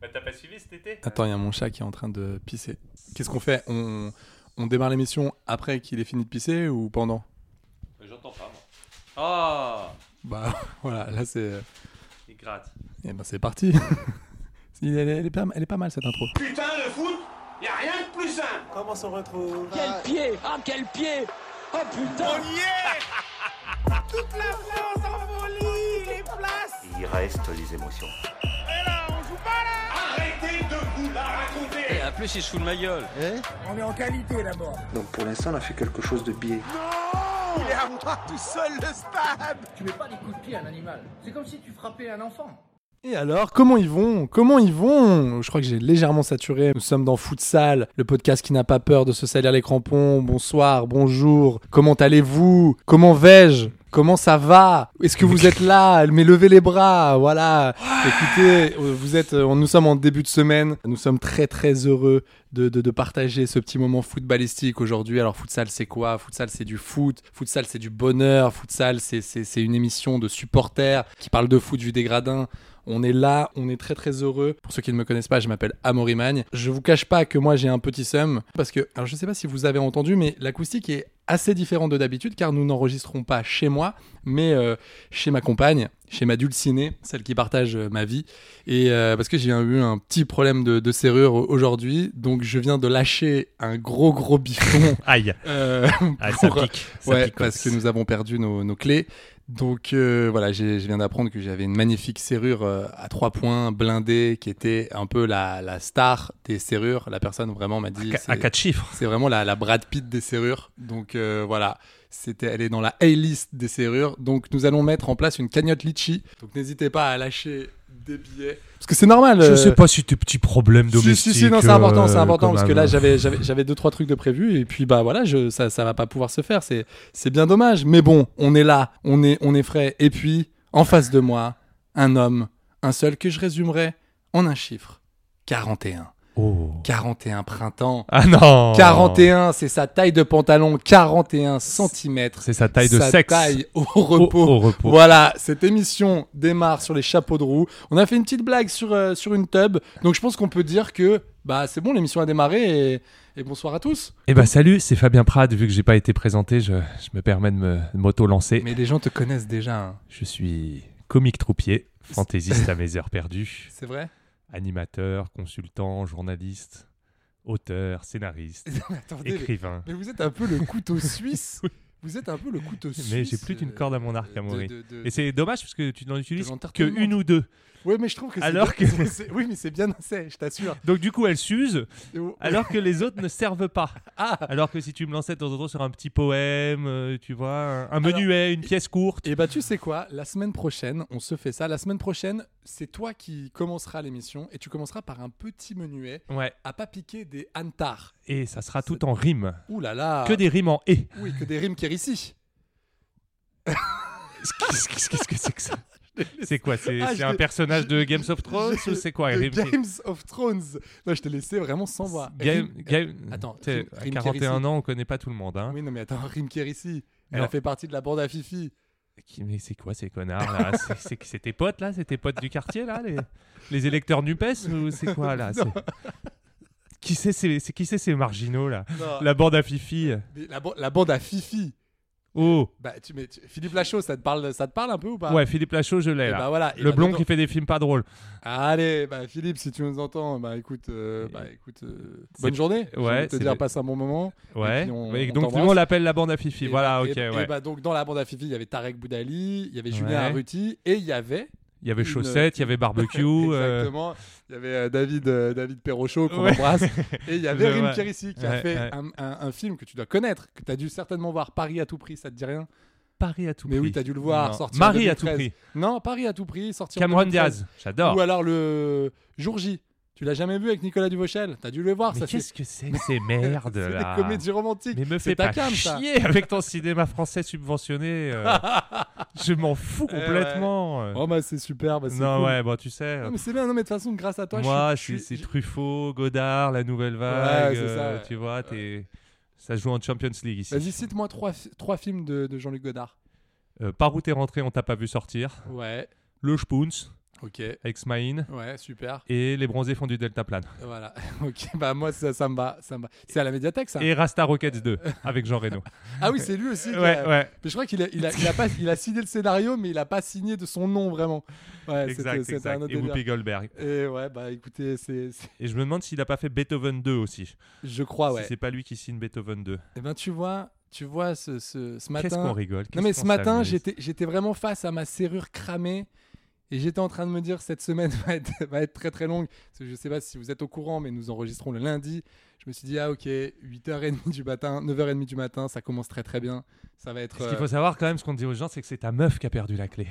Bah, t'as pas suivi cet été Attends, il y a mon chat qui est en train de pisser. Qu'est-ce qu'on fait on, on démarre l'émission après qu'il ait fini de pisser ou pendant Euh, J'entends pas, moi. Ah Bah voilà, là c'est. Il gratte. Eh ben c'est parti elle, est- elle est pas, elle est pas mal cette intro. Putain, le foot, y a rien de plus simple. Comment s'en retrouve Quel pied Ah, quel pied Oh putain Toute la France en folie, les places. Il reste les émotions. Et là, on joue pas là. Arrêtez de vous la raconter. En plus, il se fout de ma gueule On est en qualité d'abord. Donc pour l'instant, on a fait quelque chose de biais. Il est à moi tout seul le spam. Tu mets pas des coups de pied à un animal. C'est comme si tu frappais un enfant. Et alors, comment ils vont Comment ils vont Je crois que j'ai légèrement saturé. Nous sommes dans Futsal, le podcast qui n'a pas peur de se salir les crampons. Bonsoir, bonjour. Comment allez-vous Comment vais-je Comment ça va Est-ce que vous êtes là Mais levez les bras, voilà. Écoutez, euh, vous êtes, euh, nous sommes en début de semaine. Nous sommes très très heureux de, de- de partager ce petit moment footballistique aujourd'hui. Alors, futsal, c'est quoi Futsal, c'est du foot. Futsal, c'est du bonheur. Futsal, c'est- c'est c'est une émission de supporters qui parle de foot vu des gradins. On est là, on est très très heureux. Pour ceux qui ne me connaissent pas, je m'appelle Amorimagne. Je vous cache pas que moi j'ai un petit seum parce que, alors je sais pas si vous avez entendu, mais l'acoustique est assez différente de d'habitude car nous n'enregistrons pas chez moi, mais euh, chez ma compagne, chez ma dulcinée, celle qui partage euh, ma vie. Et euh, parce que j'ai eu un petit problème de, de serrure aujourd'hui, donc je viens de lâcher un gros gros bifon. Aïe euh, ah, Ça pour- pique. Ça ouais, pique, quoi. parce que nous avons perdu nos, nos clés. Donc euh, voilà, j'ai- je viens d'apprendre que j'avais une magnifique serrure euh, à trois points blindée qui était un peu la, la star des serrures. La personne vraiment m'a dit Qu- c'est- À 4 chiffres. c'est vraiment la, la Brad Pitt des serrures. Donc euh, voilà, c'était, elle est dans la A-list des serrures. Donc nous allons mettre en place une cagnotte litchi. Donc n'hésitez pas à lâcher des billets. Parce que c'est normal. euh, si tes petits problèmes si, si, si, non, c'est important, euh, c'est important parce que là, j'avais, j'avais, j'avais deux, trois trucs de prévu et puis bah voilà, je, ça, ça va pas pouvoir se faire, c'est, c'est bien dommage. Mais bon, on est là, on est, on est frais. Et puis, en face de moi, un homme, un seul que je résumerai en un chiffre 41. 41 printemps. Oh. Ah non 41, c'est sa taille de pantalon, 41 cm. C'est sa taille de sa sexe. taille au Au- repos. Au repos. Voilà, cette émission démarre sur les chapeaux de roue. On a fait une petite blague sur, euh, sur une tub, donc je pense qu'on peut dire que bah c'est bon, l'émission a démarré et, et bonsoir à tous. Eh ben salut, c'est Fabien Prade. Vu que j'ai pas été présenté, je, je me permets de me- de m'auto-lancer. Mais les gens te connaissent déjà, hein. Je suis comique troupier, fantaisiste à mes heures perdues, c'est vrai animateur, consultant, journaliste, auteur, scénariste, Mais attendez, mais- écrivain. mais vous êtes un peu le couteau suisse. Vous êtes un peu le couteau suisse. Mais j'ai plus d'une euh, corde à mon arc, de- Amaury. de- de- Et c'est dommage parce que tu n'en utilises que l'entertainment. une ou deux. Ouais, mais je trouve que c'est Alors bien- que- c'est- oui, mais c'est bien assez, je t'assure. Donc du coup, elles s'usent Et on- alors que les autres ne servent pas. Ah, Alors que si tu me lançais de temps en temps sur un petit poème, euh, tu vois, un, un menuet, une pièce courte. Et bah tu sais quoi, la semaine prochaine, on se fait ça. La semaine prochaine, c'est toi qui commenceras l'émission et tu commenceras par un petit menuet Ouais. à pas piquer des antards. Et ça sera tout en rime. Ouh là là Que des rimes en E. « et Oui, que des rimes qui ici. Qu'est-ce qu'est-ce- qu'est-ce que c'est que ça C'est quoi C'est Ah, c'est je un l'ai- personnage de je- Games of Thrones je- ou c'est quoi de rime qui- Games of Thrones Non, je t'ai laissé vraiment sans voix. Game, Rime- Game- Attends, tu sais, Rime- à Rime 41 Kérissi. ans, on connaît pas tout le monde. Hein. Oui, non mais attends, Rime ici. Elle Non. a fait partie de la bande à Fifi. Qui- Mais c'est quoi ces connards là C'est- C'est c'est tes potes là C'est tes potes du quartier là les, les électeurs Nupes ou c'est quoi là C'est- Qui c'est ces- c'est- qui c'est ces marginaux là Non, La bande à Fifi. mais la, ban- la bande à Fifi. Oh Bah tu mets tu- Philippe Lachaud, ça te parle, ça te parle un peu ou pas ouais Philippe Lachaud je l'ai Et là. bah voilà. Et le bah, blond dedans- qui fait des films pas drôles. Allez, bah Philippe, si tu nous entends, bah écoute, euh, bah, écoute, euh, C'est- bonne journée. J'ai Ouais, envie de te c'est dire, le- passe un bon moment. Ouais. puis on- Et donc on tout le t'embrasse. monde l'appelle la bande à Fifi. Et voilà bah- ok et- et ouais. bah, donc dans la bande à Fifi, il y avait Tarek Boudali, il y avait Julien Ouais. Arruti et il y avait Il y avait une- chaussettes, il y avait barbecue. euh, Exactement. Il y avait euh, David, euh, David Perrochot qu'on Ouais. embrasse. Et il y avait Je Rim vois. Kérissi qui a Ouais, fait ouais. un, un- un film que tu dois connaître, que tu as dû certainement voir, Paris à tout prix, ça te dit rien Paris à tout Mais prix. oui, t'as dû le voir Non. sortir. en Marie à tout 2013. prix. Non, Paris à tout prix, sortir. en Cameron 2013. Diaz, j'adore. Ou alors le jour J. Tu l'as jamais vu avec Nicolas Duvauchel T'as dû le voir, Mais ça c'est qu'est-ce que c'est que ces merdes c'est là des comédies romantiques. Mais me C'est fais ta pas cam, ça. chier avec ton cinéma français subventionné. euh, je m'en fous Eh ouais. complètement. euh. Oh bah c'est super, bah, c'est non, cool. ouais, bon, tu sais. Non, mais c'est bien, non mais de toute façon, grâce à toi, moi, je suis. c'est- c'est Truffaut, Godard, la nouvelle vague. c'est ça, euh, ouais. Tu vois, t'es- ça joue en Champions League ici. Vas-y, cite-moi trois, trois films de, de Jean-Luc Godard. Euh, par où t'es rentré, on t'a pas vu sortir. Ouais, Le Spoons, ok. avec Smaïn. Ouais, super. Et les bronzés font du Delta Plane. Voilà. Ok, bah moi ça, ça me va, ça me va. C'est à la médiathèque ça. Et Rasta Rockets 2, avec Jean Reno. Ah oui, c'est lui aussi. qui ouais, a- ouais. Mais je crois qu'il a, il a, il a pas, il a signé le scénario, mais il a pas signé de son nom vraiment. Ouais, Exact, c'était c'était un exact. autre Et Whoopi délire. Goldberg. Et ouais, bah écoutez, c'est, c'est- Et je me demande s'il a pas fait Beethoven 2 aussi. je crois Ah ouais. Si c'est pas lui qui signe Beethoven 2. Eh ben tu vois, tu vois ce, ce, ce Qu'est-ce matin. qu'on rigole non qu'est-ce mais ce qu'on matin, s'amuse. j'étais j'étais vraiment face à ma serrure cramée et j'étais en train de me dire cette semaine va être, va être très très longue. Parce que je sais pas si vous êtes au courant, mais nous enregistrons le lundi. Je me suis dit ah ok, 8h30 du matin, 9h30 du matin, ça commence très très bien. Ça va être. Ce qu'il euh, faut savoir quand même, ce qu'on dit aux gens, c'est que c'est ta meuf qui a perdu la clé.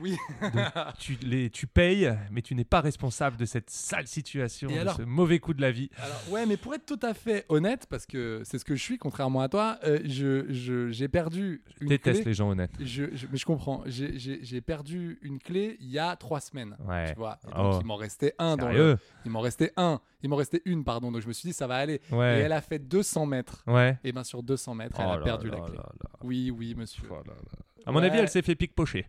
Oui. Ah. tu, les, tu payes, mais tu n'es pas responsable de cette sale situation, Et de alors ce mauvais coup de la vie. Alors, ouais, mais pour être tout à fait honnête, parce que c'est ce que je suis, contrairement à toi, euh, je je- j'ai perdu une Déteste clé. les gens honnêtes. Je, je- mais je comprends. J'ai- J'ai j'ai perdu une clé il y a trois semaines. Ouais. Tu vois. Et donc, Oh. il m'en restait un. Dans le- Sérieux il m'en restait un. Il m'en restait une, pardon. Donc je me suis dit, ça va aller. Ouais. Et elle a fait 200 mètres. Ouais. Et bien sur 200 mètres, elle Oh a là perdu là la clé. là là. Oui, oui, monsieur. À mon avis, Ouais. elle s'est fait pique-pocher.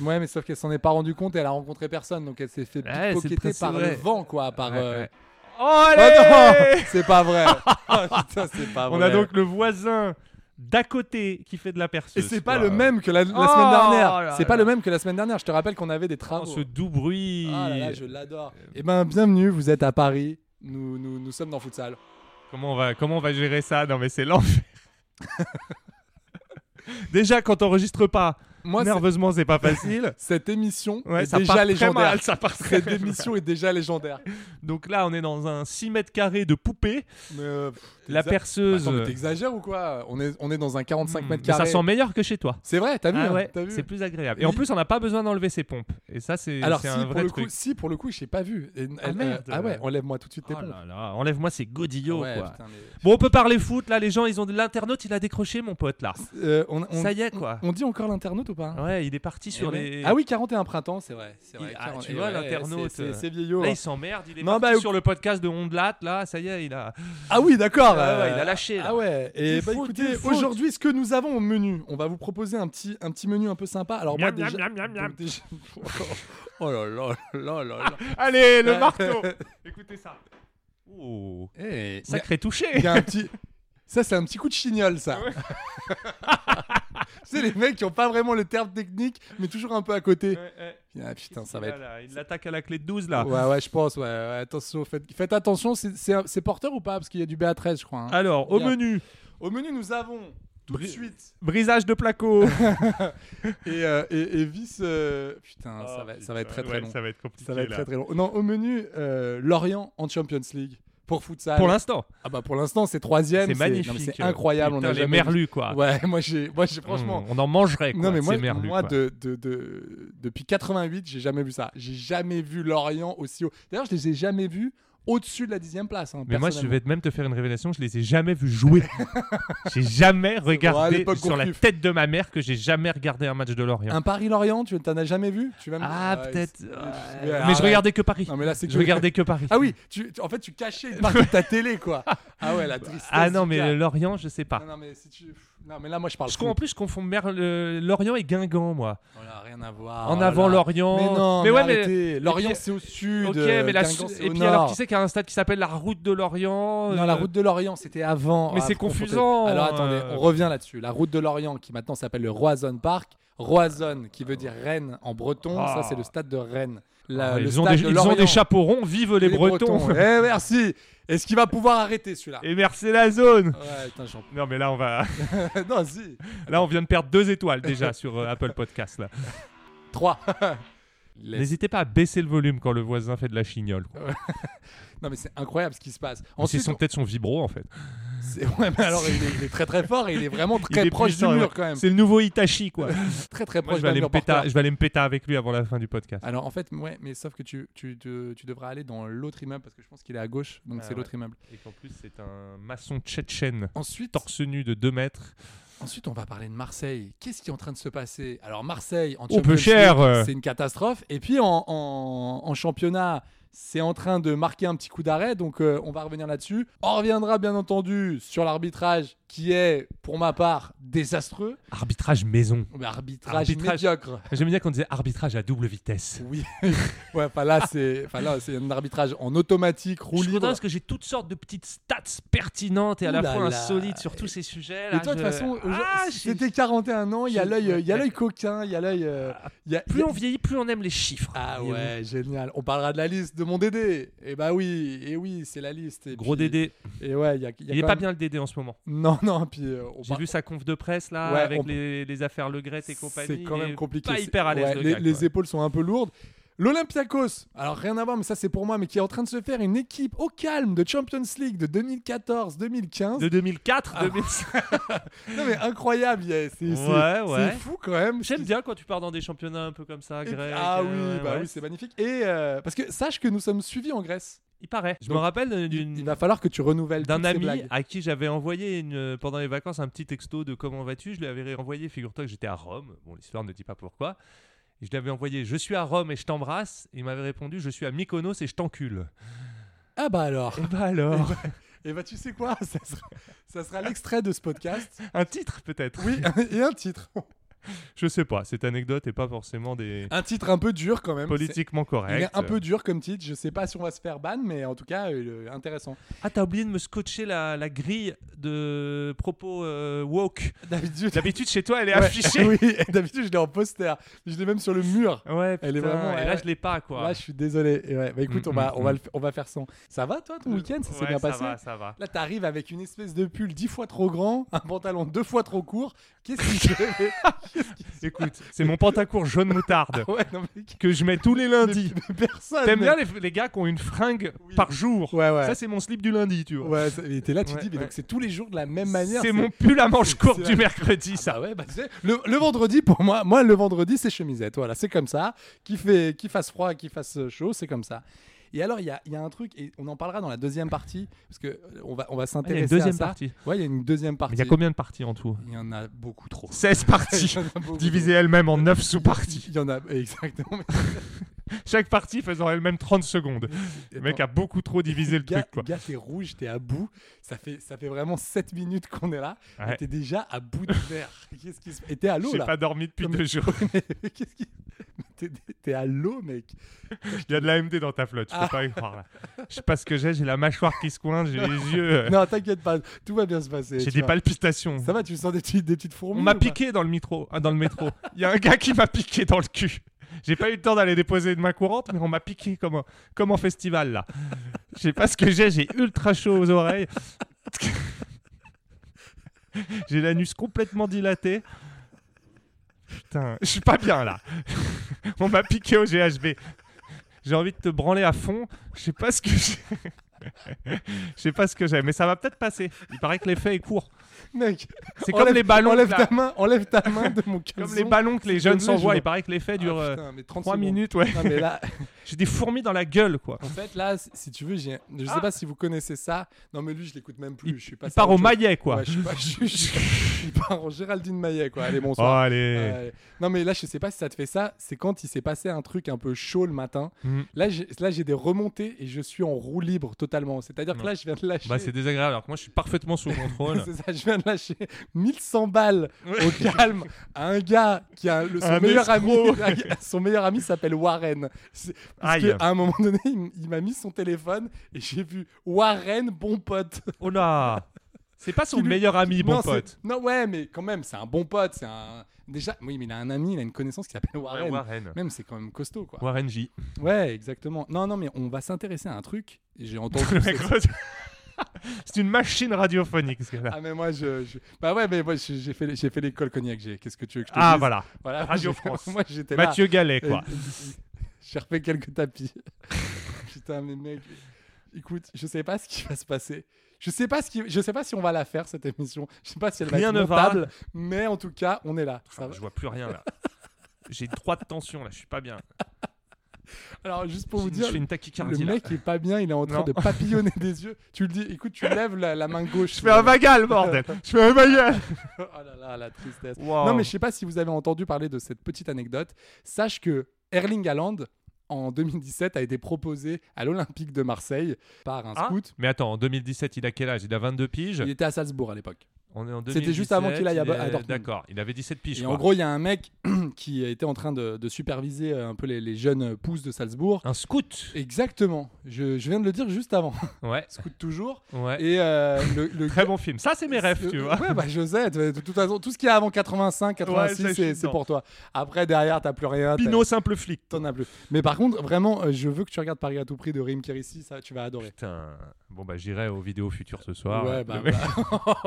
Ouais, mais sauf qu'elle s'en est pas rendue compte. Elle a rencontré personne, donc elle s'est fait Ouais, c'est pickpocketer presque par vrai. le vent, quoi, par. Ouais, euh, Ah ouais. Oh, allez Oh non, c'est pas vrai. Oh, putain, c'est pas On vrai. a donc le voisin d'à côté qui fait de la Et perceuse. c'est quoi. pas le même que la, la Oh semaine dernière. là C'est pas là. le même que la semaine dernière. Je te rappelle qu'on avait des Oh, travaux. ce doux bruit. Ah là là, je l'adore. Eh ben, bienvenue, vous êtes à Paris. Nous, nous, nous sommes dans Futsal. Comment on va, comment on va gérer ça Non, mais c'est l'enfer. Déjà, quand t'enregistres pas, Moi, c'est- nerveusement, c'est pas facile. cette émission Ouais, est ça déjà part très légendaire. mal, ça part très Cette mal. émission est déjà légendaire. Donc là, on est dans un 6 mètres carrés de poupée. Mais, euh, pff, La t'exa- perceuse. euh, Attends, mais t'exagères ou quoi on est, on est dans un 45 Hmm, mètres mais ça carrés. sent meilleur que chez toi. C'est vrai, t'as vu, Ah hein, ouais, t'as vu. c'est plus agréable. Et en Il- plus, on n'a pas besoin d'enlever ses pompes. Et ça, c'est Alors, c'est si un pour, vrai le coup, truc. si, pour le coup, je l'ai pas vu. Et- euh, merde. ah ouais, enlève-moi tout de suite tes Oh pompes. là là, enlève-moi ces godillots. Ouais, quoi. putain, mais- Bon, on peut parler foot. Là, les gens, ils ont de l'internaute, il a décroché, mon pote. Là, Euh, on, on- ça y est, quoi. on dit encore l'internaute ou pas Ouais, il est parti sur Eh les. ouais. Ah oui, 41 printemps, c'est vrai. c'est vrai, Il- ah, 40 tu et vois, ouais, l'internaute, c'est- C'est euh, c'est vieillot. Là, hein. il s'emmerde, il est Non, parti bah, sur le podcast de Ondelat, là, ça y est, il a... Ah oui, d'accord. Ah ouais, euh, il a lâché, là. Ah ouais. Et Des bah, fautes, écoutez, des fautes. aujourd'hui, ce que nous avons au menu, on va vous proposer un petit, un petit menu un peu sympa. Alors moi, Miam, miam, déjà, miam, miam, miam. donc déjà- oh là là là là là. Allez, le marteau Euh, Écoutez ça. Oh, Eh, il y a- sacré touché il y a un petit. Ça, c'est un petit coup de chignol, ça. c'est les mecs qui ont pas vraiment le terme technique, mais toujours un peu à côté. Ouais, ouais. Ah. Ah putain, ça va Là, être. là, Il l'attaque à la clé de 12, là. Ouais, ouais, je pense. Ouais, ouais, attention, faites, faites attention. c'est- C'est un- c'est porteur ou pas Parce qu'il y a du BA13, je crois. hein. Alors, au Bien. menu, Au menu, nous avons tout de Bri- suite brisage de placo. et, euh, et, et vis. euh, Putain, ça, Oh, va, ça va être putain, très très ouais, long. Ça va être compliqué, Ça va être là. très très long. Non, au menu, euh, Lorient en Champions League pour futsal. Pour l'instant, ah bah pour l'instant, c'est troisième. c'est non, mais magnifique. euh, C'est incroyable. Putain, on a les jamais merlus, vu- quoi. Mmh, Ouais, moi j'ai, moi j'ai franchement. Franchement, on en mangerait, quoi. non mais moi, ces merlus, moi quoi. de, de, de- depuis 88, j'ai jamais vu ça. J'ai jamais vu Lorient aussi haut. D'ailleurs, je les ai jamais vus au-dessus de la dixième place. hein, Mais moi, je personnellement. vais même te faire une révélation, je les ai jamais vus jouer. j'ai jamais regardé l'époque, sur la Gourcuff. tête de ma mère que j'ai jamais regardé un match de Lorient. Un Paris-Lorient, tu t'en as jamais vu Tu vas me- Ah, Ouais, peut-être. c'est- Mais Ouais, je ouais. regardais que Paris. Non mais là c'est que Je regardais que Paris. Ah oui, tu, tu- en fait tu cachais une partie de ta télé quoi. Ah ouais, la tristesse. Ah non, du mais gars. Lorient, je sais pas. Non, non, mais si tu Non mais là moi je parle. Je, en plus, je confonds Merle- euh, Lorient et Guingamp, moi. foot. Oh là, rien à voir. en oh là avant là. Lorient. Mais non, mais, ouais, arrêtez. Lorient puis- c'est au sud. Ok, euh, mais la Guingamp, su- c'est et au puis alors nord. qui c'est qu'il y a un stade qui s'appelle la Route de Lorient. Non, euh, la route de Lorient, c'était avant. Mais c'est faut confronter. confusant, Alors euh. attendez, on revient là-dessus. La route de Lorient, qui maintenant s'appelle le Roison Park. Roison, qui veut dire Rennes en breton. Ah. Ça, c'est le stade de Rennes. La- ah, le ils ont, stade des, de ils ont Lorient. des chapeaux ronds, vive les, Bretons. Eh, merci. Est-ce qu'il va pouvoir arrêter celui-là Et merci la zone. Ouais, putain, j'en Non, mais là, on va. non, si. Là, on vient de perdre deux étoiles déjà sur euh, Apple Podcast. Là. 3. N'hésitez pas à baisser le volume quand le voisin fait de la chignole. quoi. Non, mais c'est incroyable ce qui se passe. Ou C'est Ensuite, son- peut-être son vibro en fait. on- C'est- Ouais, mais alors il est, il est très très fort et il est vraiment très est proche puissant, du mur ouais. quand même. C'est le nouveau Itachi, quoi. Très très Moi, proche je, vais d'un aller me mur par péta- terre. je vais aller me péter avec lui avant la fin du podcast. Alors en fait, ouais, mais sauf que tu, tu, tu, tu devras aller dans l'autre immeuble parce que je pense qu'il est à gauche, donc Ah, c'est l'autre immeuble. Et qu'en plus, c'est un maçon tchétchène, Ensuite, torse nu de 2 mètres. ensuite, on va parler de Marseille. Qu'est-ce qui est en train de se passer Alors Marseille, en Oh, peu Champions cher, League, euh. c'est une catastrophe. Et puis en, en, en championnat, c'est en train de marquer un petit coup d'arrêt, donc euh, on va revenir là-dessus. On reviendra bien entendu sur l'arbitrage qui est, pour ma part, désastreux. Arbitrage maison. Mais arbitrage, Arbitrage. médiocre. J'aime bien qu'on disait arbitrage à double vitesse. Oui. ouais, enfin là, c'est enfin, là, c'est un arbitrage en automatique, roue Je suis content libre. parce que j'ai toutes sortes de petites stats pertinentes et à Ouh la là fois là. insolites sur tous ces sujets. Et là, toi, de toute je- façon, aujourd'hui, ah, j'ai- si t'es 41 ans, il y a j'ai- l'œil, euh, il y a ouais. l'œil coquin, il y a l'œil, euh, il y a- il plus y a- on vieillit, plus on aime les chiffres. Ah Et ouais, génial. On parlera de la liste de mon Dédé. Et bah oui, et oui, c'est la liste. oui. Et Gros puis- Dédé, Et ouais, il y a, il y a il est quand pas même- bien le Dédé en ce moment. Non, non. Puis euh, on J'ai par- vu sa conf de presse là Ouais, avec on- les, les affaires Le Gret et compagnie. C'est quand il même est compliqué. Pas c'est- hyper à l'aise. ouais, le les, grec, les quoi. épaules sont un peu lourdes. L'Olympiakos, alors rien à voir, mais ça c'est pour moi, mais qui est en train de se faire une équipe au calme de Champions League de 2014-2015. De 2004, Ah. 2005. Non mais incroyable, il y a- c'est c'est- Ouais, ouais. c'est fou quand même. J'aime bien quand tu pars dans des championnats un peu comme ça, Et puis- grec. ah oui, euh, bah ouais. oui, c'est magnifique. Et euh, parce que sache que nous sommes suivis en Grèce. Il paraît. Je me Donc, rappelle Il d'une va falloir que tu renouvelles d'un toutes ces ami blagues. à qui j'avais envoyé une, euh, pendant les vacances un petit texto de comment vas-tu. Je lui avais renvoyé, figure-toi que j'étais à Rome. Bon, l'histoire ne dit pas pourquoi. Et je lui avais envoyé Je suis à Rome et je t'embrasse. Et il m'avait répondu Je suis à Mykonos et je t'encule. Ah bah alors. Et bah alors Et bah tu sais quoi, ça sera, ça sera l'extrait de ce podcast. ben, Un titre peut-être Oui, et un titre. Je sais pas. Cette anecdote est pas forcément des. Un titre un peu dur quand même. Ah, C'est- politiquement correct. Il est un peu dur comme titre. Je sais pas si on va se faire ban, mais en tout cas euh, le- intéressant. Ah, t'as oublié de me scotcher la, la grille de propos euh, woke. D'habitude, D'habitude, chez toi, elle est Ouais, affichée. oui, d'habitude je l'ai en poster. Je l'ai même sur le mur. Ouais, Elle est putain, vraiment- Et elle- là, je l'ai pas, quoi. Là, je suis désolé. Et ouais, bah écoute, Mm, on va, mm, on va, mm. le f- on va faire sans. Ça va toi ton week-end Euh, Ça s'est Ouais, bien passé Ça va, ça va. Là, t'arrives avec une espèce de pull dix fois trop grand, un pantalon deux fois trop court. Qu'est-ce qui se fait Écoute, c'est mon pantacourt jaune moutarde Ouais, non, mais qui- que je mets tous les lundis. mais personne. T'aimes bien les, les gars qui ont une fringue par jour Ouais, ouais. Ça, c'est mon slip du lundi, tu vois. Ouais, ça- et t'es là, tu te Ouais, dis, mais ouais. donc c'est tous les jours de la même manière. c'est mon pull à manches courtes c'est du la- mercredi, Ah bah ça. ouais, bah, tu sais, le, le vendredi, pour moi, moi, le vendredi, c'est chemisette. Voilà, c'est comme ça. Qu'il fait, qu'il fasse froid, qu'il fasse chaud, c'est comme ça. Et alors, il y a, il y a un truc, et on en parlera dans la deuxième partie, parce que euh, on va, on Ah, Il y a va une s'intéresser à deuxième ça. partie. Ouais, il y a une deuxième partie. Il y a combien de parties en tout Il y en a beaucoup trop. 16 Il parties, y en a beaucoup divisées elles-mêmes en 9 sous-parties. Il y en a, exactement. Chaque partie faisant elle-même 30 secondes. Le mec a beaucoup trop divisé le Gars, truc, quoi. gars, t'es rouge, t'es à bout. Ça fait, ça fait vraiment 7 minutes qu'on est là. Ouais. Et t'es déjà à bout de verre. Qu'est-ce qui se... Et t'es à l'eau J'ai là. pas dormi depuis Non, mais- deux jours. Mais qu'est-ce qui- mais T'es t'es à l'eau, mec. Il y a de l'AMD dans ta flotte, je peux Ah. pas y croire. là. Je sais pas ce que j'ai, j'ai la mâchoire qui se coince, j'ai les yeux, euh, Non, t'inquiète pas, tout va bien se passer. j'ai tu des vois. palpitations. Ça va, tu sens des, petits- des petites fourmis On m'a ou pas piqué dans le métro. dans le métro. Il y a un gars qui m'a piqué dans le cul. J'ai pas eu le temps d'aller déposer une main courante, mais on m'a piqué comme, un- comme en festival là. Je sais pas ce que j'ai, j'ai ultra chaud aux oreilles. J'ai l'anus complètement dilaté. Putain, je suis pas bien là. On m'a piqué au GHB. J'ai envie de te branler à fond. Je sais pas ce que j'ai. Je sais pas ce que j'ai, mais ça va peut-être passer. Il paraît que l'effet est court. Mec, C'est enlève- comme les ballons. Enlève là. ta main, enlève ta main de mon caleçon. Comme les ballons que les Je jeunes l'ai, s'envoient, je il paraît que l'effet Ah, dure euh, putain, mais 30 3 secondes. minutes, ouais. Non, mais là, J'ai des fourmis dans la gueule, quoi. en fait, là, si tu veux, j'ai- je sais Ah. pas si vous connaissez ça. Non, mais lui, je l'écoute même plus. je suis Il passé à part au autre chose. maillet, quoi. Ouais, je suis pas, je- je- il part en Géraldine Maillet, quoi. Allez, Oh, bonsoir. allez. Euh, non, mais là, je sais pas si ça te fait ça. C'est quand il s'est passé un truc un peu chaud le matin. Mm. Là, j'ai là, j'ai des remontées et je suis en roue libre totalement. C'est-à-dire que Non. là, je viens de lâcher. Bah, c'est désagréable, alors que moi, je suis parfaitement sous contrôle. C'est ça, je viens de lâcher 1100 balles au calme à un gars qui a le- son Un meilleur ami. escroc. Son meilleur ami s'appelle Warren. C'est- Parce Aïe. que, à un moment donné, il, m- il m'a mis son téléphone et j'ai vu Warren, bon pote. Oh là C'est pas son Qui lui- meilleur ami, bon Non, c'est- pote. Non, ouais, mais quand même, c'est un bon pote. C'est un. Déjà, oui, mais il a un ami, il a une connaissance qui s'appelle Warren. Ah. Ouais, Warren. Même, c'est quand même costaud, quoi. Warren J. Ouais, exactement. Non, non, mais on va s'intéresser à un truc. J'ai entendu. Le mec cette- re- C'est une machine radiophonique, ce gars-là. Ah, mais moi, je. je- Bah ouais, mais moi, je- j'ai fait, j'ai fait l'école cognac. j'ai- Qu'est-ce que tu veux que je te Ah, dise voilà. Voilà, Radio j'ai- France. Moi, j'étais là. Mathieu Gallet, Euh, quoi. J'ai refait quelques tapis. Putain, mais mec. Écoute, je sais pas ce qui va se passer. Je sais pas ce qui, je sais pas si on va la faire cette émission. Je sais pas si elle va Rien être ne va. montable, mais en tout cas, on est là. Ça va. Je vois plus rien là. J'ai trois de tension là, je suis pas bien. Alors juste pour vous Je- je dire, fais une le tachycardie. là. mec est pas bien, il est en train Non. de papillonner des yeux. Tu le dis, écoute, tu lèves la, la main gauche. Je fais un vagal, bordel. Je fais un vagal. oh là là, la tristesse. Euh. Wow. Non, mais je sais pas si vous avez entendu parler de cette petite anecdote. Sache que Erling Haaland, en 2017, a été proposé à l'Olympique de Marseille par un Ah. scout. Mais attends, en 2017, il a quel âge Il a 22 piges. Il était à Salzbourg à l'époque. On est en C'était 2017, juste avant qu'il aille à il est- à Dortmund. D'accord, il avait 17 piges. Et quoi. en gros, il y a un mec qui était en train de, de superviser euh, un peu les, les jeunes pousses de Salzbourg. un scout. Exactement. Je, je viens de le dire juste avant. Ouais, Scout toujours. ouais. Et euh, le, le- Très bon film. Ça, c'est mes rêves, tu Euh, vois. Ouais, bah je sais. De toute façon, tout ce qu'il y a avant 85, 86, Ouais, ça, je c'est- suis c'est dedans. pour toi. Après, derrière, t'as plus rien. t'as- Pinot simple flic. T'en as plus. Mais par contre, vraiment, euh, je veux que tu regardes Paris à tout prix de Rim Kérissi, ça, tu vas adorer. Putain. Bon, bah, j'irai aux vidéos futures ce soir. ouais, bah, Le mec- voilà.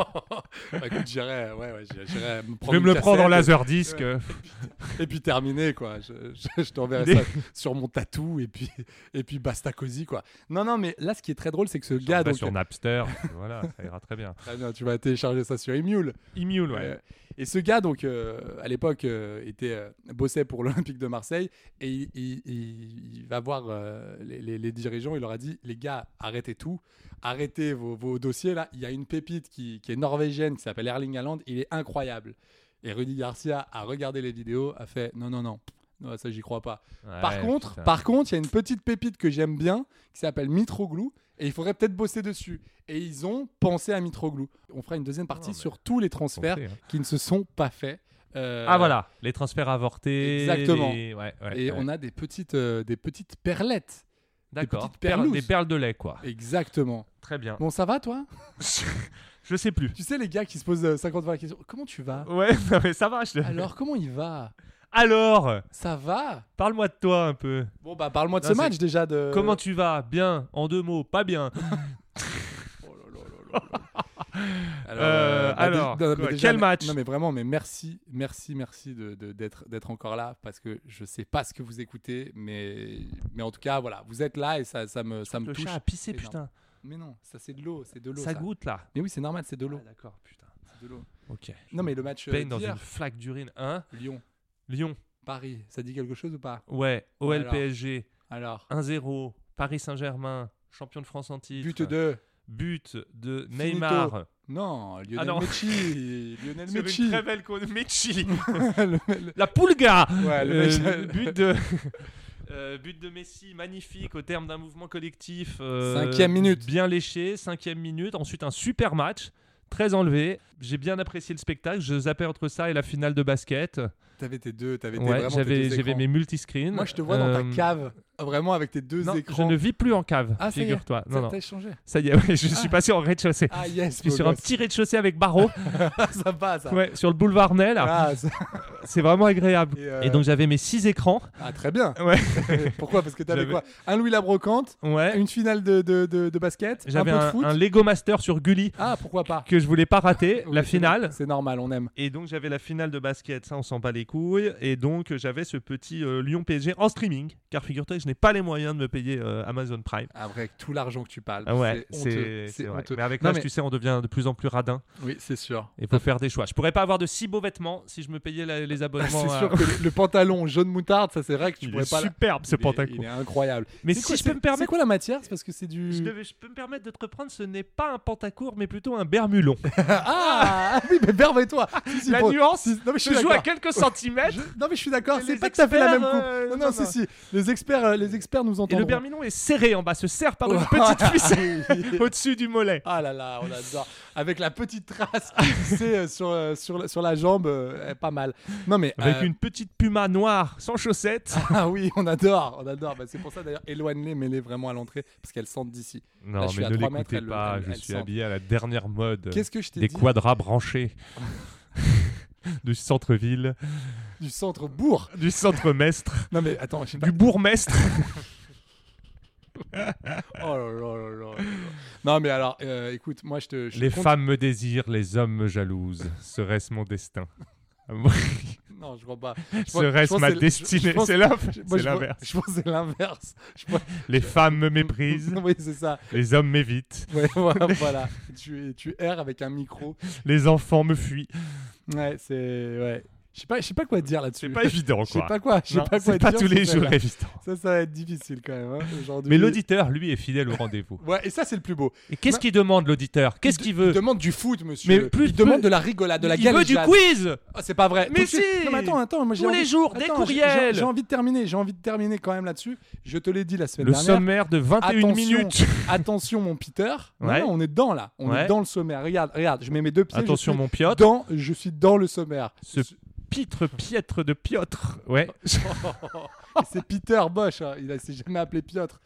Bah, écoute, j'irai, ouais, ouais, j'irai- j'irai me Je prendre vais une me le prendre en cassette laser disque. Et, et puis terminer, quoi. Je, je- je t'enverrai Des- ça sur mon tatou et puis, et puis basta cosy, quoi. Non, non, mais là, ce qui est très drôle, c'est que ce gars, donc, sur Napster. voilà, ça ira très bien. très bien, tu vas télécharger ça sur Emule. Immule, Euh, ouais. et ce gars, donc, euh, à l'époque, euh, était, euh, bossait pour l'Olympique de Marseille et il, il- il- il va voir euh, les, les- les dirigeants. Il leur a dit Les gars, arrêtez tout, arrêtez vos, vos dossiers là. Il y a une pépite qui, qui est norvégienne qui s'appelle Erling Haaland, il est incroyable. Et Rudy Garcia a regardé les vidéos, a fait Non, non, non, non ça, j'y crois pas. Euh, Par Ah Ouais, contre, putain. par contre, il y a une petite pépite que j'aime bien qui s'appelle Mitroglou et il faudrait peut-être bosser dessus. Et ils ont pensé à Mitroglou. On fera une deuxième partie mais- sur tous les transferts Pensez, hein. qui ne se sont pas faits. Euh, Ah voilà, les transferts avortés. Exactement. les- Ouais, ouais, et ouais. on a des petites, euh, des petites perlettes. D'accord. petites Perles- perlouses. des perles de lait, quoi. Exactement. Très bien. Bon, ça va toi Je sais plus. Tu sais, les gars qui se posent euh, 50 fois la question Comment tu vas Ouais, non, mais ça va. je te- Alors, comment il va Alors, Ça va parle-moi de toi un peu. Bon, bah, parle-moi de Non, ce c'est- match déjà. De... Comment tu vas Bien, en deux mots, pas bien. Alors, Euh, bah, dé- alors, non, mais quoi, quel mais- match Non, mais vraiment, mais merci, merci, merci de- de- d'être d'être encore là parce que je sais pas ce que vous écoutez, mais, mais en tout cas, voilà, vous êtes là et ça, ça me, ça me Le touche. chat a pissé, énorme. putain. Mais non, ça c'est de l'eau, c'est de l'eau. Ça ça. goûte là. Mais oui, c'est normal, c'est de l'eau. Ah, D'accord, putain. c'est de l'eau. Ok. Non, mais le match euh, Peine dans d'hier, une flaque d'urine. Hein Lyon, Lyon. Paris, ça dit quelque chose ou pas Ouais. OL Alors. PSG. Alors, 1-0. Paris Saint-Germain. Champion de France en titre. but de. But de Finito. Neymar. Non, Lionel Ah non. Messi. Lionel Messi. belle con- Messi. Le- le- La Pulga. Ouais, le mec- Euh, But de. Euh, but de Messi, magnifique au terme d'un mouvement collectif. euh, Cinquième minute. Bien léché, cinquième minute. Ensuite, un super match, très enlevé. J'ai bien apprécié le spectacle. Je zappais entre ça et la finale de basket. T'avais tes deux, t'avais tes- Ouais, vraiment tes j'avais deux j'avais écrans. mes multiscreens. Moi, je te vois dans Euh, ta cave, vraiment avec tes deux Non, je écrans. ne vis plus en cave, Ah, ça y est. figure-toi. Ça, Non, non. T'as changé. Ça y est, ouais, je suis Ah. passé en rez-de-chaussée. Ah yes, Je suis beau sur un gosse. Ah, petit rez-de-chaussée avec barreaux, ça va ça. ouais, sur le boulevard Nel. Ah, ça- C'est vraiment agréable. Et, euh, Et donc j'avais mes six écrans. ah, très bien. Ouais. Pourquoi Parce que t'avais J'avais- quoi Un Louis Labrocante, Ouais. une finale de, de, de, de basket, un peu J'avais de un, foot. un Lego Master sur Gulli Ah pourquoi pas que je voulais pas rater, la Oui, c'est no- finale. C'est normal, on aime. Et donc j'avais la finale de basket, ça on s'en bat les couilles. Et donc euh, j'avais ce petit euh, Lyon PSG en streaming, car figure-toi que je n'ai pas les moyens de me payer euh, Amazon Prime. Avec tout l'argent que tu parles. Ah ouais, c'est honteux. c'est c'est vrai. honteux. Mais avec Non, l'âge, mais- Ah. tu sais, on devient de plus en plus radin. Oui, c'est sûr. Et faut faire des choix. Je pourrais pas avoir de si beaux vêtements si je me payais la- les Ah, C'est abonnements. à- sûr que le, le pantalon jaune moutarde, ça c'est vrai que tu euh, Il pourrais est pas. la- superbe ce Il est- Il pantacourt. est incroyable. Mais C'est si quoi- je peux c'est- me C'est permettre. quoi Hmm. la matière C'est parce que c'est du. Je, devais- je peux me permettre de te reprendre, ce n'est pas un pantacourt, mais plutôt un bermulon. Ah ah oui, mais permets-toi. Si, si, La pour- nuance, si- non, mais je suis je joue à d'accord. quelques centimètres. Je- Non mais je suis d'accord, Et c'est les pas que ça fait la même experts, coupe. euh, non, non, non, si, non. si. Les experts, euh, les experts nous Et entendront. le bermilon est serré en bas, se serre par une Ouais. petite ficelle au-dessus du mollet. Ah là là, on adore. Avec la petite trace qui glissait, euh, sur, euh, sur, la- sur la jambe, euh, pas mal. Non mais Avec euh, une petite puma noire sans chaussettes. Ah oui, on adore, on adore. Bah, c'est pour ça d'ailleurs, éloigne-les, mets-les vraiment à l'entrée parce qu'elles sentent d'ici. Non, Là, je suis à trois mètres, elle- elle- elle sent. à la dernière mode. Qu'est-ce que je t'ai Des dit quadras branchés. du centre-ville, du centre bourg du centre-mestre, Non mais attends, je sais pas. du bourgmestre. Oh là là là là. là. Non mais alors, euh, écoute, moi je te. je Les compte- femmes me désirent, les hommes me jalousent. Serait-ce mon destin Non, je crois pas. Je pense- Ce je reste pense ma que c'est- destinée. je pense- C'est l'inf- moi, c'est je pense- l'inverse. Je pense que c'est l'inverse. Je pense- Les femmes me méprisent, Oui, c'est ça. les hommes m'évitent, Ouais, voilà. voilà. Tu, tu erres avec un micro. les enfants me fuient. Ouais, c'est. Ouais. Je sais pas, je sais pas quoi dire là-dessus. C'est pas évident, Je sais quoi. pas quoi. Je sais Non, pas quoi c'est pas dire tous sur les jours celle-là. évident. Ça, ça va être difficile quand même. hein, aujourd'hui. Mais l'auditeur, lui, est fidèle au rendez-vous. Ouais, et ça, c'est le plus beau. Euh, Et qu'est-ce qu'il demande, l'auditeur Qu'est-ce qu'il Il veut demande du foot, monsieur. Euh. Mais plus- il demande plus- de la rigolade, de la Il veut du galéjade. quiz Ah, c'est pas vrai. Mais Tout de suite. si Non, mais attends, attends, moi j'ai Tous envie- les jours, des Attends, j'ai- courriels j'ai- J'ai envie de terminer, j'ai envie de terminer quand même là-dessus. Je te l'ai dit la semaine Le dernière. sommaire de 21 Attention, minutes. attention mon Peter. Non, Ouais. non, on est dedans là. On Ouais. est dans le sommaire. Regarde, regarde, je mets mes deux pieds. je Attention, suis mon Piotr. dans, je suis dans le sommaire. Ce pitre piètre de Piotr. Ouais. Et C'est Peter Bosch. hein. Il a- s'est jamais appelé Piotr.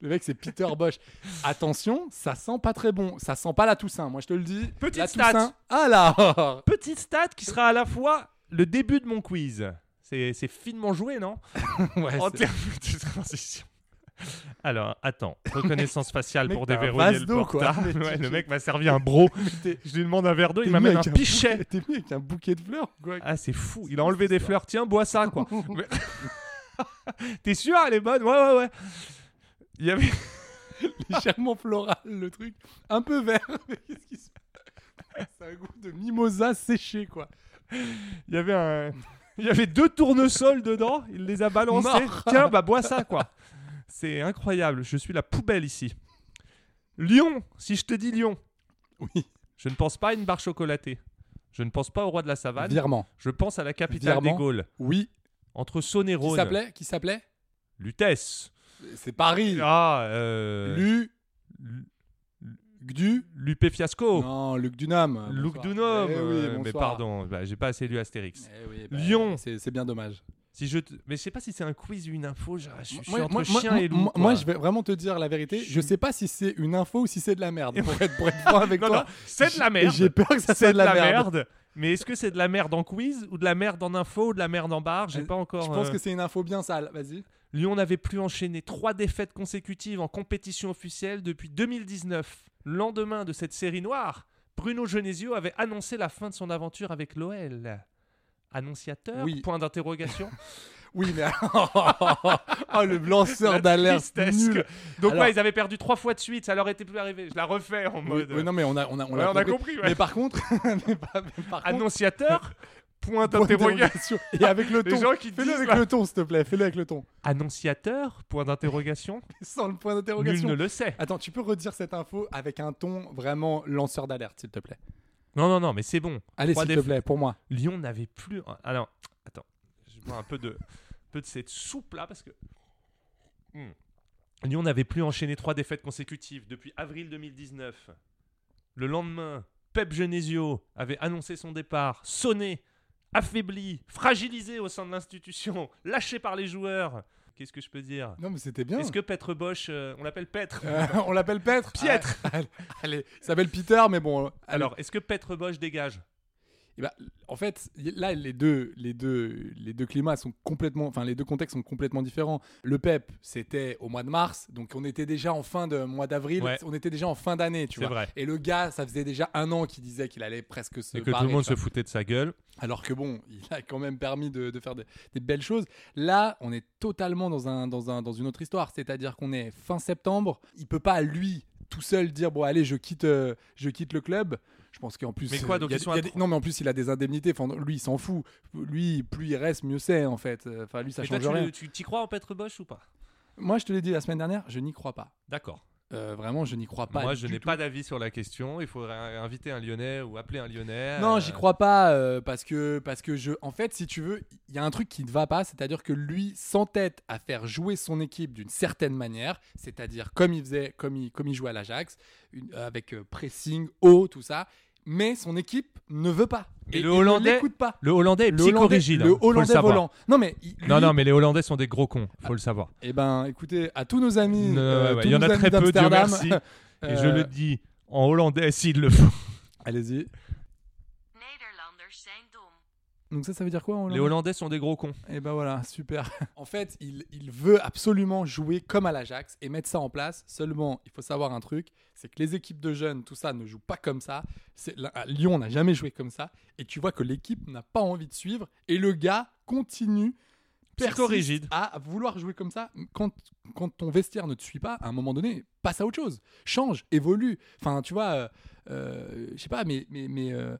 Le mec, c'est Peter Bosch. Attention, ça sent pas très bon. Ça sent pas la Toussaint. Moi, je te le dis. Petite la stat. Toussaint. Alors, Petite stat qui sera à la fois le début de mon quiz. C'est c'est finement joué, non ouais, En c'est- termes de transition. Alors, attends. Reconnaissance faciale mec, pour t'as un déverrouiller vase le d'eau, quoi. portable. Mais Ouais, tu- le mec m'a servi un bro. t'es- Je lui demande un verre d'eau, t'es hein. il mis m'amène un avec pichet. bouquet- T'es mis avec un bouquet de fleurs. ou quoi Ah, c'est fou. Il a enlevé des fleurs. Tiens, bois ça, quoi. Mais- T'es sûr, elle est bonne Ouais, ouais, ouais. Il y avait... légèrement floral, le truc. Un peu vert. Mais qu'est-ce qui se passe C'est un goût de mimosa séché, quoi. Il y avait un... Il y avait deux tournesols dedans. Il les a balancés. Mort. Tiens, bah bois ça, quoi. C'est incroyable. Je suis la poubelle ici. Lyon, si je te dis Lyon. Oui. Je ne pense pas à une barre chocolatée. Je ne pense pas au roi de la savane. Virement. Je pense à la capitale Virement. des Gaules. Oui. Entre Saône et Qui Rhône. s'appelait Qui s'appelait Lutèce. C'est Paris. Ah, euh... Lu. Lu- Gdu. Lupé Fiasco. Non, Luc Dunham. Luc Ah, Bonsoir. Dunham, Eh oui, euh, mais bonsoir. pardon, bah, j'ai pas assez lu Astérix. Eh oui, bah, Lyon. C'est c'est bien dommage. Si je, te- mais je sais pas si c'est un quiz ou une info. Je, je suis- je suis Moi- entre moi- chien moi- et loup. moi- quoi. moi, je vais vraiment te dire la vérité. Je sais pas si c'est une info ou si c'est de la merde. Pour être, pour être franc avec Non, toi. non, c'est de la J'ai- merde. J'ai peur que ça C'est soit de la, merde. Mais est-ce que c'est de la merde en quiz ou de la merde en info ou de la merde en barre J'ai Euh, pas encore. Je pense euh, que c'est une info bien sale. Vas-y. Lyon n'avait plus enchaîné trois défaites consécutives en compétition officielle depuis 2019. Le lendemain de cette série noire, Bruno Genesio avait annoncé la fin de son aventure avec l'OL. Annonciateur Oui. Point d'interrogation. Oui, mais. oh, le lanceur La d'alerte. tristesse que- Nul. Donc Alors- ouais, ils avaient perdu trois fois de suite, ça leur était plus arrivé. Je la refais en Oui, mode oui, non, mais on a, on a, on Ouais, l'a on a compris, ouais. Ah, Mais par contre. mais par, mais par contre, annonciateur point point d'interrogation. d'interrogation. Et avec le Les ton. gens qui te Fais-le disent, avec là. le ton, s'il te plaît. Fais-le avec le ton. Annonciateur point d'interrogation. Sans le point Nul d'interrogation. ne le sait. Attends, tu peux redire cette info avec un ton vraiment lanceur d'alerte, s'il te plaît. Non non non, mais c'est bon. Allez, Trois s'il te défaites. plaît, pour moi. Lyon n'avait plus alors attends, je bois un peu de un peu de cette soupe là parce que Hmm. Lyon n'avait plus enchaîné trois défaites consécutives depuis avril 2019. Le lendemain, Pep Genesio avait annoncé son départ, sonné, affaibli, fragilisé au sein de l'institution, lâché par les joueurs. Qu'est-ce que je peux dire Non, mais c'était bien. Est-ce que Petre Bosch, euh, on l'appelle Petre Euh, on l'appelle Petre Pietre. Ah, allez, allez, il s'appelle Peter, mais bon. allez. Alors, est-ce que Petre Bosch dégage Eh ben, en fait, y- là, les deux, les deux, les deux climats sont complètement, enfin, les deux contextes sont complètement différents. Le PEP, c'était au mois de mars, donc on était déjà en fin de mois d'avril, Ouais. on était déjà en fin d'année, tu C'est vois. vrai. Et le gars, ça faisait déjà un an qu'il disait qu'il allait presque se Et que tout barrer, le monde tu vois. se foutait de sa gueule. Alors que bon, il a quand même permis de, de faire des, des belles choses. Là, on est totalement dans, un, dans, un, dans une autre histoire. C'est-à-dire qu'on est fin septembre. Il peut pas, lui, tout seul, dire Bon, allez, je quitte, euh, je quitte le club. Je pense qu'en plus. Mais quoi, euh, donc il y a- ils sont il y a à des- trois- Non, mais en plus, il a des indemnités. Enfin, lui, il s'en fout. Lui, plus il reste, mieux c'est, en fait. Euh, Enfin, lui, ça Mais toi, change tu rien. le- tu t'y crois en Petre Bosch ou pas Moi, je te l'ai dit la semaine dernière, je n'y crois pas. D'accord. Euh, vraiment, je n'y crois pas. Moi, je du n'ai tout. pas d'avis sur la question. Il faudrait euh, inviter un Lyonnais ou appeler un Lyonnais. Non, euh, j'y crois pas euh, parce que parce que je en fait si tu veux, il y a un truc qui ne va pas, c'est-à-dire que lui s'entête à faire jouer son équipe d'une certaine manière, c'est-à-dire comme il faisait comme il comme il jouait à l'Ajax une- avec euh, pressing haut tout ça, mais son équipe ne veut pas. Mais le ne Hollandais- l'écoute pas. Le Hollandais est Le Hollandais, psychorigide. hein, le faut Hollandais savoir. volant. Non mais il- lui, Non, non, mais les Hollandais sont des gros cons. Faut le savoir. eh ben écoutez à tous nos amis, Non, euh, ouais, ouais, tous Il y en nos a amis très peu, Dieu d'Amsterdam, merci. Et je euh, le dis en hollandais s'il le faut. Allez-y. Nederlanders zijn dom. Donc ça, ça veut dire quoi en Les hollandais Hollandais sont des gros cons. Et ben voilà, super. En fait, il, il veut absolument jouer comme à l'Ajax et mettre ça en place. Seulement, il faut savoir un truc, c'est que les équipes de jeunes, tout ça, ne jouent pas comme ça. C'est- là, à Lyon n'a jamais joué comme ça. Et tu vois que l'équipe n'a pas envie de suivre. Et le gars continue persiste Psychorigide. à vouloir jouer comme ça. Quand, quand ton vestiaire ne te suit pas, à un moment donné, passe à autre chose. Change, évolue. Enfin, tu vois, euh, euh, je sais pas, mais, mais, mais euh,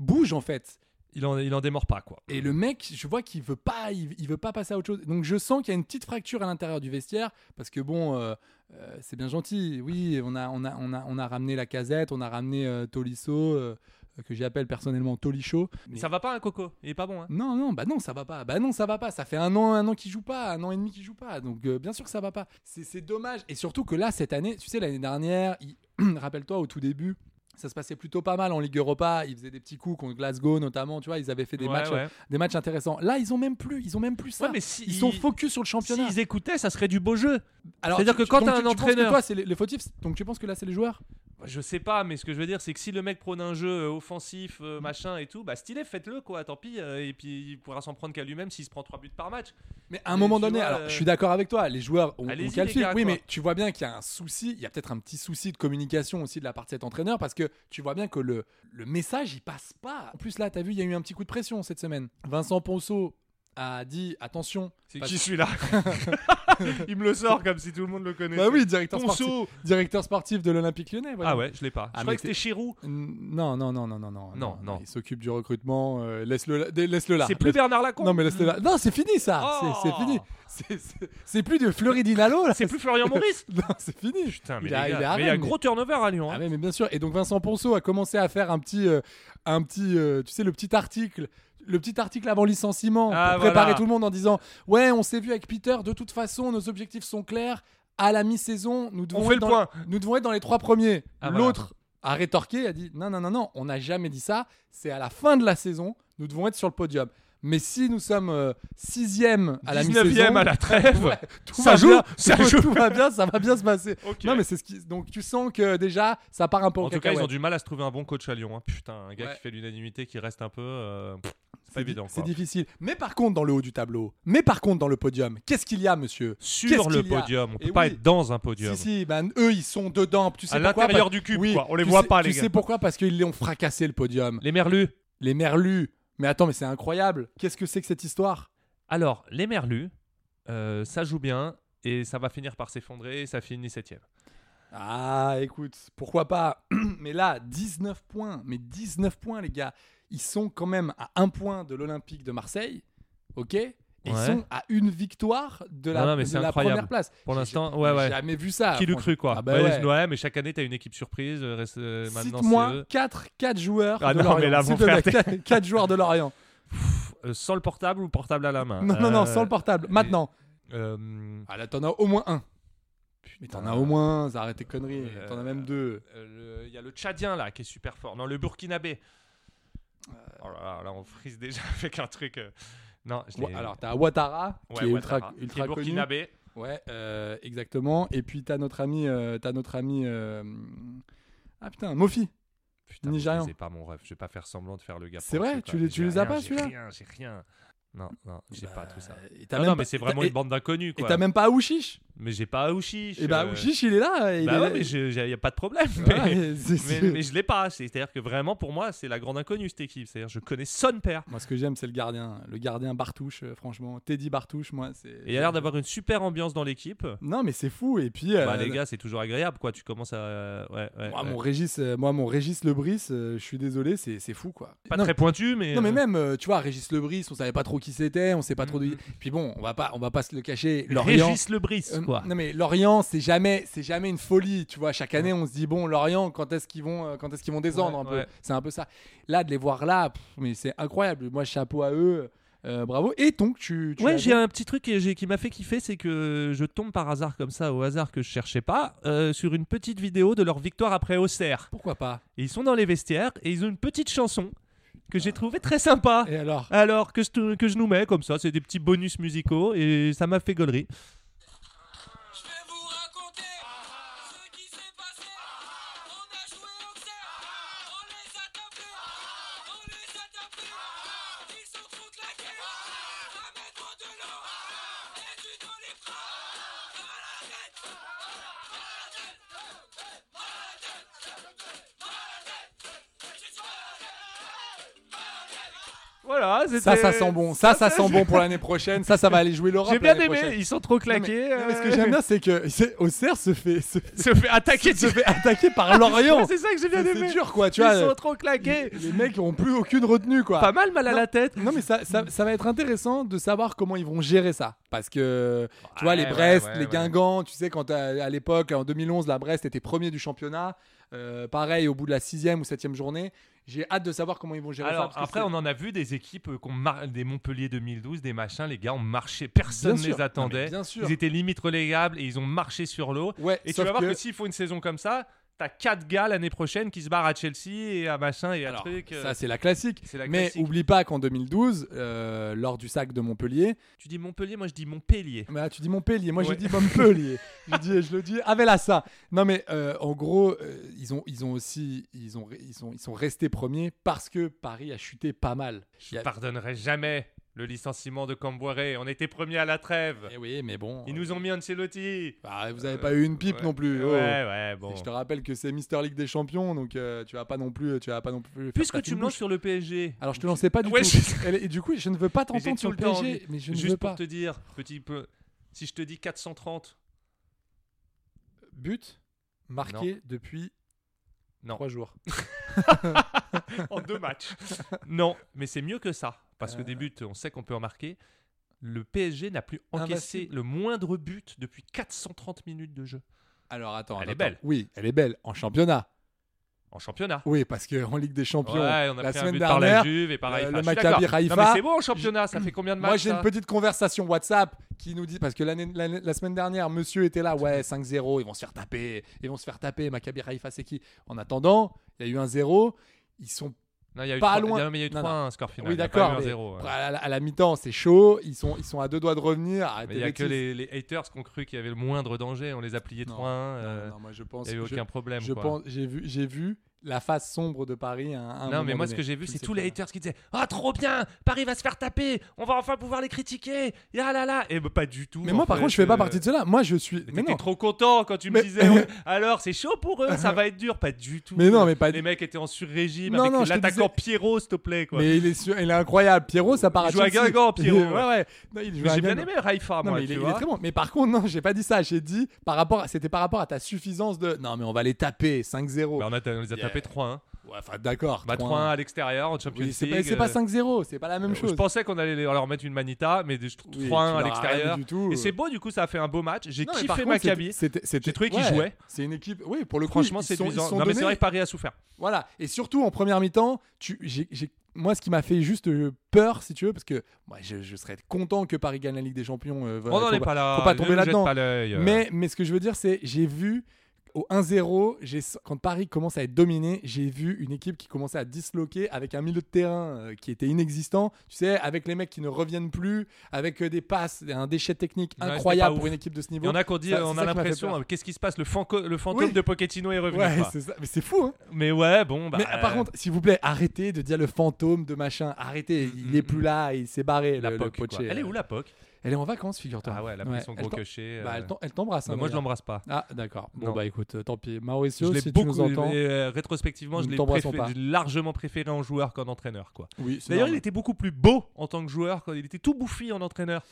bouge en fait. Il en, il en démord pas, quoi. Et le mec, je vois qu'il veut pas, il, il veut pas passer à autre chose. Donc je sens qu'il y a une petite fracture à l'intérieur du vestiaire parce que bon, euh, euh, c'est bien gentil. Oui, on a, on a, on a, on a ramené la casette, on a ramené euh, Tolisso euh, que j'appelle personnellement Tolicho. Mais- Ça va pas, un coco Il est pas bon, hein non, non, bah non, ça va pas. Bah non, ça va pas. Ça fait un an, un an qu'il joue pas, un an et demi qu'il joue pas. Donc euh, bien sûr que ça va pas. C'est c'est dommage. Et surtout que là, cette année, tu sais, l'année dernière, il- rappelle-toi au tout début. Ça se passait plutôt pas mal en Ligue Europa. Ils faisaient des petits coups contre Glasgow notamment. Tu vois, ils avaient fait des Ouais, matchs, ouais. des matchs intéressants. Là, ils ont même plus, ils ont même plus ça. Ouais, mais si- ils sont focus sur le championnat. S'ils écoutaient, ça serait du beau jeu. Alors, c'est-à-dire tu- que quand donc t'as un tu- tu penses que entraîneur- toi, c'est les, les fautifs. Donc tu penses que là, c'est les joueurs Bah, Je sais pas, mais ce que je veux dire, c'est que si le mec prône un jeu euh, offensif, euh, machin et tout, bah stylé, faites-le quoi, tant pis. euh, et puis il pourra s'en prendre qu'à lui-même s'il se prend 3 buts par match. Mais à un Mais moment tu donné, vois, alors euh, je suis d'accord avec toi, les joueurs ont, ont allez-y, calculé. les gars, oui, quoi. mais tu vois bien qu'il y a un souci, il y a peut-être un petit souci de communication aussi de la partie de cet entraîneur parce que tu vois bien que le, le message il passe pas. En plus, là, t'as vu, il y a eu un petit coup de pression cette semaine. Vincent Ponceau a dit attention. C'est parce- qui celui-là Il me le sort comme si tout le monde le connaissait. Bah oui, directeur sportif, Ponceau directeur sportif de l'Olympique lyonnais. voyons. Ah ouais, je l'ai pas. je Ah, croyais mais que c'était Chirou. N- Non, non, non, non, non, non. Non, non. Il s'occupe du recrutement, euh, laisse-le là. dé- Laisse-le là. C'est plus Laisse- Bernard Lacombe. Non, mais laisse-le là. Non, c'est fini ça. Oh. Ah, C'est- C'est fini. C'est- c'est- C'est plus de Floridinalo là. C'est plus Florian Maurice. Non, c'est fini. Putain, mais Il a- les gars, il a mais il y a un Rennes, gros turnover à Lyon. hein. Ah ouais, mais bien sûr. Et donc Vincent Ponceau a commencé à faire un petit, euh, un petit, euh, tu sais, le petit article, le petit article avant licenciement Ah, pour préparer voilà. tout le monde en disant, ouais, on s'est vu avec Peter. De toute façon, nos objectifs sont clairs. À la mi-saison, nous devons fait être le dans, point. nous devons être dans les trois premiers. Ah, voilà. L'autre a rétorqué, a dit, non, non, non, non, on n'a jamais dit ça. C'est à la fin de la saison, nous devons être sur le podium. Mais si nous sommes euh, sixième à la 19 mi-saison, e à la trêve. Ouais, tout Ça va joue, bien, ça tout, joue. tout va bien, ça va bien se passer. Ok. Non mais c'est ce qui donc tu sens que déjà ça part un peu en, En tout cas, ils ont cacahuète. du mal à se trouver un bon coach à Lyon. hein. Putain, un gars Ouais. qui fait l'unanimité, qui reste un peu. euh, pff, C'est pas C'est di- évident. C'est quoi. difficile. Mais par contre dans le haut du tableau, mais par contre dans le podium, qu'est-ce qu'il y a monsieur Sur Qu'est-ce le qu'il y a podium, on Eh peut pas oui. être dans un podium. Si si, ben eux ils sont dedans, tu sais À pourquoi l'intérieur Parce- du cube, oui, quoi. On les tu voit sais- pas, les Tu gars. sais pourquoi Parce qu'ils les ont fracassé le podium. Les Merlus. Les merlus. Mais attends, mais c'est incroyable. Qu'est-ce que c'est que cette histoire Alors, les Merlus, euh, ça joue bien et ça va finir par s'effondrer et ça finit septième. Ah, écoute, pourquoi pas Mais là, 19 points, mais 19 points, les gars. Ils sont quand même à un point de l'Olympique de Marseille, ok Et Ils Ouais. sont à une victoire de la, Non, non, mais de c'est la incroyable. première place. Pour J'ai- l'instant, j'ai- ouais, j'ai ouais. jamais vu ça. Qui l'eût franchement. cru, quoi. Ah bah ouais, ouais. ouais, mais chaque année, t'as une équipe surprise. euh, reste- euh, maintenant, c'est Cite-moi eux. 4, joueurs Ah de non, mais l'Orient. là, mon S'il te frère, plaît, t'es- quatre- quatre joueurs de l'Orient. Euh, sans le portable ou portable à la main Non, non, non, Euh, sans le portable. Maintenant. euh, Ah là, t'en as au moins un. Mais t'en as au moins un, arrête tes conneries. Ah. Euh, T'en as même deux. euh, le- Il y a le Tchadien là qui est super fort. Non, le Burkinabé. Euh. Oh là là, là, on frise déjà avec un truc. euh, Non, je Ou- l'ai- Alors, t'as Ouattara, qui Ouais, est Ouattara, ultra, qui est ultra connu. Burkinabé. Ouais, euh, exactement. Et puis t'as notre ami, euh, t'as notre ami, euh, ah putain, Mofi. Putain, Nigérian. C'est pas mon rêve. Je vais pas faire semblant de faire le gars. C'est penché, quoi. vrai Tu les- Mais tu j'ai les as rien, pas, j'ai celui-là Bah, rien, J'ai rien. Non, non, j'ai pas tout ça. Et Ah t'as non, même mais pas- c'est et vraiment t'as- une bande d'inconnus. Et quoi. t'as même pas Aouchiche. Mais j'ai pas Aouchiche. Et bah euh, Aouchiche, il est là. Il bah est ouais, là. mais je- j'ai- y a pas de problème. Ouais, mais- c'est- c'est- mais, mais je l'ai pas. C'est-à-dire que vraiment, pour moi, c'est la grande inconnue cette équipe. C'est-à-dire, je connais son père. Moi, ce que j'aime, c'est le gardien, le gardien Bartouche. euh, Franchement, Teddy Bartouche, moi, c'est. Et il a l'air d'avoir une super ambiance dans l'équipe. Non, mais c'est fou. Et puis. Bah, euh, les gars, c'est toujours agréable, quoi. Tu commences à. Ouais, ouais, Moi, ouais. mon Régis, euh, moi, mon Régis Lebris, euh, je suis désolé, c'est c'est fou quoi. Pas Non, très pointu, mais. Non mais euh, même euh, tu vois Régis Lebris, on savait pas trop qui c'était, on sait pas trop de Mhm. Puis bon, on va pas on va pas se le cacher, Lorient Régis Lebris, Euh, quoi. Non mais Lorient, c'est jamais, c'est jamais une folie, tu vois. Chaque année, on se dit bon, Lorient, quand est-ce qu'ils vont, euh, quand est-ce qu'ils vont descendre Ouais, un peu. ouais. C'est un peu ça. Là, de les voir là, pff, mais c'est incroyable. Moi, chapeau à eux, euh, bravo. Et donc tu, tu ouais, avais- j'ai un petit truc qui, j'ai- qui m'a fait kiffer, c'est que je tombe par hasard comme ça, au hasard que je cherchais pas, euh, sur une petite vidéo de leur victoire après Auxerre. pourquoi pas Et ils sont dans les vestiaires et ils ont une petite chanson que j'ai trouvée très sympa. Et alors Alors que je, que je nous mets comme ça, c'est des petits bonus musicaux et ça m'a fait gaulerie. Je vais vous raconter ce qui s'est passé. On a joué au Xer, on les a tapés, on les a tapés. Ils sont trop Voilà, Ça, c'était- ça sent bon. Ça, ça sent bon pour l'année prochaine. Ça, ça va aller jouer l'Europe. J'ai bien l'année aimé, prochaine. ils sont trop claqués. Non, mais ce que euh, j'aime bien, c'est que c'est- Auxerre se fait, se, se fait attaquer se fait attaquer par Ouais, Lorient. C'est ça que j'ai bien aimé. C'est dur, quoi. Tu ils vois, sont trop claqués. les, les mecs ont plus aucune retenue, quoi. Pas mal mal à Non. la tête. Non, mais ça, ça, ça va être intéressant de savoir comment ils vont gérer ça. Parce que, tu vois, les Ouais, Brest, ouais, ouais, les ouais. Guingamp, tu sais, quand euh, à, à l'époque, en 2011, la Brest était premier du championnat. euh, pareil, au bout de la sixième ou septième journée, j'ai hâte de savoir comment ils vont gérer ça. Alors parce que après, c'est- on en a vu des équipes euh, qu'on mar- des Montpellier 2012, des machins, les gars ont marché, personne Bien ne les sûr. Non, attendait. mais bien sûr. Ils étaient limite relégables et ils ont marché sur l'eau. Ouais, Et tu sauf vas voir que, que- s'ils font une saison comme ça, t'as 4 gars l'année prochaine qui se barrent à Chelsea et à machin et à Alors, truc. euh, ça, c'est la classique. c'est la mais classique. oublie pas qu'en 2012, euh, lors du sac de Montpellier, Tu dis Montpellier, moi je dis Montpellier. Bah, tu dis Montpellier, moi Ouais. je dis Montpellier. je, dis- je le dis Avelassa. Non mais euh, en gros, euh, ils ont ils ont aussi ils ont ils sont ils sont restés premiers parce que Paris a chuté pas mal. Je Il y a- pardonnerai jamais le licenciement de Camboiré. On était premier à la trêve. Eh oui, mais bon. Ils euh, nous ont mis Ancelotti. bah, vous avez pas eu une pipe Ouais. non plus. Ouais, oh. ouais, bon. Et je te rappelle que c'est Mister League des Champions, donc euh, tu vas pas non plus, tu vas pas non plus. faire Puisque ta tu fine me lances bouche. sur le PSG. Alors je te lançais pas du Ouais, tout. je- Et, et du coup, je ne veux pas Mais j'ai t'entendre tout sur le le temps PSG, envie. mais je ne veux Juste pas. pour te dire, petit peu, si je te dis 430, But marqué depuis Non. trois jours. en deux matchs. Non, mais c'est mieux que ça. Parce Euh. que des buts, on sait qu'on peut en marquer. Le PSG n'a plus Ah, bah encaissé Invincible. le moindre but depuis 430 minutes de jeu Alors attends, Elle est attends. belle. Oui, elle est belle en championnat. en championnat. Oui, parce qu'en Ligue des Champions, Ouais, on a la pris semaine un but par la dernière, Juve et par euh, Haïfa. le Je suis Maccabi d'accord. Haïfa, Non, mais c'est bon en championnat, ça fait combien de matchs moi j'ai ça une petite conversation WhatsApp qui nous dit parce que l'année l'année- la semaine dernière, Monsieur était là, ouais 5-0, ils vont se faire taper, ils vont se faire taper. Maccabi Haïfa, c'est qui En attendant, il y a eu un 0 ils sont Non, il y a eu pas trois- loin. non, mais il y a eu Non, 3 1 score final. oui Il y a d'accord, pas eu un mais zéro, ouais. après, à la, à la mi-temps c'est chaud, ils sont ils sont à deux doigts de revenir. Arrêtez Mais il n'y a les que tirs. les, les haters qui ont cru qu'il y avait le moindre danger. On les a pliés 3-1. Non, euh, Non, non, moi je pense, Il n'y a eu je- aucun problème. je quoi. pense, j'ai vu j'ai vu la face sombre de Paris. à un- à un Non, mais moment moi, ce donné. que j'ai vu, Je c'est sais tous pas. les haters qui disaient Ah, trop bien Paris va se faire taper On va enfin pouvoir les critiquer Ya là là Et bah, pas du tout. Mais moi en par fait, contre, je fais euh, pas partie de cela. Moi je suis. mais Mais T'étais non. trop content quand tu me Mais- disais Ouais, Alors, c'est chaud pour eux, ça va être dur. Pas du tout. Mais non, mais pas Les du- mecs étaient en sur-régime Non, avec non, je te l'attaquant Pierrot, s'il te plaît. quoi. Mais il est, su- il est incroyable. Pierrot, ça part à joue à Chelsea. Guingamp, Pierrot. Ouais, ouais. Non, il joue Mais à j'ai bien Guingamp. aimé Raifa, Non, moi. mais il, Ah, tu est, il est vois. très bon. Mais par contre, non, j'ai pas dit ça. J'ai dit, par rapport à- c'était par rapport à ta suffisance de. Non, mais on va les taper 5-0. Bah, on, a, on les a tapés 3-1. Ouais, enfin, d'accord. Bah, 3-1 à l'extérieur en Champions Oui, c'est pas, League. c'est pas euh, 5-0. C'est pas la même Euh, chose. Je pensais qu'on allait les- leur mettre une manita, mais des- je trouve 3-1 à Oui, tu leur as rien l'extérieur. du tout, Et euh. c'est beau, du coup, ça a fait un beau match. J'ai Non, mais par kiffé contre, Maccabi. c'était- c'était- J'ai trouvé qu'ils ouais, jouaient. C'est une équipe. Oui, pour le coup, Franchement, ils c'est sont- ils séduisant. sont Non, mais c'est donnés- vrai que Paris a souffert. Voilà. Et surtout en première mi-temps, tu, j'ai, j'ai- moi, ce qui m'a fait juste euh, peur, si tu veux, parce que moi, je, je serais content que Paris gagne la Ligue des Champions. euh, voilà, on n'en faut est pas là. faut pas Ne tomber nous jette là-dedans. pas l'œil, euh. Mais, mais ce que je veux dire, c'est j'ai vu au 1-0, j'ai- quand Paris commence à être dominé, j'ai vu une équipe qui commençait à disloquer avec un milieu de terrain euh, qui était inexistant. Tu sais, avec les mecs qui ne reviennent plus, avec euh, des passes, un déchet technique Ouais, c'était incroyable pas pour ouf. une équipe de ce il niveau. y en a qu'on dit, Ça- on c'est a ça qui m'a fait l'impression, peur. euh, qu'est-ce qui se passe Le, fanco- le fantôme Oui. de Pochettino est revenu. Ouais, quoi. c'est ça. Mais c'est fou, hein mais ouais, bon, bah. mais euh, par contre, s'il vous plaît, arrêtez de dire le fantôme de machin. Arrêtez, il est plus là, il s'est barré. Mm, la le- le POC. quoi. poché. Elle est où la POC Elle est en vacances, figure-toi. Ah ouais, elle a Ouais, pris son gros t'em- queuché. bah, euh. elle t'em- elle t'embrasse. Bah, hein, Moi, je d'ailleurs. l'embrasse pas. Ah, d'accord. Bon, Non. bah écoute, euh, tant pis. Je Mauricio, l'ai si tu nous beaucoup, entends. mais, euh, rétrospectivement, nous je l'ai t'embrassons préfé- pas. je l'ai largement préféré en joueur qu'en entraîneur. quoi. Oui, D'ailleurs, il était beaucoup plus beau en tant que joueur. Quand il était tout bouffi en entraîneur.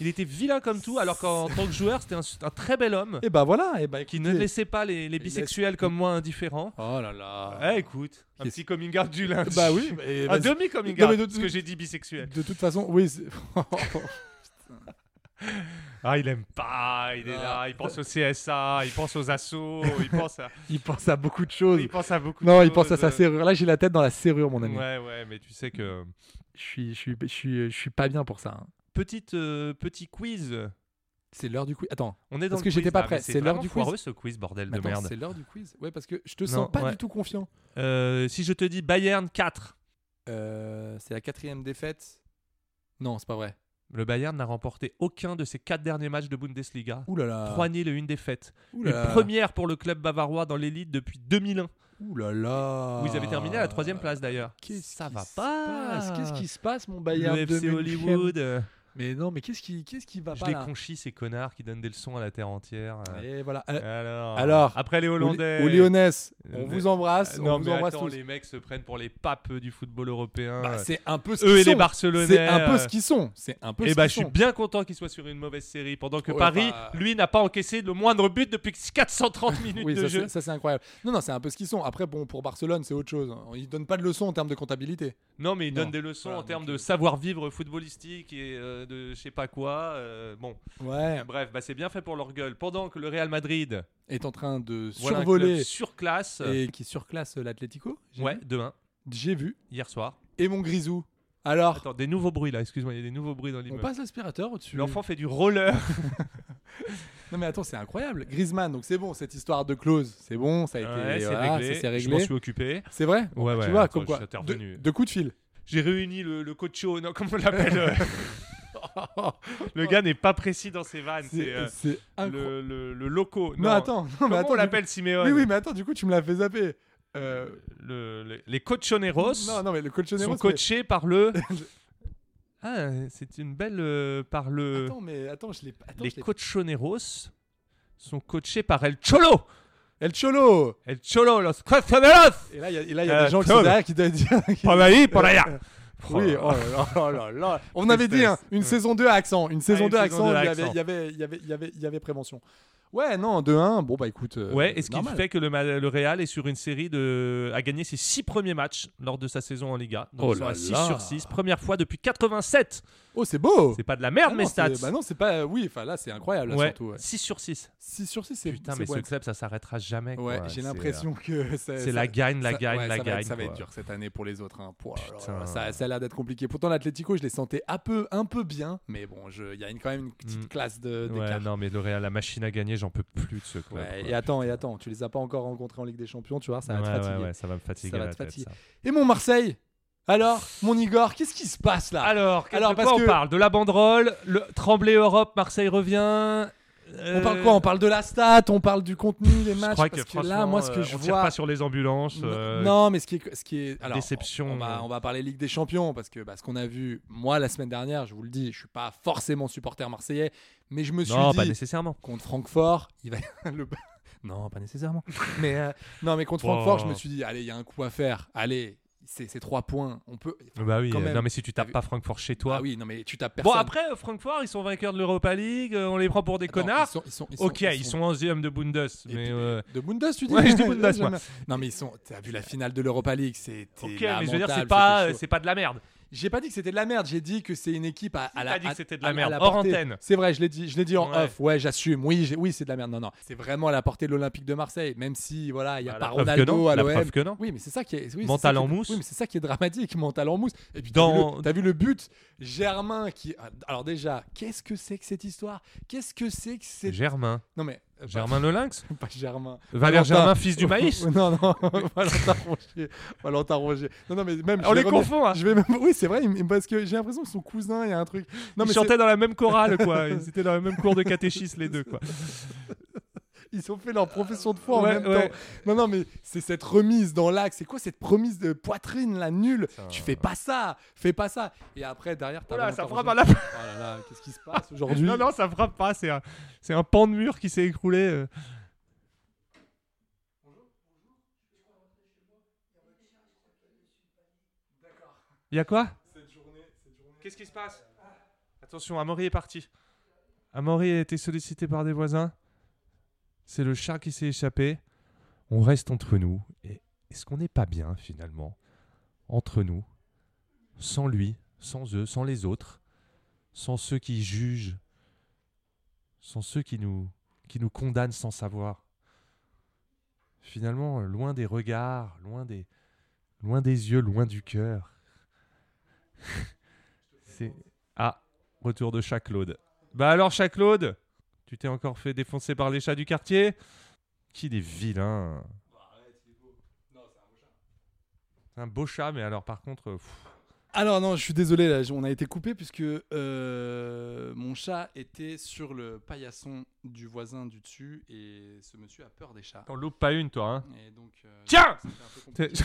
Il était vilain comme tout, alors qu'en tant que joueur, c'était un, un très bel homme Et bah voilà, et bah qui écoutez. ne laissait pas les, les bisexuels comme moi indifférents. Oh là là. Eh, écoute, un Qu'est-ce- petit coming out du lundi. Bah oui, et un vas-y. demi coming Non, mais out, de- parce que j'ai dit bisexuel. de toute façon, oui. c'est- Ah, il aime pas, il est là, il pense au CSA, il pense aux assos, il pense à, il pense à beaucoup de choses. il pense à beaucoup Non, de il pense à choses. sa serrure. Là, j'ai la tête dans la serrure, mon ami. Ouais, ouais, mais tu sais que. Je, suis, je, suis, je, suis, je suis pas bien pour ça. hein. Petite, euh, petit quiz. C'est l'heure du quiz. Attends, On est dans Parce le que quiz, j'étais pas là, prêt, mais c'est l'heure vraiment du quiz. foireux, ce quiz, bordel mais de attends, merde. c'est l'heure du quiz. Ouais, parce que je te Non, sens pas ouais. du tout confiant. Euh, si je te dis Bayern 4, Euh, c'est la quatrième défaite. Non, c'est pas vrai. le Bayern n'a remporté aucun de ses 4 derniers matchs de Bundesliga. Ouh là là. 3 nuls et une défaite. Ouh Une là là. première pour le club bavarois dans l'élite depuis 2001, Ouh là là. où ils avaient terminé à la troisième place d'ailleurs. Ah. Qu'est-ce Ça qui va se pas passe Qu'est-ce qui se passe, mon Bayern Le de FC Munich Hollywood. euh, Mais non, mais qu'est-ce qui, qu'est-ce qui va Je pas les là conchis, ces connards qui donnent des leçons à la terre entière. euh. Et voilà. Euh, Alors, alors, après les aux- Hollandais. Aux Lyonnais, on Euh, vous embrasse. Euh, non, on vous mais embrasse attends, tous. les mecs se prennent pour les papes du football européen. Bah, c'est un peu ce Eux qu'ils et les sont. Barcelonais. C'est un peu euh, ce qu'ils sont. C'est un peu Eh ce bah, qu'ils je suis sont. bien content qu'il soit sur une mauvaise série, pendant que Ouais, Paris, bah- lui, n'a pas encaissé le moindre but depuis 430 minutes Oui, de ça jeu. c'est, ça, c'est incroyable. Non, non, c'est un peu ce qu'ils sont. Après, bon, pour Barcelone, c'est autre chose. Ils donnent pas de leçons en termes de comptabilité. Non, mais il Non. donne des leçons Voilà, en donc, termes euh, de savoir-vivre footballistique et euh, de je sais pas quoi. euh, bon, Ouais. bref, bah, c'est bien fait pour leur gueule. Pendant que le Real Madrid Est en train de voilà un survoler club surclasse, et qui surclasse l'Atlético. j'ai ouais, vu. demain, J'ai vu. hier soir. Et mon grisou. Alors, Attends, des nouveaux bruits là, excuse-moi, il y a des nouveaux bruits dans Ah. on l'immeuble. passe l'aspirateur au-dessus. L'enfant fait du roller. Non mais attends, c'est incroyable. Griezmann, donc c'est bon, cette histoire de clause, c'est bon, ça a Ouais, été c'est voilà, réglé. ça s'est Je m'en réglé. suis occupé. C'est vrai Ouais, ouais, Tu vois, attends, comme je quoi suis de, intervenu. de coups de fil. J'ai réuni le, le cocho, non, comment on l'appelle euh, Le gars n'est pas précis dans ses vannes. C'est euh, c'est incroyable. le, le, le loco. Non, attends, non, mais Comment attends. on du- l'appelle Simeone Oui, oui, mais attends, du coup, tu me l'as fait zapper. Euh, Le- le- les cochoneros Non, non, mais le coach sont Nero, coachés par le. ah, c'est une belle. euh, par c'est- le. Attends, mais attends, je l'ai pas. attends, les je l'ai- cochoneros sont coachés par El Cholo El Cholo El Cholo, los cochoneros Et là, il y a, et là, il y a Euh, des gens qui Cholo. sont derrière qui doivent dire. qui- Por ahí, por allá Oui, oh là là, oh là là. On avait dit hein, une saison 2 à accent. Une saison une 2 à saison accent, il deux à y avait- accent. il y avait- il y avait- il y avait- il y avait prévention. Ouais, non, 2-1, bon bah écoute. euh, Ouais, et ce qui normal. fait que le, Ma- le Real est sur une série de. a gagné ses 6 premiers matchs lors de sa saison en Liga. Donc Oh ils sont là à 6 là. sur 6, première fois depuis 87. Oh, c'est beau C'est pas de la merde, Ah non, mes c'est- stats. Bah non, c'est pas. Oui, enfin là, c'est incroyable, là, Ouais, surtout. ouais. 6 sur 6. 6 sur 6, c'est Putain, c'est mais bon. ce club, ça s'arrêtera jamais. Ouais, quoi. j'ai C'est, l'impression que ça- euh, C'est ça- la gagne, la ça- gagne, ouais, la ça va gagne. être- Ça va être quoi. dur cette année pour les autres. hein. Pouah, alors, Putain. alors, ça, ça a l'air d'être compliqué. Pourtant, l'Atlético, je les sentais un peu, un peu bien, mais bon, je- il y a une- quand même une petite Mm. classe de Ouais, d'écart. non, mais le Real, la machine à gagner, j'en peux plus de ce club. Ouais, quoi. et attends, et attends, tu les as pas encore rencontrés en Ligue des Champions, tu vois, ça va te Ouais, ouais, fatiguer. ouais, ça va me fatiguer. Ça va la te tête, fatiguer. ça. Et mon Marseille Alors, mon Igor, qu'est-ce qui se passe là Alors, Ah. Alors, alors parce quoi que- on parle De la banderole, le Tremblay Europe, Marseille revient. On parle quoi On parle de la stat, on parle du contenu des matchs. euh, crois parce que que, là, franchement, moi, ce que euh, je on tire vois. pas sur les ambulances. Non, euh, non, mais ce qui est, ce qui est alors, déception, On, on va, euh. on va parler Ligue des Champions parce que bah, ce qu'on a vu, moi la semaine dernière, je vous le dis, je suis pas forcément supporter marseillais, mais je me suis non, dit pas nécessairement. contre Francfort, il va le- non pas nécessairement, mais euh, non mais contre Oh. Francfort, je me suis dit allez il y a un coup à faire, allez c'est c'est trois points, on peut. Bah oui, Quand euh, même. non, mais si tu T'as tapes vu- pas Francfort chez toi. Ah oui non mais tu tapes bon, personne. après, euh, Francfort, ils sont vainqueurs de l'Europa League, euh, on les prend pour des Attends, connards. ils sont- ils sont- ils sont- Ok, ils sont 11e de Bundes, Et mais. puis- euh, de Bundes tu dis. Ouais, je dis Bundes, J'aime moi. bien. Non mais ils sont. T'as vu la finale de l'Europa League, c'était. Ok, mais je veux dire, lamentable, c'est pas, c'était euh, chaud. c'est pas de la merde. J'ai pas dit que c'était de la merde, j'ai dit que c'est une équipe à, à Si, la t'as dit que à- c'était de la à- à merde, hors portée. antenne. C'est vrai, je l'ai dit, je l'ai dit en Ouais. off. Ouais, j'assume. Oui, j'ai- oui, c'est de la merde. Non non, c'est vraiment à la portée de l'Olympique de Marseille, même si voilà, il y a Bah, pas la preuve que Ronaldo non, à la l'OM. preuve que non. Oui, mais c'est ça qui est oui, c'est Mental ça qui en est- mousse. Oui, mais c'est ça qui est dramatique, mental en mousse. Et puis Dans- dans t'as vu le but, Germain qui Alors déjà, qu'est-ce que c'est que cette histoire Qu'est-ce que c'est que c'est Germain. Non mais euh, pas- Germain Le Lynx pas Germain. Valère Valentin. Germain, fils du maïs Non, non, Valentin Rongier. Valentin Rongier. Non, non, mais même. je On vais les revenir- confond, hein. Je vais même... Oui, c'est vrai, il- parce que j'ai l'impression que son cousin, il y a un truc. Non, Ils mais chantaient dans la même chorale, quoi. Ils étaient dans le même cours de catéchisme, les deux, quoi. c'est- ils ont fait leur profession de foi Ouais, en même ouais. temps. Non, non, mais c'est cette remise dans l'axe. C'est quoi cette remise de poitrine, là, nulle Tu fais pas ça, fais pas ça. Et après, derrière, t'as. Voilà, Valentin ça frappe Rongier. à la Oh là là, qu'est-ce qui se passe aujourd'hui Non, non, ça frappe pas. C'est un, c'est un pan de mur qui s'est écroulé. euh. Il y a quoi Qu'est-ce qui se passe Attention, Amaury est parti. Amaury a été sollicité par des voisins. C'est le chat qui s'est échappé. On reste entre nous. Et est-ce qu'on n'est pas bien finalement Entre nous. Sans lui, sans eux, sans les autres. Sans ceux qui jugent sont ceux qui nous, qui nous condamnent sans savoir. Finalement, loin des regards, loin des, loin des yeux, loin du cœur. C'est ah retour de chat Claude. Bah alors chat Claude, tu t'es encore fait défoncer par les chats du quartier Qu'il est vilain. C'est un beau chat, mais alors par contre, euh, pff, Alors non, je suis désolé, là, on a été coupé puisque euh, mon chat était sur le paillasson du voisin du dessus et ce monsieur a peur des chats. t'en loupes pas une, toi. Hein Et donc, euh, Tiens c'était un peu compliqué.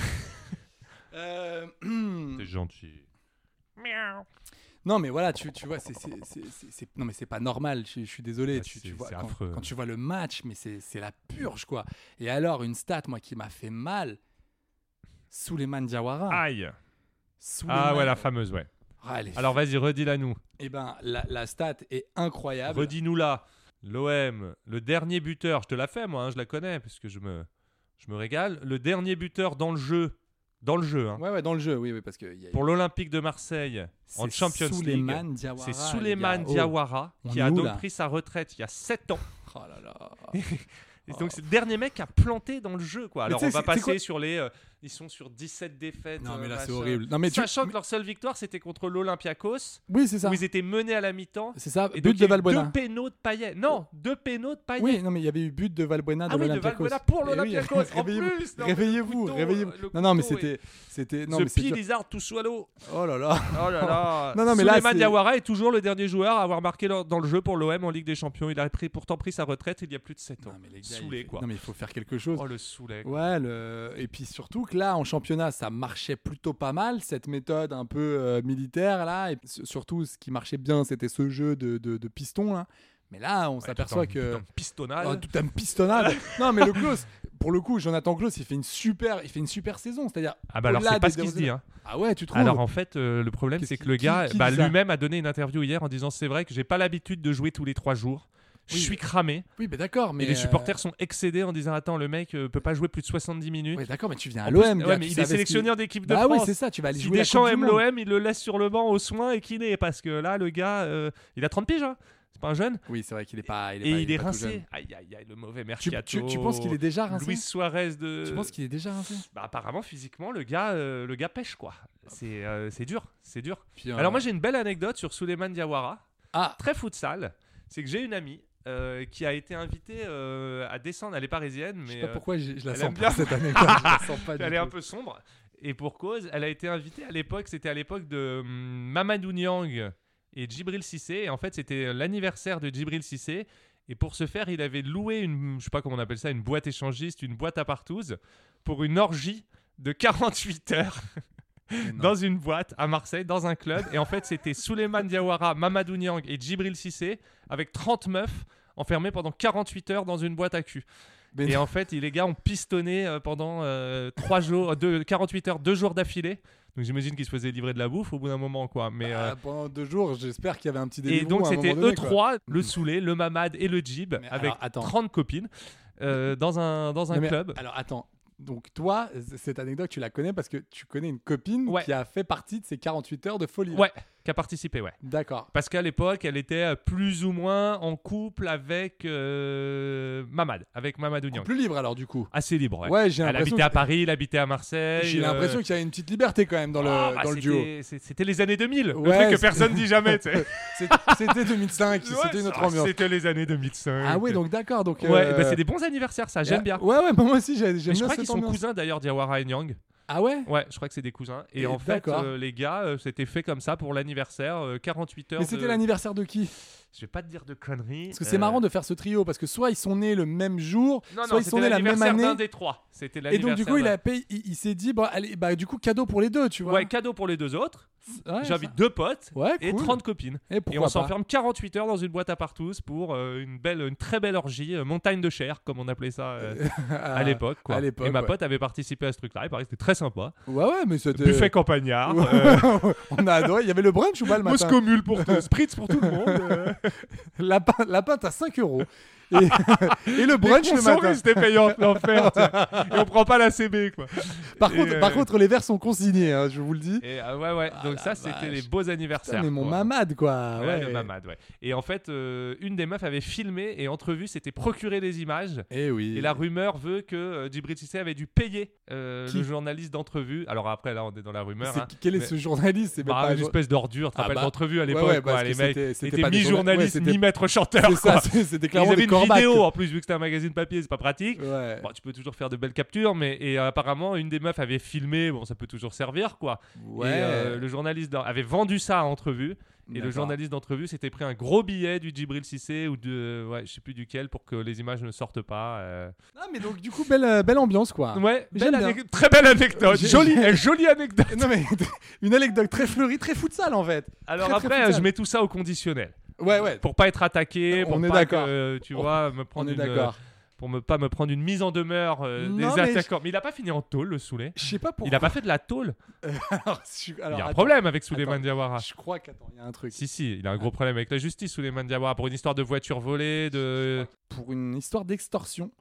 Euh, T'es gentil. Non, mais voilà, tu, tu vois, c'est, c'est, c'est, c'est- c'est- non, mais c'est pas normal. Je, je suis désolé. Ah, tu, c'est- tu vois, c'est quand, affreux. quand tu vois le match, mais c'est, c'est la purge, quoi. Et alors, une stat, moi, qui m'a fait mal, Souleymane Diawara. Aïe. Ah Souleymane- ouais, la fameuse, ouais. Ah, elle est- Alors vas-y, redis-la nous. Eh ben, la, la stat est incroyable. Redis-nous la. L'OM, le dernier buteur, je te la fais moi, hein, je la connais parce que je me, je me régale. Le dernier buteur dans le jeu, dans le jeu, hein, Ouais, ouais, dans le jeu, oui, oui, parce que il y a- pour l'Olympique de Marseille c'est en Champions League. Souleymane Diawara. C'est les gars. Souleymane Oh. Diawara On qui est a où, donc là pris sa retraite il y a 7 ans. Oh là là. Et donc c'est le dernier mec à planter dans le jeu quoi. Alors Oh. tu sais, on va c'est- c'est passer quoi sur les euh, ils sont sur 17 défaites. Non, mais euh, là, c'est machin. horrible. Non, mais tu- sachant que leur seule victoire c'était contre l'Olympiakos Oui, c'est ça. où ils étaient menés à la mi-temps. C'est ça, Et but donc, il y de a eu Valbuena. Deux pénaux de Payet. Non, deux pénaux de Payet. Oui, non, mais il y avait eu but de Valbuena de Ah oui, de l'Olympiakos. Valbuena pour Eh oui, l'Olympiakos, en réveillez-vous, plus, non, mais le réveillez-vous, couteau, réveillez-vous. le Non, non, mais couteau c'était, c'était, non, Non, The mais c'est Pea dur. Lizard tout sous à l'eau. Oh là là. Oh là là. Non, non, mais là, Souleymane c'est- Diawara est toujours le dernier joueur à avoir marqué leur- dans le jeu pour l'OM en Ligue des Champions. Il a pris- pourtant pris sa retraite il y a plus de 7 ans. Non, mais les gars, Soulé il faut- quoi. Non, mais il faut faire quelque chose. Oh le soulé. quoi. Ouais, le- et puis surtout que là, en championnat, ça marchait plutôt pas mal, cette méthode un peu euh, militaire, là. Et s- surtout, ce qui marchait bien, c'était ce jeu de, de, de piston, là. Mais là, on s'aperçoit Tout un- que... tout un Pistonnade. Oh, tout un pistonnade. non, mais le Klaus, pour le coup, Jonathan Klaus, il fait une super, il fait une super saison. C'est-à-dire, Ah bah alors au-delà c'est pas des ce qu'il se zéro- dit. hein. Ah ouais, tu trouves Alors en fait euh, le problème Qu'est-ce c'est que qui- le qui- gars qui dit bah, ça lui-même a donné une interview hier en disant c'est vrai que j'ai pas l'habitude de jouer tous les 3 jours. Je Oui. suis cramé. Oui, mais d'accord, mais et les euh, supporters sont excédés en disant attends le mec euh, peut pas jouer plus de 70 minutes. Ouais, d'accord, mais tu viens En à l'OM, plus, gars, ouais, tu mais il est savais ce qu'il- sélectionneur d'équipe de Bah oui, France. c'est ça, tu vas aller Si jouer la Deschamps Coupe du aime Monde. l'OM, il le laisse sur le banc aux soins et kiné parce que là, le gars, euh, il a 30 piges, hein. c'est pas un jeune. Oui, c'est vrai qu'il est pas il est, et pas- il est pas tout jeune. rincé. Aïe, aïe, aïe, le mauvais Tu, mercato. tu- tu penses qu'il est déjà rincé Luis euh, Suarez de. Tu penses qu'il est déjà rincé Bah, apparemment, physiquement, le gars, euh, le gars pêche quoi. C'est euh, c'est dur, c'est dur. Puis, euh, Alors moi, j'ai une belle anecdote sur Souleymane Diawara, ah, très futsal. C'est que j'ai une amie euh, qui a été invitée euh, à descendre. Elle est parisienne, mais je sais pas euh, pourquoi je, je la elle sens aime pas bien. cette année. quoi. je la sens pas du Elle est un tout. peu sombre. Et pour cause, elle a été invitée à l'époque, c'était à l'époque de hum, Mamadou Niang et Djibril Cissé. Et en fait, c'était l'anniversaire de Djibril Cissé. Et pour ce faire, il avait loué une, je sais pas comment on appelle ça, une boîte échangiste, une boîte à partouze, pour une orgie de 48 heures Mais non. dans une boîte à Marseille, dans un club. Et en fait, c'était Souleymane Diawara, Mamadou Niang et Djibril Cissé avec 30 meufs enfermés pendant 48 heures dans une boîte à cul. Mais Et non. en fait, les gars ont pistonné euh, pendant 3 jours, euh, deux- 48 heures, 2 jours d'affilée. Donc j'imagine qu'ils se faisaient livrer de la bouffe au bout d'un moment, quoi. Mais, euh, Ah, pendant deux jours, j'espère qu'il y avait un petit et délire. donc c'était eux E3 trois, le Soulé, le Mamad et le Jib, Mm. Mais avec alors, attends. 30 copines, euh, dans un, dans un club. Alors attends, donc toi, c- cette anecdote, tu la connais parce que tu connais une copine Ouais. qui a fait partie de ces 48 heures de folie. là. Ouais, qui a participé, ouais. D'accord. Parce qu'à l'époque, elle était euh, plus ou moins en couple avec euh, Mamad, avec Mamadou Niang. Plus libre alors du coup. Assez libre, ouais. Ouais, j'ai elle l'impression habitait que- à Paris, elle habitait à Marseille. J'ai euh, l'impression qu'il y a une petite liberté quand même dans le, ah, bah, dans le duo. c'était- c'est- C'était les années 2000, le Ouais, truc que c'était- personne dit jamais, tu sais. C'est- C'était 2005, Ouais, c'était une autre ça, ambiance. C'était les années 2005. Ah oui, donc d'accord. Donc, Ouais, euh, bah, c'est des bons anniversaires, ça, j'aime bien. Ouais, ouais, bah, moi aussi, j'ai- j'aime Mais je bien crois cette qu'ils sont ambiance. cousins d'ailleurs, Diawara et Nyang. Ah ouais Ouais, je crois que c'est des cousins. Et, Et en fait, Eh, d'accord. euh, les gars, euh, c'était fait comme ça pour l'anniversaire, euh, 48 heures. Mais c'était de- l'anniversaire de qui Je vais pas te dire de conneries. Parce que c'est marrant de faire ce trio, parce que soit ils sont nés le même jour, Euh. Non, soit non, ils sont c'était nés la même l'anniversaire d'un année. des trois. C'était Et donc l'anniversaire. du coup, il, d'un- a payé- il, il s'est dit, bah, allez, bah du coup, cadeau pour les deux, tu vois. Ouais, cadeau pour les deux autres. Ouais, J'invite deux potes. ça- Ouais, Et cool. 30 copines. Et et on pourquoi pas s'enferme 48 heures dans une boîte à partous pour euh, une, belle, une très belle orgie, euh, montagne de chair, comme on appelait ça euh, à l'époque. quoi. Ah, à l'époque, Et ma ouais. pote avait participé à ce truc-là. Il paraît que c'était très sympa. Ouais, ouais, mais c'était. Buffet campagnard. Ouais. euh, on a adoré. Il y avait le brunch ou pas le matin Moscomule pour tout, Spritz pour tout le monde. euh. La, pin- la pinte à 5 euros. Et, et le brunch le matin. c'était payante l'enfer. tu sais. Et on prend pas la CB quoi. Par Et, contre, euh, par contre, les verres sont consignés, hein, je vous le dis. Et euh, ouais ouais. Ah, Donc la ça c'était vache. les beaux anniversaires. Putain, mais mon quoi. mamade, quoi. Ouais, Ouais, le mamad, ouais. Et en fait, euh, une des meufs avait filmé et entrevu, c'était procuré les images. Eh oui. Et la rumeur veut que euh, Djibril Cissé avait dû payer euh, Qui le journaliste d'entrevue. Alors après, là, on est dans la rumeur. C'est- hein. Quel est Mais- ce journaliste C'est même Bah, pas un une jour- espèce d'ordure, tu te Ah rappelles bah, d'entrevue à ouais, l'époque, ouais, quoi, parce les que mecs. c'était- c'était C'était pas des journa- mi-journaliste, ouais, c'était- mi-maître chanteur. C'est ça, quoi. c'est- c'était Ils clairement avaient des une corbacs. vidéo hein. en plus, vu que c'était un magazine papier, c'est pas pratique. Ouais. Bon, tu peux toujours faire de belles captures, mais et euh, apparemment une des meufs avait filmé, bon ça peut toujours servir quoi. euh, Ouais. Et euh, le journaliste dans- avait vendu ça à entrevue Et le journaliste d'entrevue s'était pris un gros billet du Djibril Cissé ou de. Ouais, je sais plus duquel pour que les images ne sortent pas. euh. Ah, mais donc, du coup, belle, euh, belle ambiance, quoi. Ouais, j'aime belle bien. anec- très belle anecdote. J'ai- Jolie, eh, jolie anecdote. Non, mais une anecdote très fleurie, très futsal, en fait. Alors très, très après, futsal. je mets tout ça au conditionnel. Ouais, ouais. Pour pas être attaqué, On pour est pas d'accord. que, tu On- vois, me On prendre est une, euh, d'accord. pour me pas me prendre une mise en demeure euh, des Non, mais je- attaquants. Mais il a pas fini en tôle, le Soulé. Je sais pas Il pourquoi. a pas fait de la tôle. Alors, je... Il alors, y a un attends, problème avec Souleymane attends. Diawara. Je crois qu'attends, il y a un truc. Si, si, il a un gros problème avec la justice, Souleymane Diawara, pour une histoire de voiture volée, de. Pour une histoire d'extorsion,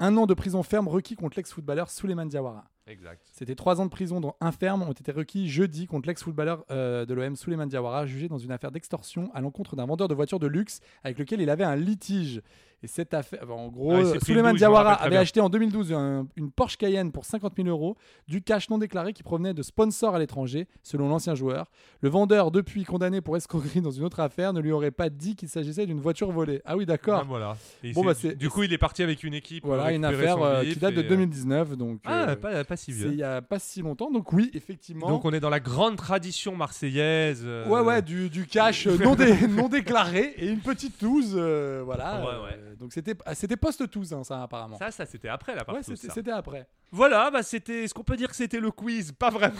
un an de prison ferme requis contre l'ex-footballeur Souleymane Diawara. Exact. C'était trois ans de prison, dont un ferme, ont été requis jeudi contre l'ex-footballeur euh, de l'OM Souleymane Diawara, jugé dans une affaire d'extorsion à l'encontre d'un vendeur de voitures de luxe avec lequel il avait un litige. Et cette affaire, enfin, en gros, Ah, il s'est pris une Souleymane douille, je me Diawara rappelle très avait bien. acheté en 2012 un- une Porsche Cayenne pour 50 000 euros, du cash non déclaré qui provenait de sponsors à l'étranger, selon l'ancien joueur. Le vendeur, depuis condamné pour escroquerie dans une autre affaire, ne lui aurait pas dit qu'il s'agissait d'une voiture volée. Ah oui, d'accord. Ah, voilà. Et Bon, c'est- bah, c'est- du coup, il est parti avec une équipe. voilà euh, une récupérer affaire son euh, bif qui date de et, euh, 2019, donc Ah, euh, pas, pas si c'est vieux. il y a pas si longtemps. Donc oui, effectivement. Donc on est dans la grande tradition marseillaise. euh, Ouais, ouais, du, du cash euh, non, dé- non déclaré et une petite touze, euh, voilà. Ouais, ouais. Euh, donc c'était ah, c'était post-touze, hein, ça, apparemment. Ça, ça c'était après la ouais, partie. c'était c'était après. Voilà, bah c'était. Est-ce qu'on peut dire que c'était le quiz Pas vraiment.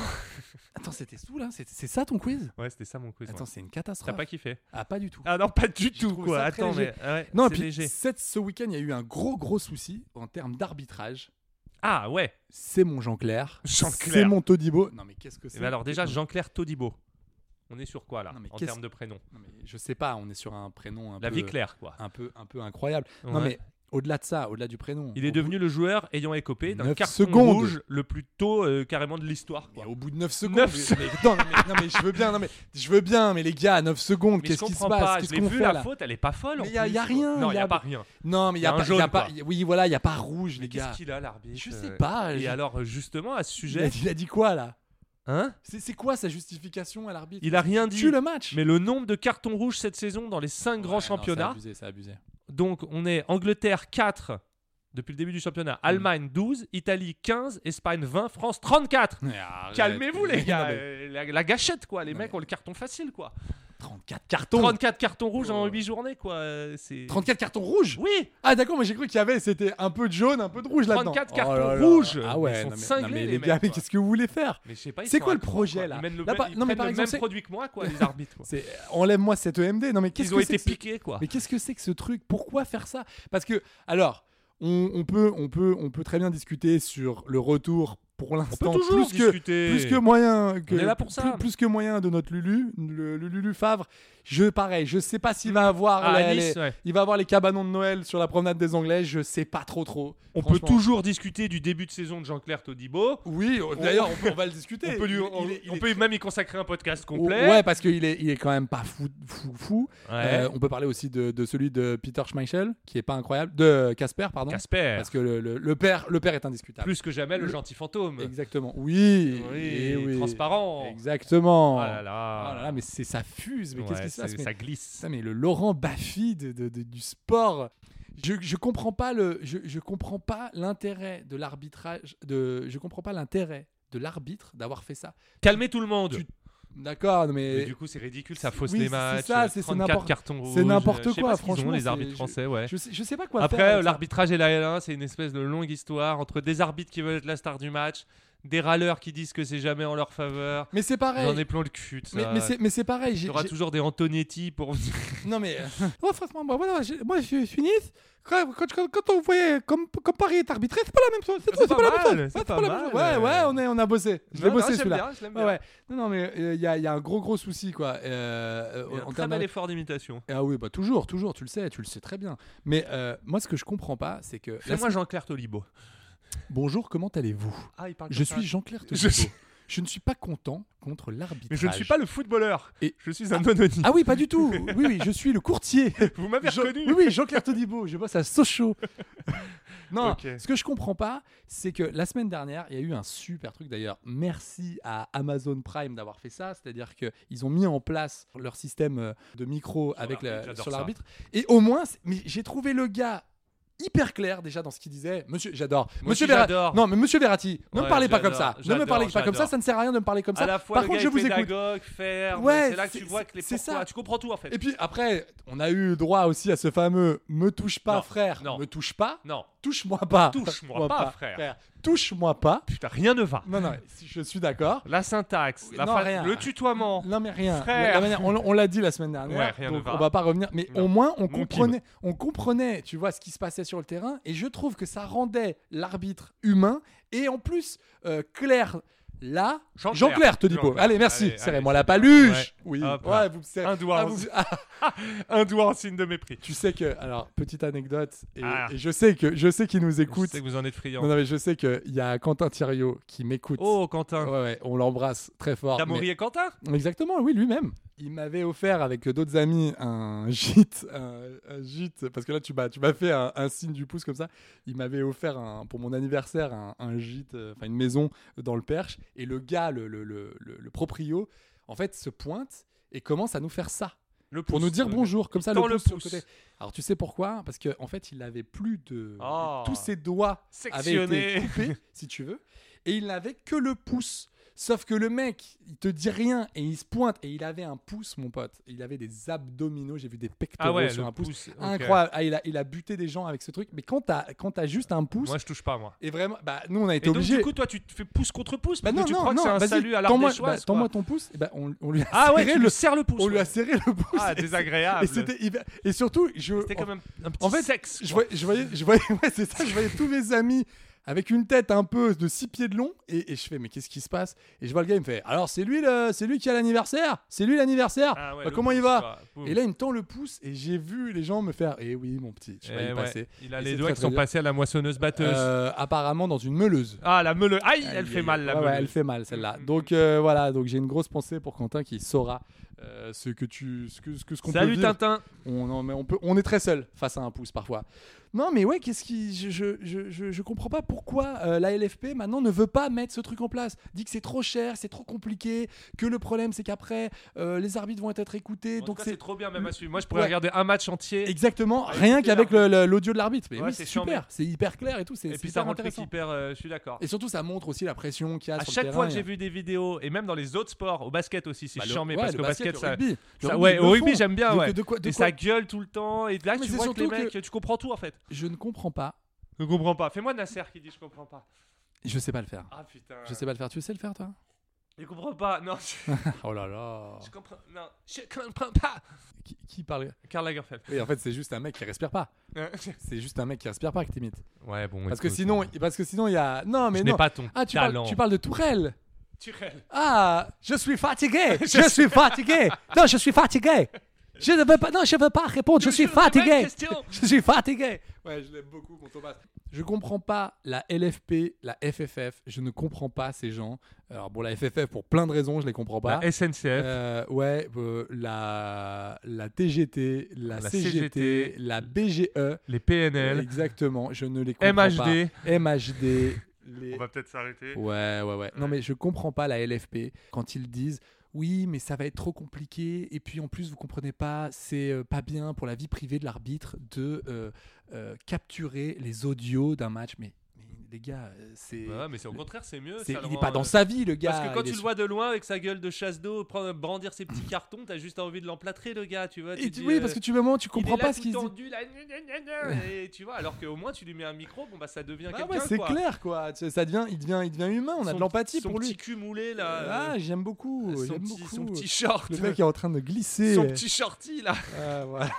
Attends, c'était sous, là C'était- C'est ça, ton quiz Ouais, c'était ça mon quiz. Attends, ouais. c'est une T'as catastrophe. pas kiffé Ah, pas du tout. Ah non, pas du Je tout trouve quoi. ça très Attends, léger. mais ouais, non, et c'est puis léger. cette- ce week-end, il y a eu un gros, gros souci en termes d'arbitrage. Ah ouais. C'est mon Jean-Claire. Jean-Claire. C'est mon Todibo. Non, mais qu'est-ce que Eh c'est ben alors déjà Jean-Claire Todibo. On est sur quoi là Non, mais En qu'est-ce- termes de prénom. Non, mais je sais pas, on est sur un prénom un La peu... vie claire quoi. Un peu, un peu incroyable. Non, Ouais. mais au-delà de ça, au-delà du prénom. Il est au devenu le joueur ayant écopé d'un Neuf carton secondes. rouge le plus tôt euh, carrément de l'histoire. Mais quoi. au bout de 9 secondes. Neuf mais- mais- non, mais, non, mais je veux bien, non mais je veux bien, mais les gars, 9 secondes, Mais je qu'est-ce qui se comprends passe pas, Qu'est-ce je l'ai qu'on vu, fait la là faute, elle est pas folle. en Mais y a- plus, y a quoi. rien, Non, y y a- a pas rien. Non, mais il y Y a, a un pas, jaune, y a pas- quoi. y- oui, voilà, il y a pas rouge les gars. Qu'est-ce qu'il a l'arbitre Je sais euh, pas, Et je- alors justement à ce Il a, sujet, dit- il a dit quoi là hein C'est c'est quoi sa justification à l'arbitre Il a rien dit. Tue le match. Mais le nombre de cartons rouges cette saison dans les 5 Ouais, grands non, C'est championnats. abusé, c'est abusé. Donc on est Angleterre 4 depuis le début du championnat, Allemagne 12, Italie 15, Espagne 20, France 34. Mais arrête. Calmez-vous les Non, gars, mais euh, la, la gâchette quoi, les Non, mecs mais- ont le carton facile quoi. 34 cartons. 34 cartons rouges en Oh. 8 journées quoi, euh, c'est 34 cartons rouges Oui, Ah d'accord, mais j'ai cru qu'il y avait, c'était un peu de jaune, un peu de rouge là-dedans. 34 Oh cartons là là. rouges. Ah ouais, Ils sont non, mais- non, cinglés, mais les les mecs, gars, mais quoi. qu'est-ce que vous voulez faire mais je sais pas ils C'est sont quoi le à con, projet, quoi. là Ils mènent le, Là, même- par- ils non, mais prennent par le exemple, c'est- même produit que moi quoi, les arbitres quoi. C'est enlève-moi cette EMD. Non mais qu'est-ce Ils que ont c'est été que ce- piqués quoi. Mais qu'est-ce que c'est que ce truc Pourquoi faire ça Parce que alors, on, on peut on peut on peut très bien discuter sur le retour pour l'instant plus que discuter. plus que moyen que On est là pour ça. Plus, plus que moyen de notre Lulu, le, le Lulu Favre. Je pareil, je sais pas s'il va avoir Ah, à les- Nice, les- ouais. il va avoir les cabanons de Noël sur la promenade des Anglais, je sais pas trop trop. On peut Franchement. toujours discuter du début de saison de Jean-Claire Todibo. Oui, euh, d'ailleurs on, peut- on va le discuter. On peut, lui- Il- on- il est- il on est- Oh, peut même y consacrer un podcast Oh, complet. Ouais, parce qu'il est, il est quand même pas fou, fou, fou. Ouais. Euh, on peut parler aussi de, de celui de Peter Schmeichel, qui est pas incroyable, de Casper, pardon. Casper, Parce que le, le- le père, le père est indiscutable. plus que jamais le gentil fantôme. Exactement. Oui. Oui, eh oui. transparent. Exactement. Oh là là. Oh là là, mais c'est ça fuse. Mais Ouais, qu'est-ce qui se c'est- passe mais, Ça glisse. ça, mais le Laurent Baffy de- de- de- du sport. Je, je comprends pas le, je, je comprends pas l'intérêt de l'arbitrage, de, je comprends pas l'intérêt de l'arbitre d'avoir fait ça. Calmez tout le monde. tu- D'accord, Mais du coup, c'est ridicule, ça fausse Oui, les c'est matchs. ça, c'est- c'est 34 n'importe- cartons c'est rouges. n'importe Je sais quoi, pas ce qu'ils ont, franchement, les c'est- arbitres je- français, ouais. je sais, je sais pas quoi faire. Après, euh, avec ça. l'arbitrage et la L1, c'est une espèce de longue histoire entre des arbitres qui veulent être la star du match, des râleurs qui disent que c'est jamais en leur faveur. Mais c'est pareil. J'en ai euh, plein le cul. de Mais, ça. mais c'est- mais c'est pareil. Il j'ai- y aura j'ai- toujours des Antonetti pour. Non mais. euh, Moi, franchement, moi, voilà, j'ai- moi, je, je suis Nice. Quand, quand, quand- quand on voyait comme, comme Paris est arbitré, c'est pas la même chose. C'est C'est pas, pas la même chose. mal, Ouais, c'est c'est pas pas la même mal. chose. Ouais, ouais, on, est, on a bossé. Je l'ai Non, non, bossé Ah, j'aime celui-là. bien, je l'aime Ouais, bien. ouais. Non, non, mais il y, a, y a un gros, gros souci, quoi. Euh, Il y a en un très termes bel de- effort d'imitation. Ah oui, bah toujours, toujours, tu le sais, tu le sais très bien. Mais euh, moi, ce que je comprends pas, c'est que. Fais-moi Jean-Claire Tolibo. Bonjour, comment allez-vous Ah, il parle Je comme ça. suis Jean-Claire Je Todibo. Je, suis- ne suis pas content contre l'arbitrage. Mais je ne suis pas le footballeur. Et- Je suis un anonyme. Ah oui, pas du tout. Oui, oui, je suis le courtier. Vous m'avez Ah, Je- reconnu. Oui, oui, Jean-Claire Todibo, je bosse à Sochaux. non, Ok. ce que je comprends pas, c'est que la semaine dernière, il y a eu un super truc d'ailleurs. Merci à Amazon Prime d'avoir fait ça, c'est-à-dire que ils ont mis en place leur système euh, de micro avec la- l'arbitre, j'adore sur ça. l'arbitre. Et au moins, c'est- mais j'ai trouvé le gars hyper clair déjà dans ce qu'il disait. Monsieur, j'adore. Moi Monsieur aussi, Verratti. j'adore. Non, mais Monsieur Verratti, ne me Ouais, parlez pas j'adore, comme ça. Ne me j'adore, parlez pas comme ça. j'adore. Ça ne sert à rien de me parler comme ça. À la fois, Par le contre, gars je est vous écoute. pédagogue, ferme. Ouais, c'est là que tu c'est- vois que les c'est pourquoi. ça. Tu comprends tout en fait. Et puis après, on a eu droit aussi à ce fameux me touche pas, Non, frère. non. Me touche pas. Non. Touche-moi Ah, pas. Touche-moi Moi pas, frère. Touche-moi pas. Putain, rien ne va. Non, non, si je suis d'accord. La syntaxe, la Non, fa- rien. le tutoiement. Non, mais rien. Frère. La- la manière- on on l'a dit la semaine dernière. Ouais, rien donc ne va. On va pas revenir. Mais Non. au moins, on Mon comprenait, on comprenait, tu vois, ce qui se passait sur le terrain. Et je trouve que ça rendait l'arbitre humain. Et en plus, euh, Claire. Là, Jean-Claire. Jean-Claire te dit Jean-Claire. Allez, merci. Allez, Serrez-moi allez. la paluche. Ouais. Oui. Hop là. ouais, vous me serrez- Un doigt Ah, en- vous- Ah, Un doigt en signe de mépris. tu sais que alors petite anecdote et, Ah. et je sais que je sais qu'il nous Écoute, écoute. je sais que vous en êtes friand. Non, non, mais je sais que il y a Quentin Thiriot qui m'écoute. Oh, Quentin. Hein. Ouais, ouais, on l'embrasse très fort. T'as mais- et Quentin Exactement, oui, lui-même. Il m'avait offert avec d'autres amis un gîte, un, un gîte, parce que là tu m'as, tu m'as fait un, un signe du pouce comme ça. Il m'avait offert un, pour mon anniversaire un, un gîte, euh, enfin une maison dans le Perche. Et le gars, le, le, le, le- le proprio, en fait, se pointe et commence à nous faire ça le pour pouce. nous dire bonjour, comme ça tend le le pouce, sur le pouce. côté. Alors tu sais pourquoi Parce qu'en en fait, il avait plus de Ah. tous ses doigts avaient Sectionné. été coupés, si tu veux, et il n'avait que le pouce. Sauf que le mec, il te dit rien et il se pointe et il avait un pouce, mon pote. Il avait des abdominaux, j'ai vu des pectoraux Ah ouais, sur le un pouce. pouce. ok. Incroyable. Ah, il, a, il a buté des gens avec ce truc. Mais quand t'as quand t'as juste un pouce Moi, je touche pas, moi. et vraiment, bah nous on a Et été donc, obligés. du coup, toi, tu te fais pouce contre pouce bah parce non que tu non crois que non, c'est un vas-y, salut à tends-moi- l'arme bah, tends-moi ton pouce. Et bah, on, on lui a Ah ouais, serré tu le lui serres le pouce. on lui ouais. a serré le pouce. Ah, Et- désagréable. Et c'était hyper- et surtout je C'était en- quand même un petit en fait, sexe. je quoi. voyais, je voyais, je voyais, ouais, c'est ça, je voyais tous mes amis avec une tête un peu de six pieds de long et, et je fais mais qu'est-ce qui se passe Et je vois le gars, il me fait alors c'est lui le, c'est lui qui a l'anniversaire, c'est lui l'anniversaire. Ah ouais, Bah, le comment il pouce, va quoi. Boum. Et là il me tend le pouce et j'ai vu les gens me faire eh oui mon petit, tu Eh vas y ouais, passer. Il a Et les c'est doigts très, qui très sont bien. passés à la moissonneuse batteuse. Euh, apparemment dans une meuleuse. Ah, la meuleuse. Aïe, elle Aïe, fait aïe, mal, la ouais, ouais, meuleuse. elle fait mal celle-là. Mm, mm, Donc euh, voilà, donc j'ai une grosse pensée pour Quentin qui saura euh, ce que tu, ce que ce que ce qu'on peut Salut vivre. Tintin. On, non, mais on, peut, on est très seul face à un pouce parfois. Non, mais ouais, qu'est-ce qui. Je, je, je, je, je comprends pas pourquoi euh, la LFP maintenant ne veut pas mettre ce truc en place. Dit que c'est trop cher, c'est trop compliqué, que le problème c'est qu'après euh, les arbitres vont être écoutés. En donc tout cas, c'est c'est trop bien, même à suivre. Moi, je pourrais Ouais. regarder un match entier. exactement Ah, rien écoutez, qu'avec le- le- l'audio de l'arbitre. Mais Ouais, oui, c'est c'est chambé. super, c'est hyper clair et tout. C'est Et c'est puis ça hyper rend le truc intéressant. hyper. euh, Je suis d'accord. Et surtout, ça montre aussi la pression qu'il y a À sur le chaque terrain, fois que il y j'ai a- vu des vidéos, et même dans les autres sports, au basket aussi, c'est Bah, le- charmé ouais, parce le que au basket, le ça. rugby. Le ça- rugby, ouais, ils au le rugby, font. j'aime bien, Donc, ouais. de quoi- de et quoi- ça gueule tout le temps. Et là, Mais tu c'est vois que les surtout mecs, tu comprends tout en fait. Je ne comprends pas. Je comprends pas. Fais-moi Nasser qui dit je comprends pas. Je sais pas le faire. Ah putain. Je sais pas le faire. Tu sais le faire, toi Je comprends pas. Non, je, Oh là là. je comprends. Non, je comprends pas. Qui, qui parle Karl Lagerfeld. Oui, en fait, c'est juste un mec qui respire pas. C'est juste un mec qui respire pas que t'imites. Ouais, bon. Parce que sinon, parce que sinon, il y a. Non, mais je non. n'ai pas ton Ah, tu talent. parles, tu parles de Tourelle. tu rêves. Ah, je suis fatigué. je suis fatigué. Non, je suis fatigué. Je ne veux pas. Non, je veux pas répondre. Je, suis fatigué. Je suis fatigué. Ouais, je l'aime beaucoup, mon Thomas. Je comprends pas la LFP, la FFF. Je ne comprends pas ces gens. Alors bon, la FFF pour plein de raisons, je les comprends pas. La SNCF. Euh, ouais, euh, la, la TGT, la, La CGT, CGT, la BGE. Les Euh, PNL. Exactement, je ne les comprends MHD. pas. MHD. les- peut-être s'arrêter. Ouais, ouais, ouais. Non, mais je comprends pas la LFP quand ils disent oui, mais ça va être trop compliqué. Et puis en plus, vous comprenez pas, c'est euh, pas bien pour la vie privée de l'arbitre de euh, euh, capturer les audios d'un match. Mais, mais les gars, euh, c'est. Ouais, mais c'est au contraire, c'est mieux. c'est- Bah, ça le il est rend, pas dans euh, sa vie, le gars. Parce que quand il est tu le sur- vois de loin avec sa gueule de chasse d'eau, prendre- brandir ses petits cartons, t'as juste envie de l'emplâtrer, le gars, tu vois. Et tu tu- dis, oui, euh, parce que tu me tu comprends il est pas là ce tout qu'ils disent. tendu, là, gna, gna, gna, gna, et tu vois, alors qu'au moins tu lui mets un micro, bon bah ça devient Bah quelqu'un. ouais, c'est quoi. clair, quoi. Tu- Ça devient, il devient, il devient humain. On a Son- de l'empathie son pour lui. petit cul moulé là. euh, Ah, j'aime beaucoup. son, j'aime petit, beaucoup. son petit short. Le mec est en train de glisser. son petit shorty là. Ah, voilà.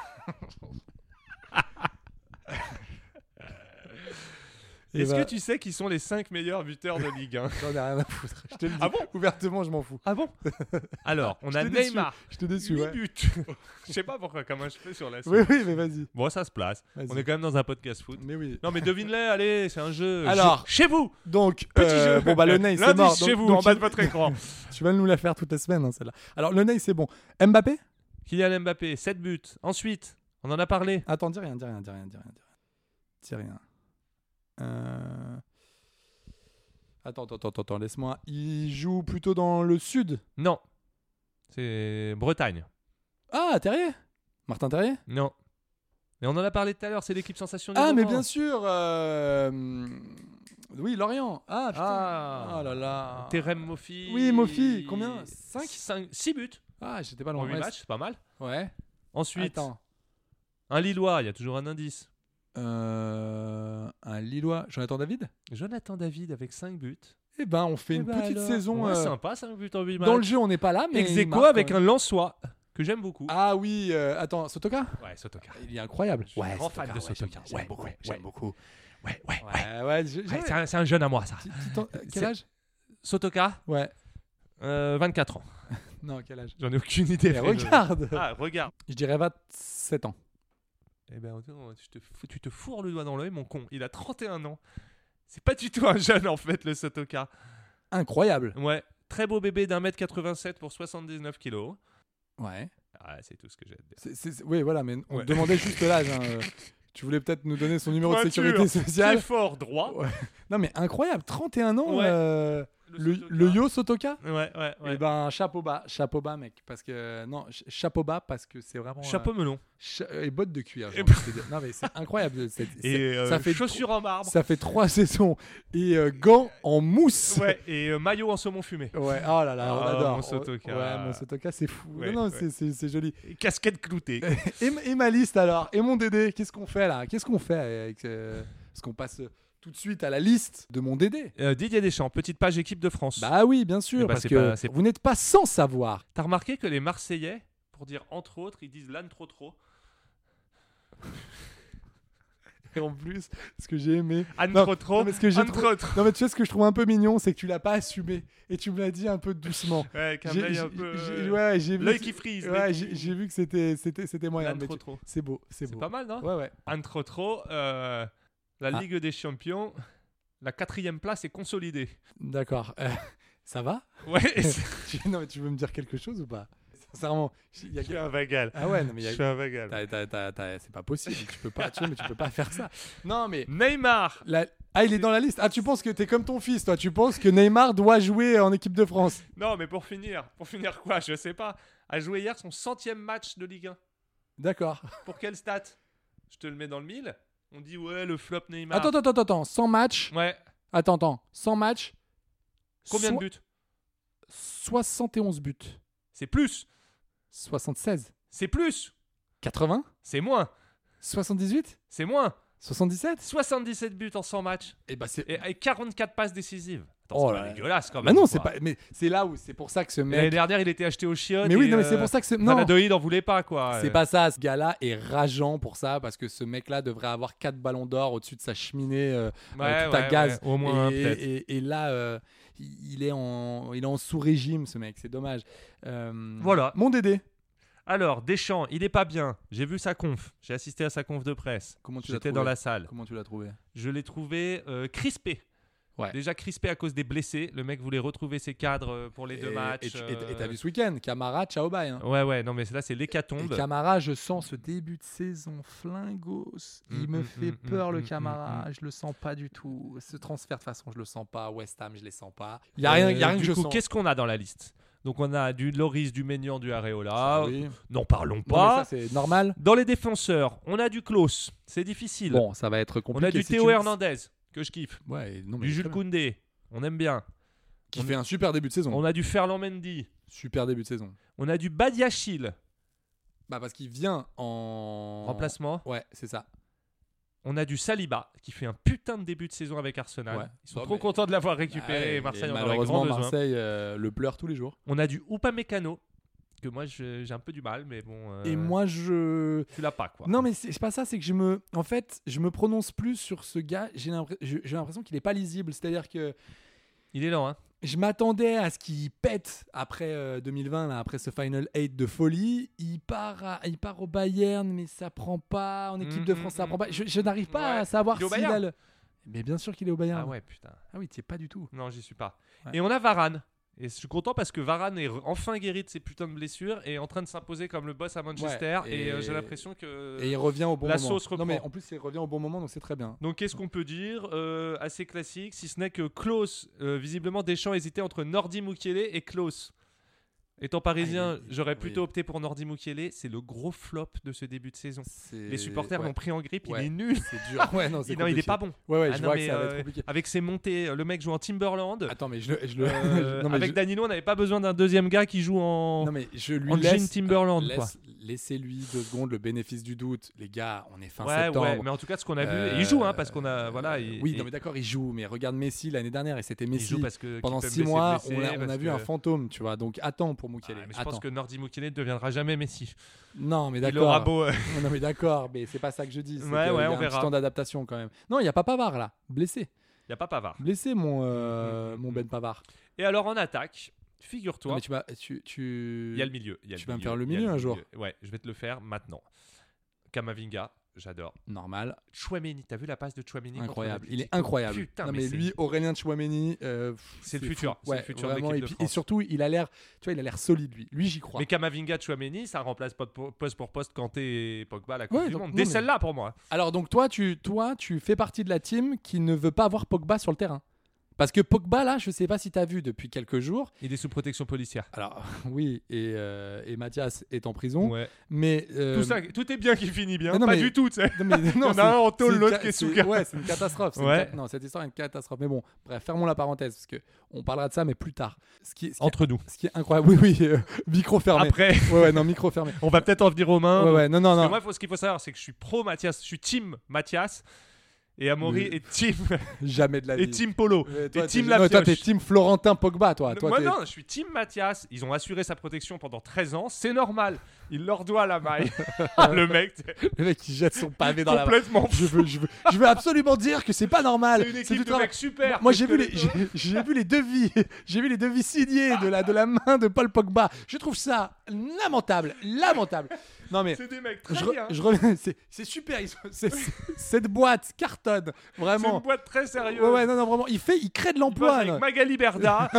Et Est-ce bah, que tu sais qui sont les 5 meilleurs buteurs de Ligue 1 J'en ai rien à foutre. Je te le dis. Ah bon Ouvertement, je m'en fous. Ah bon Alors, on a Je t'ai déçu. Neymar, Je te déçu, 8 ouais. buts. Je sais pas pourquoi, comment je fais sur la suite. Oui, oui, mais vas-y. Bon, ça se place. Vas-y. On est quand même dans un podcast foot. Mais oui. Non mais devine-les, allez, c'est un jeu. Alors. Je- chez vous, Donc, petit euh, jeu. bon, bah, le nez, c'est L'indice mort. chez Donc- vous, donc, en bas de votre écran. Tu vas nous la faire toutes les semaines, hein, celle-là. Alors, le nez, c'est bon. Mbappé Kylian Mbappé, 7 buts. Ensuite, on en a parlé. Attends, dis rien, dis rien, dis rien, dis rien. Dis rien. Dis rien. Euh... Attends, attends, attends, attends, laisse-moi. Il joue plutôt dans le sud. Non. C'est Bretagne. Ah, Terrier Martin Terrier Non. Mais on en a parlé tout à l'heure, c'est l'équipe sensation du Ah, mais moment. bien sûr euh, Oui, Lorient. Ah, putain. Ah. Ah là là. Terem Mofi. Oui, Mofi, combien Cinq 5 6 buts Ah, j'étais pas en loin. 8 Ouais, matchs, c'est pas mal. Ouais. Ensuite, Attends. un Lillois, il y a toujours un indice. Euh, un Lillois. Jonathan David Jonathan David avec 5 buts. Eh ben, on fait Eh une ben petite alors. saison. Ouais, euh, sympa, 5 buts en 8 matchs. dans le jeu, on n'est pas là, mais. Ex il aequo marque avec quand un même. Lançois que j'aime beaucoup. Ah oui, euh, attends, Sotoka Ouais, Sotoka. Il est incroyable. suis grand fan de ouais, Sotoka. j'aime J'aime beaucoup. beaucoup, Ouais, j'aime j'aime beaucoup. Ouais, ouais, ouais. Ouais. ouais, je- Ouais, j'avais- c'est un- c'est un jeune à moi, ça. Tu- tu t'en- euh, Quel C'est- âge Sotoka, Ouais. euh, 24 ans. Non, quel âge J'en ai aucune idée. Mais frérot. regarde Ah, regarde. Je dirais 27 ans. Eh ben, attends, tu te, fous- tu te fourres le doigt dans l'œil, mon con. Il a 31 ans. C'est pas du tout un jeune, en fait, le Sotoka. Incroyable. Ouais. Très beau bébé d'un mètre 87 pour 79 kilos. Ouais. Ah, c'est tout ce que j'ai à te dire. C'est- c'est- c'est- oui, voilà, mais on Ouais. demandait juste l'âge. hein, euh. Tu voulais peut-être nous donner son numéro de Pointure. sécurité sociale. Très fort droit. Ouais. Non, mais incroyable, 31 ans. Ouais. euh, le, Sotoka. le Yo Sotoka Ouais, ouais, ouais. Eh ben, chapeau bas, chapeau bas, mec. Parce que, non, ch- chapeau bas, parce que c'est vraiment. euh, Chapeau melon. cha- et bottes de cuir. j'ai Et envie de te dire. Non, mais c'est incroyable. c'est- Et c'est- euh, ça, fait chaussures en tro- marbre. ça fait trois saisons. Et euh, gants en mousse. Ouais, et euh, maillot en saumon fumé. Ouais, oh là là, on Ah, adore. mon Sotoka. Ouais, mon Sotoka, c'est fou. Ouais, non, non, ouais. c'est- c'est c'est joli. Et casquette cloutée. Et, m- et ma liste alors Et mon Dédé Qu'est-ce qu'on fait là Qu'est-ce qu'on fait avec. euh, Est-ce qu'on passe euh, tout de suite à la liste de mon Dédé Euh, Didier Deschamps, petite page équipe de France. Bah oui, bien sûr, Eh ben, parce c'est que pas- c'est- vous n'êtes pas sans savoir. T'as remarqué que les Marseillais, pour dire entre autres, ils disent l'âne trop trop. Et en plus, ce que j'ai aimé. Anne Non, trop trop. non, mais ce que j'ai Anne trop trouvé- trop. Non, mais tu sais, ce que je trouve un peu mignon, c'est que tu l'as pas assumé. Et tu me l'as dit un peu doucement. Ouais, avec un J'ai- œil un j'ai- peu, j'ai- euh, ouais, j'ai vu L'œil que- qui frise. l'œil Ouais, qui- j'ai j'ai vu que c'était- c'était c'était moyen. L'âne mais trop tu- trop. C'est beau, c'est C'est beau. pas mal, hein non Ouais, ouais. Anne trop trop. euh, la Ah. Ligue des Champions, la quatrième place est consolidée. D'accord. Euh, ça va Ouais, et c'est- Tu- Non, mais tu veux me dire quelque chose ou pas Sincèrement, il y a je suis un vagal. Ah ouais, non, mais il y a- Je suis un vagal. T'as- t'as- t'as- t'as- C'est pas possible, tu peux pas, tu vois, mais tu peux pas faire ça. Non, mais. Neymar, la- Ah, il est dans la liste. Ah, tu penses que t'es comme ton fils, toi. Tu penses que Neymar doit jouer en équipe de France. Non, mais pour finir, pour finir quoi Je sais pas. A joué hier son centième match de Ligue 1. D'accord. Pour quelle stat Je te le mets dans le mille. On dit ouais, le flop Neymar. Attends, attends, attends, attends. 100 matchs. Ouais. Attends, attends. 100 matchs. Combien Soi- de buts 71 buts. C'est plus. 76. C'est plus. 80. C'est moins. 78. C'est moins. 77. 77 buts en 100 matchs Et bah, c'est. et, et 44 passes décisives. Attends, Oh c'est là pas là. dégueulasse quand Bah même. non, c'est quoi. pas. Mais c'est là où. C'est pour ça que ce L'année mec. dernière, il était acheté au chiottes. Mais oui, et, non, mais c'est euh, pour ça que ce. Non. Valladolid en voulait pas quoi. C'est pas ça, ce gars-là est rageant pour ça parce que ce mec-là devrait avoir 4 ballons d'or au-dessus de sa cheminée euh, Ouais, euh, tout à ouais, gaz. ouais, au moins un, et, peut-être. et- et là, euh, il il est en, il est en sous-régime, ce mec, c'est dommage. Euh, Voilà. Mon Dédé, Alors, Deschamps, il est pas bien. J'ai vu sa conf. J'ai assisté à sa conf de presse. Comment tu l'as J'étais trouvé dans la salle. comment tu l'as trouvé Je l'ai trouvé euh, crispé. Ouais. Déjà crispé à cause des blessés. Le mec voulait retrouver ses cadres euh, pour les deux Et- matchs. Et tu- et- et t'as euh, vu ce week-end, Camara, ciao bye. hein. Ouais, ouais, non, mais là, c'est Et l'hécatombe. Camara, je sens ce début de saison flingos. Il Mm, me mm, fait mm, peur mm, le mm, Camara. mm, Je le sens pas du tout. Ce transfert de façon, je le sens pas. West Ham, je les sens pas. Il y a rien, il y a Euh, rien que du je coup, sens. qu'est-ce qu'on a dans la liste Donc, on a du Loris, du Maignan, du Areola. Ah Oui. N'en parlons Non, mais Ah, pas. ça, c'est normal. dans les défenseurs, on a du Klaus. C'est difficile. Bon, ça va être on compliqué. a du si Théo tu- Hernandez, que je kiffe. Ouais, non, mais Du très Jules bien. Koundé, on aime bien. Qui fait un super début de saison. On a du Ferland Mendy. Super début de saison. On a du Badiachil, Bah parce qu'il vient en remplacement. Ouais, c'est ça. On a du Saliba, qui fait un putain de début de saison avec Arsenal. Ouais. Ils sont Non, trop mais- contents de l'avoir Bah ouais, récupéré. et Marseille en aurait grand malheureusement besoin. Marseille euh, le pleure tous les jours. On a du Upamecano, que moi je- j'ai un peu du mal, mais bon. euh, Et moi je Tu l'as pas, quoi. non mais c'est c'est pas ça, c'est que je me, en fait, je me prononce plus sur ce gars. J'ai l'impre- je- j'ai l'impression qu'il est pas lisible. C'est-à-dire que Il est lent, hein. je m'attendais à ce qu'il pète après euh, 2020, là, après ce Final 8 de folie. Il part, à- il part au Bayern, mais ça prend pas. En équipe Mm, de mm, France, ça mm, prend pas. Je, mm. je n'arrive pas Ouais. à savoir Il est au s'il a Bayern le- Mais bien sûr qu'il est au Bayern. Ah ouais, putain. Ah oui, t'y es pas du tout. Non, j'y suis pas. Ouais. Et on a Varane. Et je suis content parce que Varane est re- enfin guéri de ses putains de blessures et est en train de s'imposer comme le boss à Manchester. Ouais, et et- euh, j'ai l'impression que. Et il revient au bon la moment. sauce Non mais reprend. en plus il revient au bon moment donc c'est très bien. Donc qu'est-ce qu'on peut dire Euh, Assez classique, si ce n'est que Klaus, euh, visiblement Deschamps hésitait entre Nordi Mukiele et Klaus. Étant parisien, Ah, il est- j'aurais oui. plutôt opté pour Nordi Mukiele. C'est le gros flop de ce début de saison. Les supporters l'ont vont pris en grippe. Ouais. Il est nul. C'est dur. ouais, non, c'est Il- non, il est compliqué. pas bon. Ouais, ouais, Ah je non, vois que mais, ça va euh, être compliqué. Avec ses montées, euh, le mec joue en Timberland. Attends, mais je le. je le- Euh, Ah, non, mais avec je- Danilo, on n'avait pas besoin d'un deuxième gars qui joue en. Non mais je lui en jean laisse Timberland, laisse- quoi. Laissez-lui deux secondes le bénéfice du doute, les gars. On est fin ouais, septembre. ouais, mais en tout cas, de ce qu'on a vu, Euh, et il joue, hein, parce qu'on a. Voilà, euh, il- oui, il- non mais d'accord, il joue. Mais regarde Messi l'année dernière et c'était il Messi. joue parce que Pendant Kimpembe six s'est mois, blessé, on a, on a parce vu que- un fantôme, tu vois. Donc attends pour Ah, Mukele. mais je attends. pense que Nordi Mukele ne deviendra jamais Messi. Non mais Il d'accord. aura beau. euh, Non mais d'accord, mais c'est pas ça que je dis. c'est Ouais, que ouais, il y a on un verra. petit temps d'adaptation quand même. Non, il y a pas Pavard là, blessé, Il n'y a pas Pavard. blessé mon Mm, euh, mon Ben Pavard. Et alors en attaque, Non, figure-toi, mais tu m'as- tu, tu... il y a le milieu. il y a tu vas me milieu, faire le il y a milieu un jour. Ouais, je vais te le faire maintenant. Kamavinga, j'adore. normal, Chouameni, t'as vu la passe de Chouameni contre incroyable. Belgique Il est incroyable. Putain, non, mais mais, c'est- lui, Aurélien Chouameni, euh, pff, C'est le fou. futur, c'est Ouais, le futur de vraiment, l'équipe et, de puis- et France. surtout, il a l'air, tu vois, il a l'air solide lui. Lui, j'y crois. Mais Kamavinga, Chouameni, ça remplace pas de- poste pour poste Kanté et Pogba à la Coupe Ouais, du donc- Monde. non, Dès mais- celle-là pour moi. Alors donc toi, tu toi, tu fais partie de la team qui ne veut pas avoir Pogba sur le terrain. Parce que Pogba là, je sais pas si t'as vu depuis quelques jours. Il est sous protection policière. Alors oui, et, euh, et Mathias est en prison, Ouais. mais euh, Tout, ça, tout est bien qui finit bien. mais non, pas mais- du tout, tu sais. Non, mais, Il y non, en c'est- a un en c'est tôle, une l'autre ca- qui est c'est- sous garde. Ouais, c'est une catastrophe. c'est une Ouais. ca- Non, cette histoire est une catastrophe. Mais bon, bref, fermons la parenthèse parce que on parlera de ça, mais plus tard. Ce qui, ce qui, Entre nous. ce qui est incroyable. Oui, oui, euh, micro fermé. Après, Ouais, ouais, non, micro fermé. on va peut-être en venir aux mains. Ouais, ouais, non, non, Parce que non. moi, faut- ce qu'il faut savoir, c'est que je suis pro Mathias, je suis team Mathias. Et Amaury Mais- est team, Jamais de la vie. et team Polo. Ouais, et toi, team t'es- la non, toi, t'es pioche. team Florentin Pogba, toi. Ah, toi Moi, t'es- non, je suis team Mathias. Ils ont assuré sa protection pendant 13 ans. C'est normal. Il leur doit la maille. le mec, t'es Le mec qui jette son pavé Ah, dans la complètement Je veux, je, veux, je veux absolument dire que c'est pas normal. C'est une du équipe de travail. mecs super. Moi Qu'est-ce j'ai que vu, les, j'ai, j'ai vu les devis, j'ai vu les devis signés de la, de la main de Paul Pogba. Je trouve ça lamentable, lamentable. Non mais C'est des mecs très je, re- bien. je reviens, c'est, c'est super. ils sont- c'est- c'est- cette boîte cartonne C'est une vraiment. boîte très sérieuse. Ouais, ouais, non, non, vraiment, il fait, il crée de Ils bossent l'emploi. avec là. Magali Berda.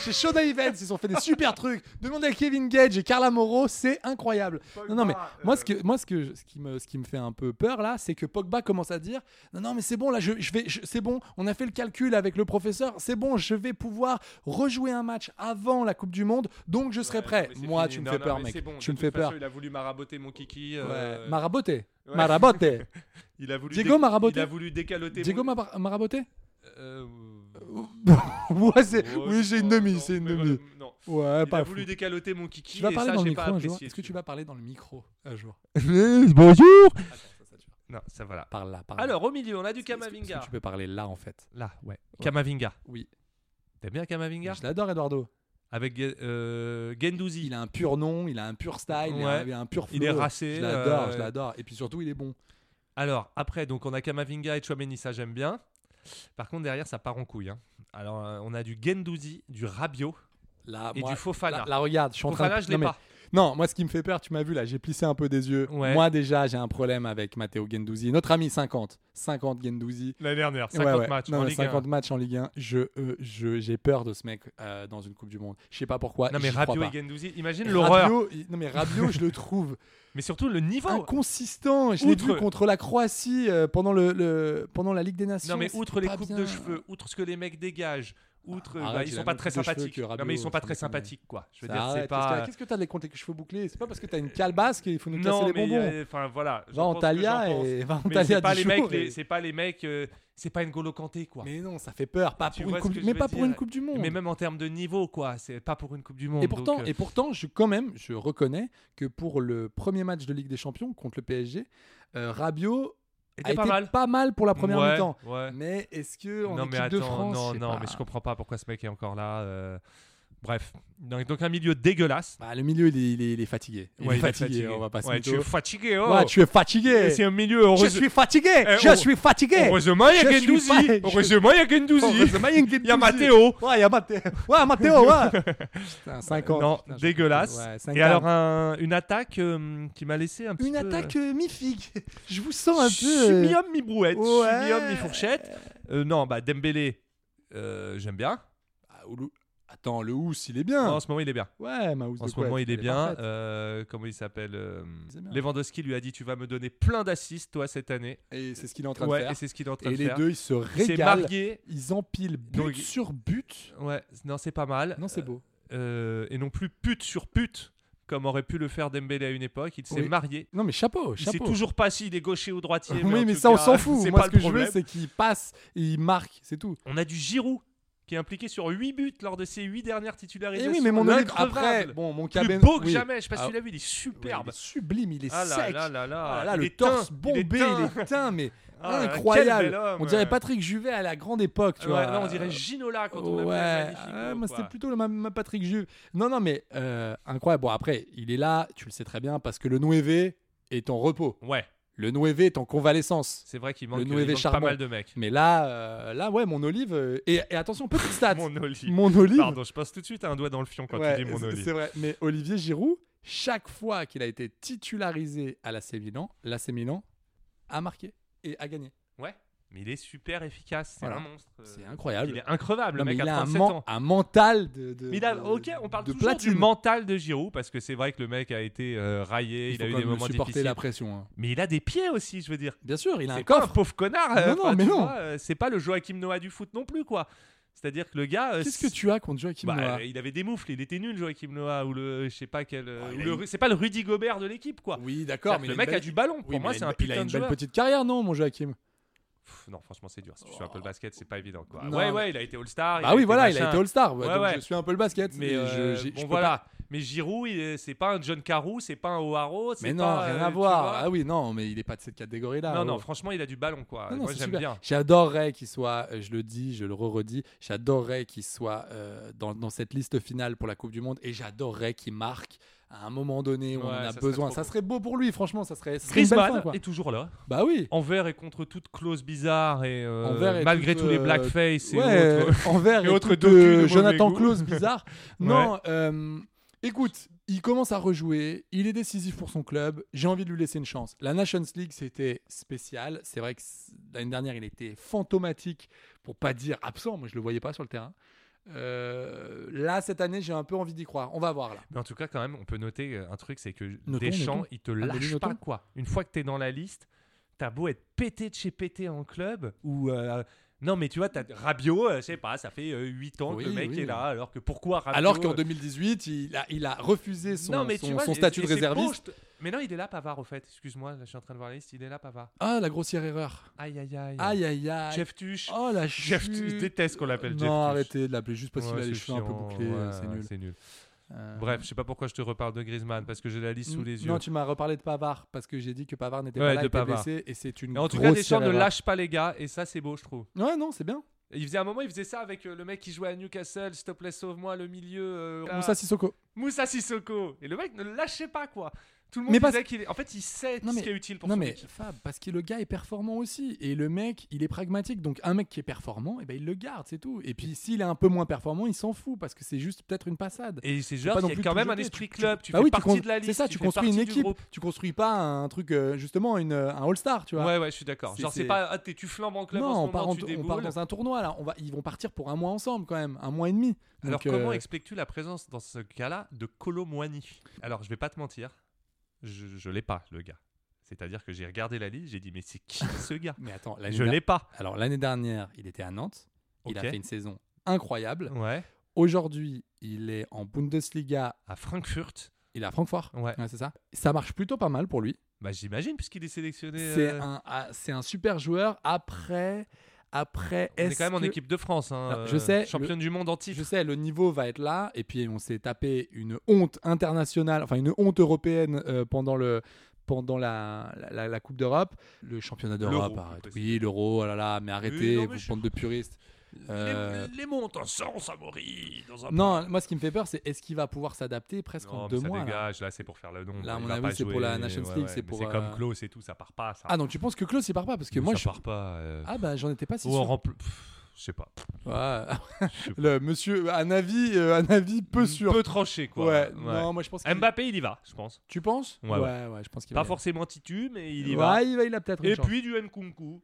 Chez Shonda Evans, ils ont fait des super trucs. Demandez à Kevin Gage et Carla Moreau, c'est incroyable. Non, non, mais moi, ce, que, moi ce, que, ce, qui me, ce qui me fait un peu peur là, c'est que Pogba commence à dire Non, non, mais c'est bon, là, je, je vais, je- c'est bon, on a fait le calcul avec le professeur, c'est bon, je vais pouvoir rejouer un match avant la Coupe du Monde, donc je serai prêt. Mais c'est Moi, fini. tu me Non, fais non, peur, mais mec. c'est bon. tu De me fais toute façon, peur. Il a voulu maraboter mon kiki. euh, Ouais. Maraboté. ouais. Maraboté. Il a voulu Diego dé- Maraboté. Il a voulu décaloter. Diego mon- Mar- Maraboté Euh, ouais, c'est, oh, Oui, je c'est une crois, demi, non, c'est une mais demi. voilà, non. Ouais, Il a pas fou. voulu décaloter mon kiki. Tu vas et parler ça, dans le j'ai pas micro un jour apprécié, Est-ce que tu vas parler dans le micro un jour Bonjour. Non, ça voilà. Parle là, parle là. Alors au milieu, on a du Ah. Est-ce que- est-ce que Kamavinga. Tu peux parler là en fait. Là, ouais. Kamavinga. Oui. T'aimes bien Kamavinga Je l'adore, Eduardo. Avec euh, Gendouzi. Il a un pur nom, il a un pur style, il, Ouais. a, il a un pur flow. Il est racé, Je l'adore, euh, je l'adore. Et puis surtout, il est bon. Alors, après, donc on a Kamavinga et Chouameni, ça j'aime bien. Par contre, derrière, ça part en couille. hein. Alors, euh, on a du Gendouzi, du Rabiot Là, et Ah, moi, du Fofana. là, là, regarde, je suis en train Fofana, de... je l'ai non, mais- pas. Non, moi, ce qui me fait peur, tu m'as vu là, j'ai plissé un peu des yeux. Ouais. Moi, déjà, j'ai un problème avec Matteo Gendouzi. Notre ami 50. 50 Gendouzi. La dernière, Ouais, 50 ouais. matchs Non, en mais Ligue 50 1. matchs en Ligue 1. Je, euh, je, j'ai peur de ce mec euh, dans une Coupe du Monde. Je sais pas pourquoi. Non, mais Ah, j'y crois Rabiot pas. et Gendouzi, imagine l'horreur. Rabiot, il- non mais Rabiot, je le trouve Mais surtout le niveau. inconsistant. Je l'ai Outre- vu contre la Croatie euh, pendant le, le- pendant la Ligue des Nations. non, mais c'était outre les pas coupes bien. de cheveux, outre ce que les mecs dégagent, outre. Ah, bah, arrête, ils il sont a pas même très plus de cheveux sympathiques. que Rabiot, non, mais ils sont pas ça très me semble. sympathiques, quoi. Je veux Ça dire, arrête, c'est qu'est-ce que- pas. Qu'est-ce que t'as de les compter que je veux boucler C'est pas parce que t'as une calebasse qu'il faut nous casser Non, les mais il y bonbons. a- enfin voilà. je Va en pense que j'en Thalia pense. et va en Mais c'est Thalia pas, dix les mecs, jours et- les- c'est pas les mecs, euh, c'est pas N'Golo Kanté quoi. Mais non, ça fait peur. Pas Tu pour une vois ce coupe, que je mais veux pas pour une dire. Coupe du Monde. Mais même en termes de niveau, quoi, c'est pas pour une Coupe du Monde. Et pourtant, donc, euh, et pourtant, je quand même, je reconnais que pour le premier match de Ligue des Champions contre le PSG, euh, Rabiot était a pas été mal. pas mal pour la première Ouais, mi-temps. ouais. Mais est-ce que en Non, équipe mais attends, de France, non, sais non, pas. mais je comprends pas pourquoi ce mec est encore là. euh, Bref, donc, donc un milieu dégueulasse. Bah, le milieu, il est, il est- il est fatigué. Il Ouais, est il est fatigué, On va pas se ouais, mytho. tu es fatigué. Oh. Ouais, tu es fatigué. Et C'est un milieu heureuse- Je suis fatigué. Eh, je oh. suis fatigué. Heureusement, il y a Je suis Gendouzi. pas- je- Heureusement, il y a Gendouzi. Heureusement, il y a Gendouzi. Il y a Matteo. Ouais, il y a Matteo. Ouais, Matteo, ouais. Putain, 50. Non, Putain, je- dégueulasse. Ouais, Et 50. alors, un- une attaque euh, qui m'a laissé un petit Une peu. attaque euh, mi-figue. Je vous sens un peu. euh, mi-homme, mi-brouette. Ouais. Mi-homme, mi-fourchette. Euh, non, bah Dembélé, euh, j'aime bien. Ah, Oulu- Attends, le housse, il est Non, bien. en ce moment, il est bien. Ouais, ma housse En Ah. de ce moment, couette, il est elle bien. parfaite. Euh, comment il s'appelle euh, C'est bien. Lewandowski lui a dit Tu vas me donner plein d'assists, toi, cette année. Et c'est ce qu'il est en train Ouais, de et faire. c'est ce qu'il est en train Et de les faire. deux, ils se il s'est régalent. marié. Ils empilent but Donc- sur but. Ouais, non, c'est pas mal. Non, c'est beau. euh, et non plus pute sur pute, comme aurait pu le faire Dembélé à une époque. Il s'est Oui. marié. Non, mais chapeau, Il sait chapeau. toujours pas s'il est gaucher ou droitier. Oui, en mais tout ça, on cas, s'en fout. c'est Moi, pas ce le que je veux, problème. c'est qu'il passe et il marque, c'est tout. On a du Giroud qui est impliqué sur 8 buts lors de ses 8 dernières Et titularisations. Eh oui, mais mon Olive, L'increvable. après, bon, mon plus Caben- beau que oui. jamais. Je sais pas si Ah, tu l'as vu, il est superbe. Ouais, il est sublime, il est ah là sec. là là là, Ah là, il le est teint, torse bombé, il teint. est teint, mais Ah là là, quel incroyable. bel homme. on dirait Patrick Juvet à la grande époque, tu Ouais, vois. euh, non, on dirait Ginola quand on l'a ouais, vu, magnifique. ah, beau, moi, quoi. c'était plutôt le ma, ma Patrick Juve. Non, non, mais euh, incroyable. Bon, après, il est là, tu le sais très bien, parce que le Nueve est en repos. Ouais, Le Nueve est en convalescence. c'est vrai qu'il manque, il Noévé manque pas charmant. mal de mecs. Mais là, euh, là, ouais, mon Olive. euh, et, et attention, petite stat. Mon Olivier. Mon Olive. Pardon, je passe tout de suite à un doigt dans le fion quand ouais, tu dis mon c'est- Olivier. C'est vrai. Mais Olivier Giroud, chaque fois qu'il a été titularisé à l'AC Milan, l'AC Milan a marqué et a gagné. Ouais, mais il est super efficace, c'est Voilà. un monstre. euh, C'est incroyable. Il est increvable, Non, le mais mec, il à a un, 37 men- ans. un mental de, de- Mais il a- de- ok, on parle de toujours platine. du mental de Giroud parce que c'est vrai que le mec a été euh, raillé, il, faut a eu quand des même moments supporter difficiles. la pression. hein. Mais il a des pieds aussi, je veux dire. Bien sûr, il a un C'est pas un coffre. pauvre connard. euh, Non, non, enfin, mais tu non. vois, euh, c'est pas le Joachim Noah du foot non plus, quoi. C'est-à-dire que le gars. euh, Qu'est-ce que tu as contre Joachim Bah, Noah euh, il avait des moufles, il était nul Joachim Noah ou le je sais pas quel euh, Oh, il ou a le- une- c'est pas le Rudy Gobert de l'équipe quoi. Oui, d'accord, C'est-à-dire mais que le il mec une belle- a du ballon. Pour Oui, mais moi, il a c'est une- un putain Il a une de belle joueur. Ah, petite carrière, non, mon Joachim Pff, non, franchement, c'est dur. Si tu suis un Oh. peu le basket, c'est pas évident quoi. Non, ouais, mais- ouais, il a été All-Star. Ah oui, voilà, il a machin. été All-Star. ouais, Ouais, donc ouais. Je suis un peu le basket. Mais et euh, je- j'ai- bon, je peux voilà. pas- Mais Giroud, il est- c'est pas un John Carew, c'est pas un O'Haro, c'est Mais non, pas, rien euh, à tu voir. vois. Ah oui, non, mais il est pas de cette catégorie-là. non, oh. non, franchement, il a du ballon quoi. Ah, Non, non, Moi, c'est j'aime super. bien. J'adorerais qu'il soit, euh, je le dis, je le redis, j'adorerais qu'il soit euh, dans, dans cette liste finale pour la Coupe du Monde et j'adorerais qu'il marque à un moment donné où on Ouais, en ça a serait besoin. trop ça beau. serait beau pour lui, franchement, ça serait. ça serait une belle fin, Griezmann quoi. est toujours là, Bah oui. envers et contre toute clause bizarre et, euh, Envers et malgré toute, tous les euh, blackface et ouais, autres. euh, envers et et autres tout docus de de mauvais Jonathan goût. Claus bizarre. Non, euh, écoute, il commence à rejouer, il est décisif pour son club, j'ai envie de lui laisser une chance. La Nations League, c'était spécial. C'est vrai que c- l'année dernière, il était fantomatique, pour pas dire absent, moi je le voyais pas sur le terrain. Euh, là, cette année, j'ai un peu envie d'y croire. On va voir là. Mais en tout cas, quand même, on peut noter euh, un truc, c'est que Notons, Deschamps, notons. il te mais lâche notons. pas, quoi. Une fois que t'es dans la liste, t'as beau être pété de chez pété en club, ou... euh, non, mais tu vois, t'as Rabiot, euh, je sais pas, ça fait 8 ans Oui, que le mec oui. est là, alors que pourquoi Rabiot Alors qu'en euh, 2018, il a, il a refusé son, non, mais son- tu vois, son et- statut et de c'est beau, réserviste. je te- Mais non, il est là, Pavard, au fait. Excuse-moi, là, je suis en train de voir la liste, il est là, Pavard. Ah, la grossière erreur. Aïe, aïe, aïe. Aïe, aïe, aïe. Jeff Tuch. Oh la Jeff Tuch, je chute. déteste qu'on l'appelle Jeff Tuch. Non, arrêtez de l'appeler juste parce qu'il Ouais, a les c'est cheveux un peu chiant, bouclés, euh, ouais, c'est ouais, nul. C'est nul. Euh, Bref, je sais pas pourquoi je te reparle de Griezmann, parce que j'ai la liste sous n- les yeux. Mm. Non, tu m'as reparlé de Pavard parce que j'ai dit que Pavard n'était Ouais, pas là, de il était Pavard. blessé et c'est une Mais en tout cas, grosse Deschamps ne erreur. lâche pas les gars, et ça, c'est beau, je trouve. Ouais, non, c'est bien. Il faisait un moment, il faisait ça avec euh, le mec qui jouait à Newcastle, s'il te plaît, sauve-moi, le milieu. euh, là. Moussa Sissoko. Moussa Sissoko. Et le mec ne le lâchait pas, quoi. Tout le monde Mais disait parce- qu'il est. En fait, il sait Non, ce mais- qui est utile pour Non son mais équipe. Fab, parce que le gars est performant aussi et le mec, il est pragmatique. Donc un mec qui est performant, et ben il le garde, c'est tout. Et puis s'il est un peu moins performant, il s'en fout parce que c'est juste peut-être une passade. Et c'est pas genre, non il y a plus quand tout même un jeter. esprit Tu- club, tu Bah fais oui, partie con- de la liste. C'est ça, tu fais construis une partie du équipe. groupe. Tu construis pas un truc euh, justement une, euh, un all-star, tu vois. Ouais, ouais, je suis d'accord. C'est- Genre, c'est c'est- pas. Ah, t'es- tu flambes en club non, en ce on, moment, part en- tu on part déboules. dans un tournoi là. On va, ils vont partir pour un mois ensemble quand même, un mois et demi. Alors, Donc, comment euh, expliques-tu la présence, dans ce cas-là, de Colomwani Alors, je vais pas te mentir, je, je l'ai pas, le gars. C'est-à-dire que j'ai regardé la liste, j'ai dit, mais c'est qui ce gars Mais attends, l'année Je dernière- l'ai pas. Alors l'année dernière, il était à Nantes. Il a Ok. fait une saison incroyable. Ouais. Aujourd'hui, il est en Bundesliga. À Frankfurt. Il est à Francfort. Ouais. c'est ça. Ça marche plutôt pas mal pour lui. Bah j'imagine puisqu'il est sélectionné. C'est euh, un, ah, c'est un super joueur. Après, après, On est, est-ce quand même en que- équipe de France. hein, Non, je euh, sais, Championne du monde entier. Je sais, le niveau va être là. Et puis, on s'est tapé une honte internationale, enfin une honte européenne euh, pendant le pendant la, la- la- la Coupe d'Europe. Le championnat d'Europe, plus arrête. précis. Oui, l'euro, oh là là, mais arrêtez, non, mais vous je- bande de puristes. Euh, Les, les mots ont un sens, Amaury. Dans un Non, moi, ce qui me fait peur, c'est est-ce qu'il va pouvoir s'adapter presque Non, en mais deux ça mois là dégage. Là, c'est pour faire le nombre. Là, à il mon va avis, pas c'est pour jouer, la Nations ouais, League, ouais, c'est mais pour, C'est euh, comme Klaus et tout, ça part pas. Ça. Ah non, tu penses que Klaus il part pas parce que Mais moi ça je part pas. euh, ah bah j'en étais pas si ou en sûr. rempli- pff, Je sais pas. Ouais. Le monsieur un avis euh, un avis peu sûr. Peu tranché quoi. ouais, Ouais. non, moi je pense que Mbappé, il y va, je pense. tu penses Ouais, ouais. ouais, je pense qu'il Pas va. y aller. forcément Titu, mais il y Ouais, va. il va, il a peut-être une Et chance. puis du Nkunku,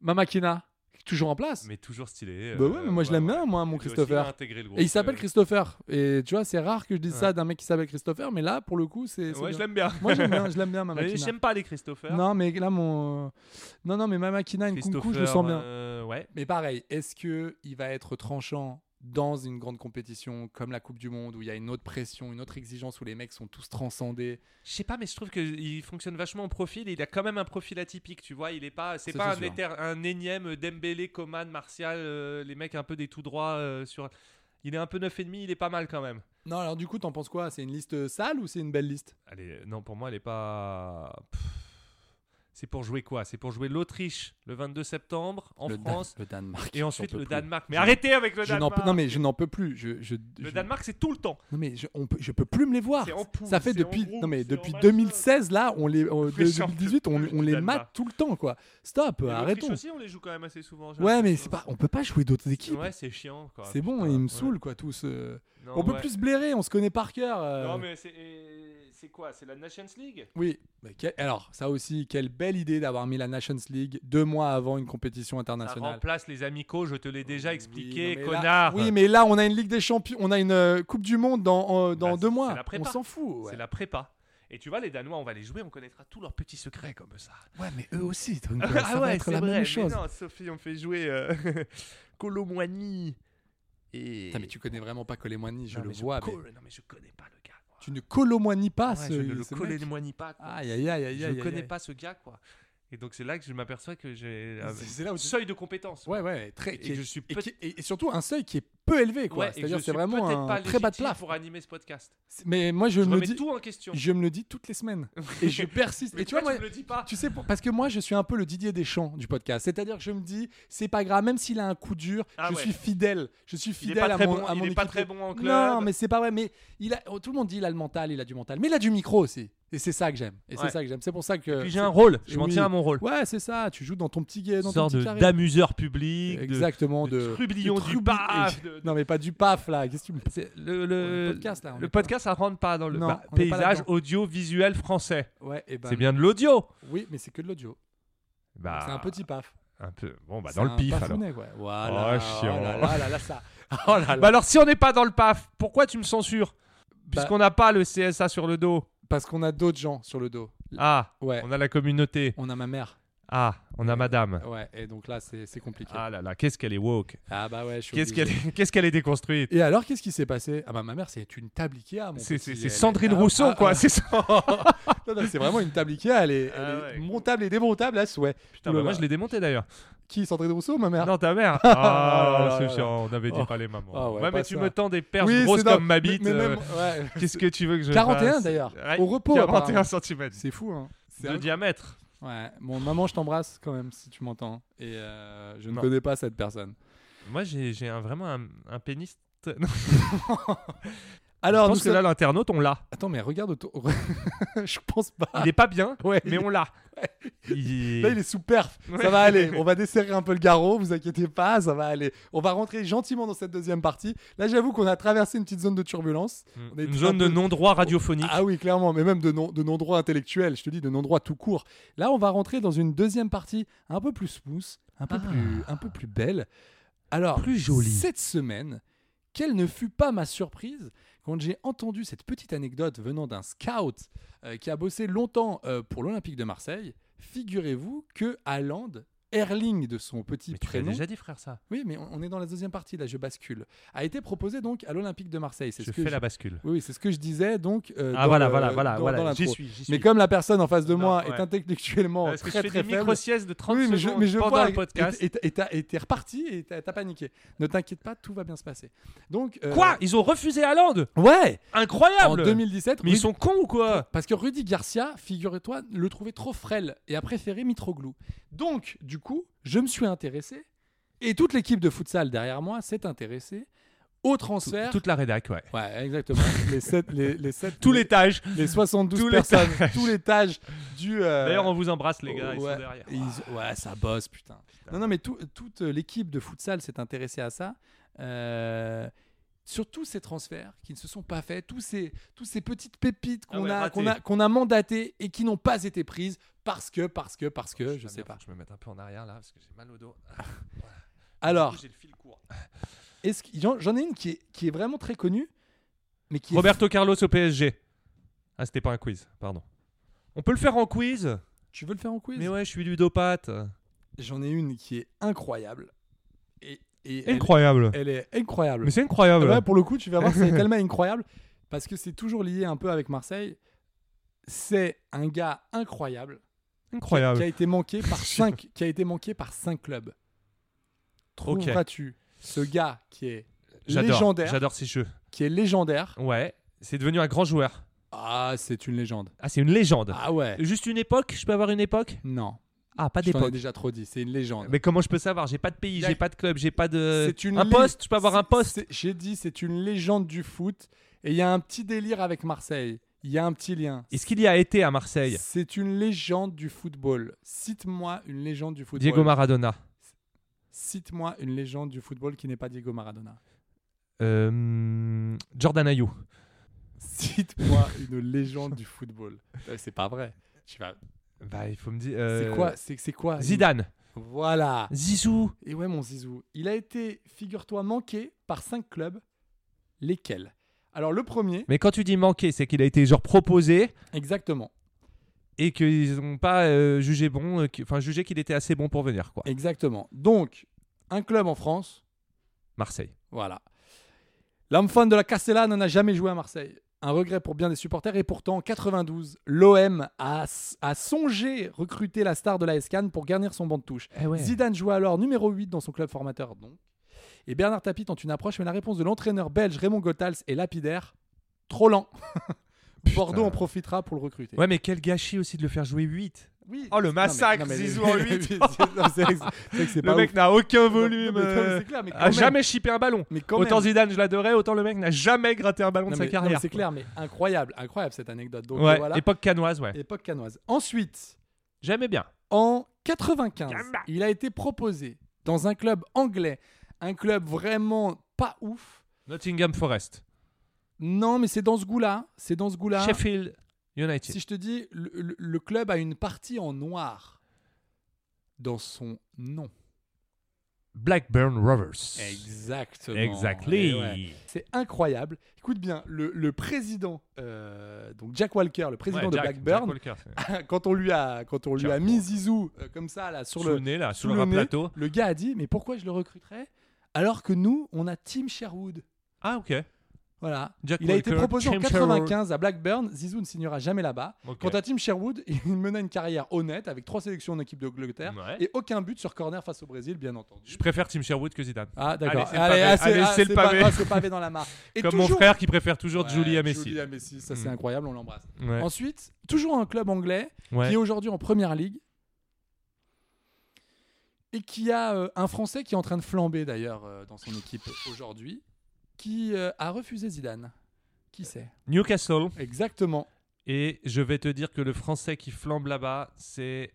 Mamakina toujours en place. mais toujours stylé. bah euh, ouais, mais moi je l'aime ouais. bien moi Lui mon aussi, il a Christopher. intégré le groupe, Et il s'appelle euh, Christopher. Et tu vois, c'est rare que je dise Ouais. ça d'un mec qui s'appelle Christopher, mais là pour le coup, c'est c'est Ouais, bien. je l'aime bien. Moi j'aime bien, je l'aime bien Mais Mamakina. J'aime pas les Christopher. Non, mais là mon Non non, mais Mamakina Nkunku, je le Christopher, sens bien. euh, ouais. Mais pareil, est-ce que il va être tranchant dans une grande compétition comme la Coupe du Monde, où il y a une autre pression, une autre exigence, où les mecs sont tous transcendés. Je sais pas, mais je trouve qu'il fonctionne vachement en profil. et Il a quand même un profil atypique, tu vois. Il est pas, c'est Ça, pas c'est un, sûr. éter- un énième Dembélé, Coman, Martial, euh, les mecs un peu des tout droits euh, sur. Il est un peu 9,5, il est pas mal quand même. Non, alors du coup, t'en penses quoi C'est une liste sale ou c'est une belle liste Allez, non, pour moi, elle est pas. Pff. C'est pour jouer quoi C'est pour jouer l'Autriche le 22 septembre en le Dan- France le Danemark. et j'en ensuite peux le plus. Danemark. Mais Je- arrêtez avec le Je n'en peux- Danemark non mais je n'en peux plus. Je, je, Le je- Danemark, c'est tout le temps. Non mais je, on peut- je peux plus me les voir. C'est en poule, ça fait c'est depuis en groupe, non mais c'est depuis en machin. 2016 là, on les en- de- Mais j'en peux 2018 on, plus on du les Danemark. mate tout le temps quoi. Stop, Et l'Autriche arrêtons. aussi, on les joue quand même assez souvent. j'ai Ouais mais l'impression. c'est pas on peut pas jouer d'autres équipes. Ouais, bah, c'est chiant. quoi. c'est bon, Putain, ils me ouais. saoulent quoi tous. euh. Non, on peut ouais. plus se blairer, on se connaît par cœur. euh. Non, mais c'est- et- c'est quoi C'est la Nations League Oui, mais quel- alors ça aussi, quelle belle idée d'avoir mis la Nations League deux mois avant une compétition Ça internationale. remplace les amicaux, je te l'ai déjà Oui, expliqué, non, mais là- connard. oui, mais là on a une Ligue des Champions, on a une euh, Coupe du Monde dans, euh, dans Bah, deux c'est mois. la On prépa. s'en fout. ouais. C'est la prépa. Et tu vois, les Danois, on va les jouer, on connaîtra tous leurs petits secrets comme ça. Ouais, mais eux aussi, Ah donc, euh, ça va être la même chose. non, Sophie, on fait jouer euh, Colomwani et. Putain, mais tu connais vraiment pas Colemoigny, je Non, le mais vois. mais co- Non, mais je connais pas le gars. quoi. Tu ne colomoignis pas Ouais, ce, je ne le ce mec. Colomwani pas. quoi. Aïe, aïe, aïe, aïe, Je aïe, ne aïe, connais aïe. pas ce gars, quoi. Et donc, c'est là que je m'aperçois que j'ai un C'est c'est là où tu- seuil de compétence. Ouais, ouais, très. Et qui est- que je suis et, peut- qui- et- et surtout un seuil qui est peu élevé, quoi. Ouais, et que C'est-à-dire, je c'est suis vraiment peut-être pas un très bas de légitime plaf. pour animer ce podcast. C'est- Mais moi, je, Je me remets dis, tout en question. je me le dis toutes les semaines, et je persiste. Mais et tu vois, moi, tu me le dis pas. Tu sais, pour- parce que moi, je suis un peu le Didier Deschamps du podcast. C'est-à-dire que je me dis, c'est pas grave, même s'il a un coup dur, Ah je ouais. suis fidèle. Je Il suis est fidèle pas à très mon, bon, à il mon est pas équipe. très bon en club. Non, mais c'est pas vrai. Mais il a, oh, tout le monde dit, il a le mental, il a du mental. Mais il a du micro aussi. Et c'est ça que j'aime. Et c'est Ouais. ça que j'aime. C'est pour ça que. Puis j'ai un rôle, Et je m'en oui. tiens à mon rôle. Ouais, c'est ça. Tu joues dans ton petit dans ton Sort petit de carré. d'amuseur public, de- Exactement. de, De, trublion de du trubli- paf. de- Non, mais pas du paf là. Qu'est-ce que tu me. C'est le, le- Le podcast, là, on le est pas- podcast, ça rentre pas dans le Non, bah, on est pas paysage là-dedans. audiovisuel français. Ouais, et ben. c'est bien de l'audio. Oui, mais c'est que de l'audio. Bah, C'est un petit paf. un peu. Bon, bah C'est dans le un pif alors. pafounet, ouais. Voilà. Oh, chiant. là là, là, là, ça. Oh là là. Bah alors si on n'est pas dans le paf, pourquoi tu me censures Puisqu'on n'a pas le CSA sur le dos. Parce qu'on a d'autres gens sur le dos. Ah, Ouais. on a la communauté. On a ma mère. Ah, on a madame. Ouais, et donc là, c'est c'est compliqué. Ah, Ah là là, qu'est-ce qu'elle est woke. bah ouais, je suis Qu'est-ce obligé. qu'elle est, qu'est-ce qu'elle est déconstruite. Et alors, qu'est-ce qui s'est passé Ah bah ma mère, c'est une table Ikea, mon C'est, petit. c'est- c'est Elle est- Sandrine Ah, Rousseau ah, quoi, ah, c'est ça. Oh non, non, c'est vraiment une table Ikea, elle est, Ah elle est ouais. montable et démontable à souhait. Putain, bah, Oulala. moi je l'ai démonté d'ailleurs. Qui, Sandrine Rousseau, ma mère Ah. Non, ta mère. là Ah, là c'est là sûr, là. on avait dit Oh. pas les mamans. Ah ouais, ouais, mais pas tu ça. me tends des perches c'est grosses dans- comme ma bite. mais- mais euh, même- ouais. Qu'est-ce que tu veux que je 41 fasse d'ailleurs, Ouais, au repos, 41 apparemment. cm C'est fou, hein. C'est de un- diamètre. Ouais, mon maman, je t'embrasse quand même, si tu m'entends. Et euh, je ne Non. connais pas cette personne. Moi, j'ai j'ai un- vraiment un, un pénis. t- Non, Alors, je nous pense que sommes- là, l'internaute, on l'a. Attends, mais regarde autour. je pense pas. Il est pas bien, Ouais, mais on l'a. Il- Là, il est sous perf. Ouais. Ça va aller. On va desserrer un peu le garrot. Vous inquiétez pas, ça va aller. On va rentrer gentiment dans cette deuxième partie. Là, j'avoue qu'on a traversé une petite zone de turbulence. on est Une un zone peu- de non-droit radiophonique. Ah oui, clairement, mais même de, non, de non-droit intellectuel, je te dis, de non-droit tout court. Là, on va rentrer dans une deuxième partie un peu plus smooth, un peu, plus, un peu plus belle. Alors, Ah. Plus jolie. cette semaine, quelle ne fut pas ma surprise quand j'ai entendu cette petite anecdote venant d'un scout euh, qui a bossé longtemps euh, pour l'Olympique de Marseille. Figurez-vous que Haaland, Erling de son petit mais tu l'as prénom, déjà dit, frère, ça. oui, mais on on est dans la deuxième partie, là, je bascule, a été proposé donc à l'Olympique de Marseille. C'est Je ce fais que la bascule. oui, oui, c'est ce que je disais donc. euh, Ah dans voilà, le- voilà, voilà, dans- dans voilà. l'intro. J'y suis, j'y suis. Mais comme la personne en face de Non, moi ouais. est intellectuellement Parce que très je fais très des faible. micro-sièges de 30 Oui, mais je, secondes mais je pendant vois, le podcast. Et et- et t'as- et t'es reparti et t'as t'as paniqué. Ne t'inquiète pas, tout va bien se passer. Donc euh, Quoi Ils ont refusé Hollande Ouais. En Incroyable 2017, Mais ils Rudy- sont cons ou quoi parce que Rudy Garcia, figure-toi, le trouvait trop frêle et a préféré Mitroglou. Donc, du coup, je me suis intéressé et toute l'équipe de futsal derrière moi s'est intéressée au transfert. Toute la rédac, ouais. Ouais, Euh, exactement. les sept, les, les sept, Tout l'étage. les 72 Tout personnes, l'étage. tout l'étage du. euh, D'ailleurs, on vous embrasse, les gars. Ils ouais, sont derrière. ils- ouais, ça bosse, putain. Non, non, mais tout- toute l'équipe de futsal s'est intéressée à ça. Euh, sur tous ces transferts qui ne se sont pas faits, tous ces, tous ces petites pépites Ah qu'on ouais, a, raté. qu'on a, qu'on a mandatées et qui n'ont pas été prises parce que, parce que, parce que, je Putain, sais Ah, merde, pas. faut que Je me mette un peu en arrière là parce que j'ai mal au dos. Ah, Alors, J'ai le fil court. est-ce que- j'en j'en ai une qui est, qui est vraiment très connue, mais qui est- Roberto Carlos au PSG. Ah, c'était pas un quiz, pardon. On peut le faire en quiz Tu veux le faire en quiz Mais ouais, je suis ludopathe. J'en ai une qui est incroyable Et, et elle, Incroyable. elle est incroyable. Mais c'est Ah incroyable. bah. Ouais, pour le coup, tu vas voir, c'est tellement incroyable parce que c'est toujours lié un peu avec Marseille. C'est un gars incroyable Ah qui Incroyable. a été manqué par 5 qui a été manqué par cinq clubs. Ok. Trouveras-tu ce gars qui est J'adore. légendaire, J'adore ces jeux. qui est légendaire Ouais. C'est devenu un grand joueur. Ah, c'est une légende. Ah, c'est une légende. Ah ouais. Juste une époque Je peux avoir une époque Non, Ah, pas je t'en ai d'époque. déjà trop dit, c'est une légende. Mais comment je peux savoir J'ai pas de pays, Y a- j'ai pas de club, j'ai pas de. C'est une un lé- poste Je peux avoir c'est- un poste c'est- J'ai dit, c'est une légende du foot et il y a un petit délire avec Marseille. Il y a un petit lien. Est-ce qu'il y a été à Marseille C'est une légende du football. Cite-moi une légende du football. Diego Maradona. Cite-moi une légende du football qui n'est pas Diego Maradona. Euh, Jordan Ayou. Cite-moi une légende du football. Euh, C'est pas vrai. Tu vas- Bah, il faut me dire. C'est euh, quoi C'est c'est quoi une- Zidane. Voilà. Zizou. Et ouais, mon Zizou. Il a été, figure-toi, manqué par cinq clubs. Lesquels Alors le premier, Mais quand tu dis manqué, c'est qu'il a été genre proposé exactement, et qu'ils n'ont pas euh, jugé bon, euh, qu'- enfin jugé qu'il était assez bon pour venir quoi. exactement. Donc un club en France, Marseille. Voilà. L'enfant de la Castellane n'a jamais joué à Marseille. Un regret pour bien des supporters. Et pourtant, en 92, l'OM a, a songé recruter la star de la SCAN pour garnir son banc de touche. Zidane jouait alors numéro 8 dans son club formateur, donc. Et Bernard Tapie tente une approche, mais la réponse de l'entraîneur belge Raymond Gothals est lapidaire. Trop lent. Bordeaux en profitera pour le recruter. Ouais, mais quel gâchis aussi de le faire jouer 8. Oui. Oh, le Non, mais- massacre, non, mais- Zizou en huit. Oui, c'est- non, c'est vrai que c'est- c'est vrai que Le c'est pas mec ouf. n'a aucun Non, volume. mais- non, mais euh, c'est clair, mais quand A même. jamais chippé un ballon. Mais quand Autant même. Zidane, je l'adorais, autant le mec n'a jamais gratté un ballon Non, de sa mais- non, mais carrière. C'est quoi. clair, mais incroyable, incroyable cette anecdote. Donc Ouais, voilà, époque canoise, ouais. époque canoise. Ensuite, J'aimais bien. en 95, il a été proposé dans un club anglais, un club vraiment pas ouf. Nottingham Forest. Non, mais c'est dans ce goût-là, c'est dans ce goût-là. Sheffield United. Si je te dis, le, le- le club a une partie en noir dans son nom. Blackburn Rovers. Exactement. Exactly. Et ouais. C'est incroyable. Écoute bien, le, le président, euh, donc Jack Walker, le président Ouais, de Jack- Blackburn, Ah, Jack Walker, c'est- quand on lui a quand on lui a Tiens. mis Zizou euh, comme ça là sur sous le le nez là, sur sous le, le nez. plateau. le gars a dit mais pourquoi je le recruterais alors que nous on a Tim Sherwood Ah ok. voilà Jack il a Walker, été proposé en Tim 95 à Blackburn Zizou ne signera jamais là-bas Ok. quant à Tim Sherwood il mena une carrière honnête avec trois sélections en équipe de Angleterre Ouais. et aucun but sur corner face au Brésil bien entendu Je préfère Tim Sherwood que Zidane. ah d'accord Allez, c'est le pavé. ah, c'est- Allez, ah, c'est le c'est pas- pavé. ah, c'est pavé dans la mare et Comme mon toujours- frère qui préfère toujours Ouais, Julie à Messi. Julie à Messi ça c'est Mm. incroyable on l'embrasse Ouais. ensuite toujours un club anglais Ouais. qui est aujourd'hui en première ligue et qui a euh, un Français qui est en train de flamber d'ailleurs euh, dans son équipe aujourd'hui, qui euh, a refusé Zidane. Qui c'est Newcastle. Exactement. Et je vais te dire que le français qui flambe là-bas, c'est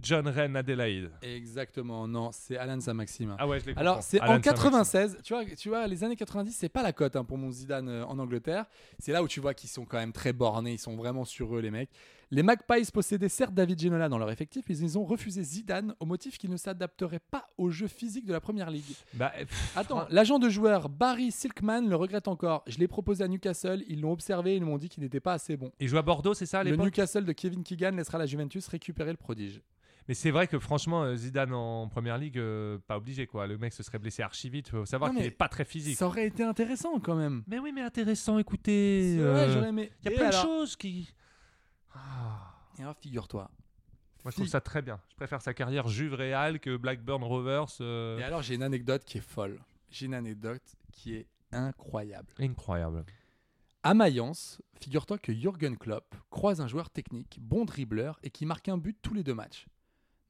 John Ren Adelaide. Exactement. Non, c'est Alan Saint-Maxime. Ah ouais, je l'ai Alors, c'est en 96. Tu vois, tu vois, les années 90, c'est pas la cote hein, pour mon Zidane euh, en Angleterre. C'est là où tu vois qu'ils sont quand même très bornés. Ils sont vraiment sur eux, les mecs. Les Magpies possédaient certes David Ginola dans leur effectif, mais ils ont refusé Zidane au motif qu'il ne s'adapterait pas au jeu physique de la première ligue. Bah, pff, Attends, l'agent de joueur Barry Silkman le regrette encore. Je l'ai proposé à Newcastle, ils l'ont observé, ils m'ont dit qu'il n'était pas assez bon. il joue à Bordeaux, c'est ça à le l'époque Newcastle de Kevin Keegan laissera la Juventus récupérer le prodige. Mais c'est vrai que franchement, euh, Zidane en première ligue, euh, pas obligé quoi. Le mec se serait blessé archi vite. Faut savoir Non, qu'il mais est pas très physique. Ça aurait été intéressant quand même. Mais oui, mais intéressant. Écoutez, euh, Ouais, j'aurais aimé. il y Et a plein alors- de choses qui. Ah. Et alors, figure-toi. Moi, je trouve Fi- ça très bien. Je préfère sa carrière Juve Real que Blackburn Rovers. euh, Et alors, j'ai une anecdote qui est folle. J'ai une anecdote qui est incroyable. Incroyable. À Mayence, figure-toi que Jürgen Klopp croise un joueur technique, bon dribbleur et qui marque un but tous les deux matchs.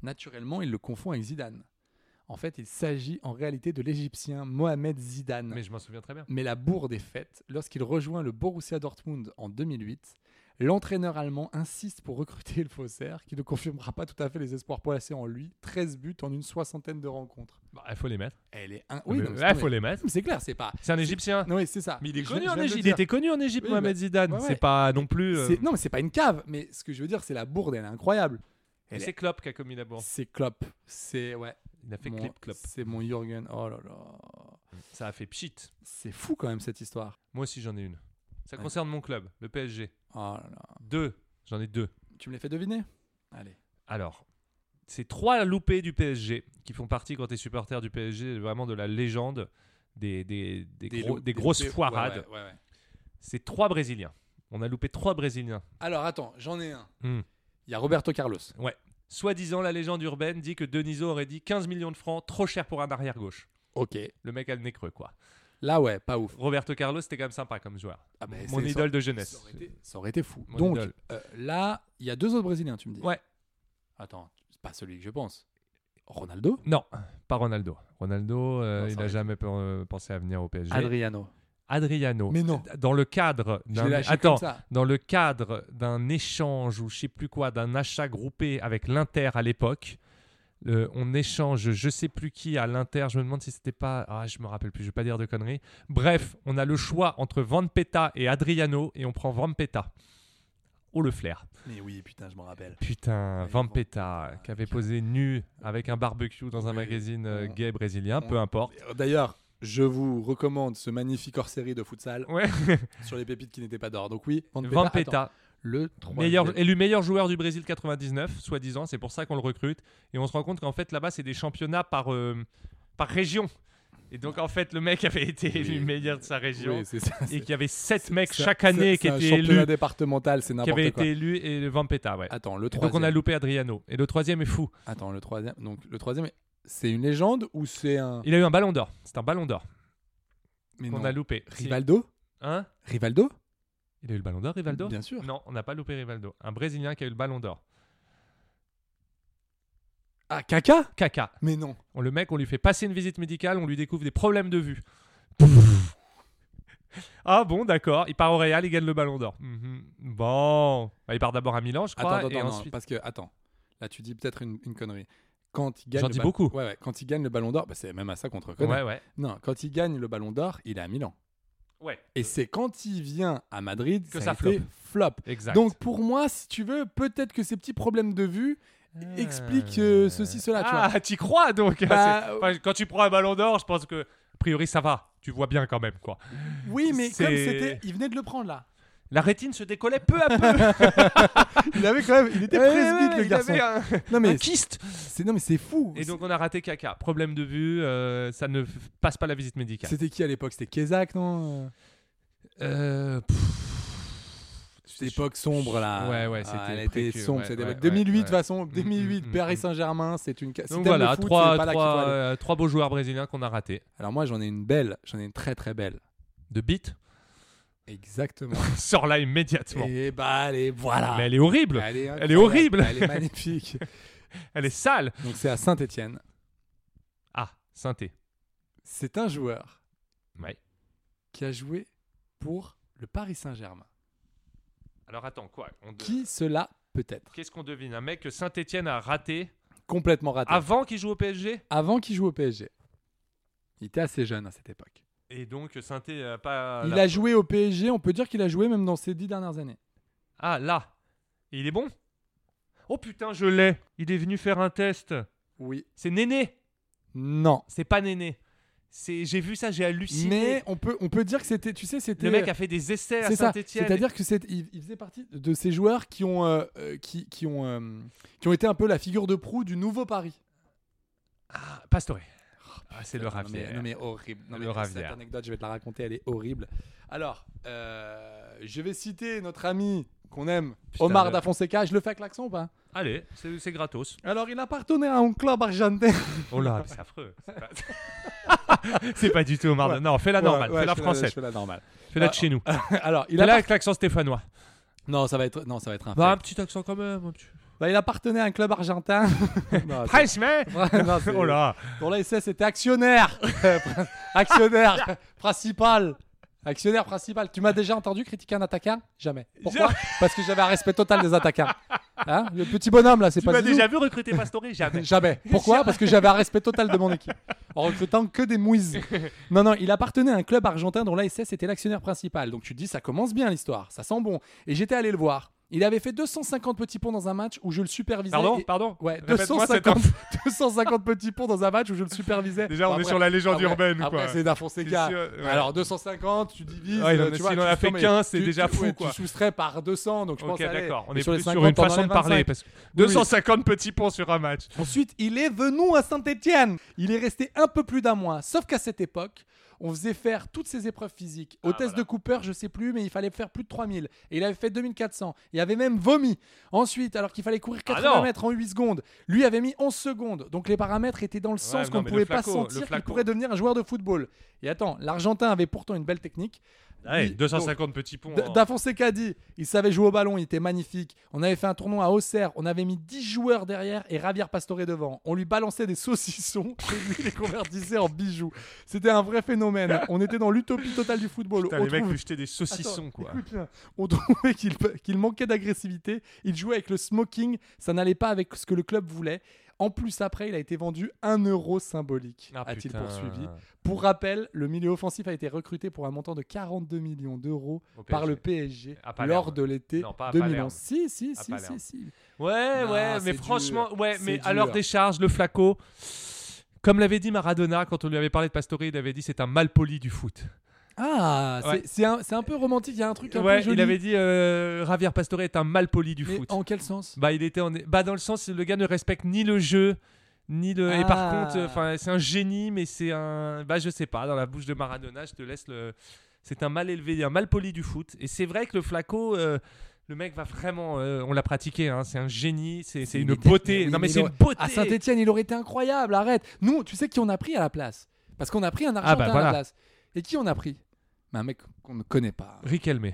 Naturellement, il le confond avec Zidane. En fait, il s'agit en réalité de l'Égyptien Mohamed Zidane. Mais je m'en souviens très bien. Mais la bourde est faite lorsqu'il rejoint le Borussia Dortmund en 2008. L'entraîneur allemand insiste pour recruter le faussaire, qui ne confirmera pas tout à fait les espoirs placés en lui. 13 buts en une soixantaine de rencontres. Bah, il faut les mettre. Elle est un. Oui, Ah, Mais- non, mais ouais, c'est- faut les mettre. mais c'est clair, c'est pas. C'est un Égyptien. Non, mais c'est ça. Ah, Mais il est Je- connu je en viens de le Égypte. Il dire. était connu en Égypte, Oui, Mohamed bah- Zidane. ouais, ouais. C'est pas non plus. euh, C'est- Non, mais c'est pas une cave. Mais ce que je veux dire, c'est la bourde, elle est incroyable. mais elle C'est Klopp qui a commis la bourre. C'est Klopp. C'est. Ouais. Il a fait mon- clip Klopp. C'est mon Jürgen. Oh là là. Ça a fait pchit. C'est fou quand même cette histoire. Moi aussi, j'en ai une. Ça Ouais. concerne mon club, le PSG. Oh là là. Ah. Deux. J'en ai deux. Tu me l'as fait deviner Allez. Alors, C'est trois loupés du PSG qui font partie, quand t'es supporter du PSG, vraiment de la légende des, des, des, gros- loups- des grosses des- foirades. ouais, ouais, ouais. C'est trois Brésiliens. On a loupé trois Brésiliens. Alors attends, j'en ai un. Hmm. Il y a Roberto Carlos. Soi-disant, la légende urbaine dit que Deniso aurait dit 15 millions de francs, trop cher pour un arrière-gauche. Ok. Le mec a le nez creux, quoi. Là, ouais, pas ouf. Roberto Carlos, c'était quand même sympa comme joueur. Ah, bah, Mon c'est- idole de Ça jeunesse. aurait été, ça aurait été fou. Mon Donc, idole. euh, là, il y a deux autres Brésiliens, tu me dis. Ouais. Attends, c'est pas celui que je pense. Ronaldo Non, pas Ronaldo. Ronaldo, euh, Non, ça il n'a aurait été- jamais pe- euh, pensé à venir au PSG. Adriano. Adriano. Mais non. Dans le cadre Je l'ai d'un. lâché Attends, comme ça. dans le cadre d'un échange ou je sais plus quoi, d'un achat groupé avec l'Inter à l'époque. euh, on échange je sais plus qui à l'Inter, je me demande si c'était pas ah je me rappelle plus, je vais pas dire de conneries. Bref, on a le choix entre Van Peta et Adriano et on prend Van Peta. Oh le flair. Mais oui, putain, je m'en rappelle. Putain, Ouais, Van Van Peta Peta, qui avait putain. posé nu avec un barbecue dans un Oui, magazine euh, on- gay brésilien, peu on- importe. Euh, D'ailleurs, je vous recommande ce magnifique hors-série de futsal Ouais. sur les pépites qui n'étaient pas d'or. Donc oui, Van Peta. Van attends, Peta, le 3 Meilleur, élu meilleur joueur du Brésil 99, soi-disant, c'est pour ça qu'on le recrute. Et on se rend compte qu'en fait, là-bas, c'est des championnats par, euh, par région. Et donc, en fait, le mec avait été Oui. élu meilleur de sa région. Oui, c'est ça. et qu'il y avait 7 mecs C'est- chaque c'est- année qui c'est un étaient championnat élus. départemental, c'est Qui avaient n'importe quoi. été élus et le Vampeta, ouais. Attends, le Et donc, on troisième. a loupé Adriano. Et le troisième est fou. Attends, le troisième. Donc le troisième, c'est une légende ou c'est un. Il a eu un ballon d'or. C'est un ballon d'or Mais qu'on non. a loupé. Si. Rivaldo Hein Rivaldo Il a eu le ballon d'or, Rivaldo Bien sûr. Non, on n'a pas loupé Rivaldo. Un Brésilien qui a eu le ballon d'or. Ah, Kaka Caca. Mais non. On- Le mec, on lui fait passer une visite médicale, on lui découvre des problèmes de vue. ah bon, d'accord. Il part au Real, il gagne le Ballon d'Or. Mhm. Bon, Bah, il part d'abord à Milan, je crois, Attends, attends, et non, ensuite. parce que attends, là tu dis peut-être une, une connerie. Quand il gagne, J'en le dis ballon- beaucoup. Ouais, ouais, quand il gagne le Ballon d'Or, bah, c'est même à ça qu'on te reconnaît. Ouais, ouais, Non, quand il gagne le Ballon d'Or, il est à Milan. ouais, Et c'est quand il vient à Madrid Que ça, ça a été flop. exact. Donc pour moi, si tu veux, peut-être que ces petits problèmes de vue Ah. expliquent euh, ceci, cela. Tu vois. Ah, tu crois donc Bah, C'est- enfin, Quand tu prends un Ballon d'Or, je pense que a priori ça va. Tu vois bien quand même quoi. Oui, mais c'est- comme c'était, il venait de le prendre là. La rétine se décollait peu à peu. Il avait quand même, il était Ouais, presbyte ouais, le il garçon. avait un- Non un mais kyste. c'est non mais c'est fou. Et donc on a raté Caca. Problème de vue, euh, ça ne f- passe pas la visite médicale. c'était qui à l'époque C'était Kézak, non Euh, pff. Cette époque sombre là. Ouais, ouais, Ah, c'était elle était précieux, sombre. ouais, c'était ouais, 2008 de ouais, toute façon. 2008, Mm, mm, Paris mm. Saint-Germain, c'est une. ca- Si Donc t'aimes voilà, le foot, trois, c'est pas là qu'il faut trois, aller. euh, trois beaux joueurs brésiliens qu'on a ratés. Alors moi, j'en ai une belle. J'en ai une très très belle. De beat, Exactement. sors là immédiatement. Et bah allez, voilà. Mais elle est horrible, elle, Elle est, est horrible. Elle est magnifique. est sale. donc c'est à Saint-Étienne. Ah, synthé. C'est un joueur Ouais. qui a joué pour le Paris Saint-Germain. Alors attends, quoi on de- Qui cela peut être Qu'est-ce qu'on devine Un mec que Saint-Etienne a raté Complètement raté. avant qu'il joue au PSG Avant qu'il joue au PSG. Il était assez jeune à cette époque. Et donc Saint-Etienne a pas. il la- a joué au PSG, on peut dire qu'il a joué même dans ces dix dernières années. Ah, là. Et il est bon Oh putain, je l'ai. Il est venu faire un test. Oui. C'est Néné. Non. C'est pas Néné. C'est... J'ai vu ça, j'ai halluciné. Mais on peut, on peut dire que c'était, tu sais, c'était. euh, Le mec a fait des essais à c'est ça. Saint-Etienne. C'est-à-dire que c'est, il, il faisait partie de ces joueurs qui ont, euh, euh, qui, qui ont, euh, qui ont été un peu la figure de proue du nouveau Paris. Ah, Pastore. Ah, c'est le Non, mais- Ravier. Non mais, horrible. Non, Le mais cette Ravière. anecdote, je vais te la raconter, elle est horrible. Alors, euh, je vais citer notre ami qu'on aime, Putain, Omar le- da Fonseca. Je le fais avec l'accent ou pas Allez, c'est c'est gratos. Alors, il appartenait à un club argentin. Oh là, c'est affreux. C'est pas- C'est pas du tout Omar. Ouais. Non, fais la normale, Ouais, ouais, fais la je française, je fais la normale. fais la Ah, de chez nous. Alors, il Fais a la avec l'accent stéphanois. Non, ça va être non, ça va être un. Bah, un fake. petit accent quand même. un petit- Bah, il appartenait à un club argentin. non, c'est- Ah, Presque, mais. Non, c'est- Oh là. Dans la SS, c'était actionnaire. actionnaire principal. Actionnaire principal. Tu m'as déjà entendu critiquer un attaquant Jamais. Pourquoi Parce que j'avais un respect total des attaquants. Hein Le petit bonhomme là, c'est Tu pas m'as Zizou déjà vu recruter Pastore Jamais. Jamais. Pourquoi Parce que j'avais un respect total de mon équipe. En recrutant que des mouises. Non, non, il appartenait à un club argentin dont l'ASS était l'actionnaire principal. Donc tu te dis, ça commence bien l'histoire, ça sent bon. Et j'étais allé le voir. Il avait fait 250 petits ponts dans un match où je le supervisais. Pardon, et- pardon. Ouais, Répète-moi cette 250, 250 petits ponts dans un match où je le supervisais. Déjà, on Bon, est après- sur la légende après- urbaine, après, quoi. Ah, c'est d'un Fonseca. C'est sûr, ouais. Alors, 250, tu divises. Ouais, il en euh, a- tu s'il vois, en tu- a fait non, mais 15, c'est tu- déjà tu- fou, ouais, quoi. Tu soustrais par 200, donc je pense Ok, allez, d'accord. On et est sur plus les sur 50, une t'en façon enlèves de parler. 25. Parce que Oui, oui. 250 petits ponts sur un match. Ensuite, il est venu à Saint-Etienne. Il est resté un peu plus d'un mois. Sauf qu'à cette époque, on faisait faire toutes ses épreuves physiques. Ah, Au test de Cooper, je sais plus, mais il fallait faire plus de 3000. Et il avait fait 2400. Il avait même vomi. Ensuite, alors qu'il fallait courir 80 Ah non. mètres en 8 secondes, lui avait mis 11 secondes. Donc les paramètres étaient dans le sens mais non, qu'on ne mais pouvait le pas Flaco, le sentir qu'il Flaco. pourrait devenir un joueur de football. Et attends, l'Argentin avait pourtant une belle technique. Ah Ouais, Lui- 250 petits ponts. D- en- D'Afonseca dit, il savait jouer au ballon, il était magnifique. On avait fait un tournoi à Auxerre, on avait mis 10 joueurs derrière et Javier Pastore devant. On lui balançait des saucissons et lui les convertissait en bijoux. C'était un vrai phénomène. On était dans l'utopie totale du football. Putain, on, les mecs trouve- lui jetaient des saucissons, quoi. on trouvait qu'il qu'il manquait d'agressivité. Il jouait avec le smoking, ça n'allait pas avec ce que le club voulait. En plus, après, il a été vendu 1 euro symbolique, Ah, a-t-il putain. poursuivi. Pour rappel, le milieu offensif a été recruté pour un montant de 42 millions d'euros Au PSG. par le PSG À Palerme. lors de l'été Non, pas à 2011. Palerme. Si, si, À si, si, Palerme. si. Ouais, Non, ouais, c'est mais dur. franchement, ouais, C'est mais dur. à leur décharge, le Flaco, comme l'avait dit Maradona quand on lui avait parlé de Pastore, il avait dit c'est un malpoli du foot. Ah, c'est- Ouais. c'est un, c'est un peu romantique, il y a un truc un Ouais, peu joli. il avait dit euh, Javier Pastore est un malpoli du Mais foot. en quel sens Bah, il était en... bah, dans le sens, le gars ne respecte ni le jeu, ni le. Et par Ah. contre, euh, enfin, c'est un génie, mais c'est un. Bah, je sais pas, dans la bouche de Maradona, je te laisse le. C'est un mal élevé, un mal poli du foot. Et c'est vrai que le Flaco. euh, Le mec va vraiment, euh, on l'a pratiqué, hein, c'est un génie, c'est c'est Il une était- beauté. oui, non mais il c'est une aurait- beauté. À Saint-Etienne, Ah, il aurait été incroyable, arrête. Nous, tu sais qui on a pris à la place Parce qu'on a pris un Argentin bah à la voilà. place. Et qui on a pris Bah, Un mec qu'on ne connaît pas. Riquelme.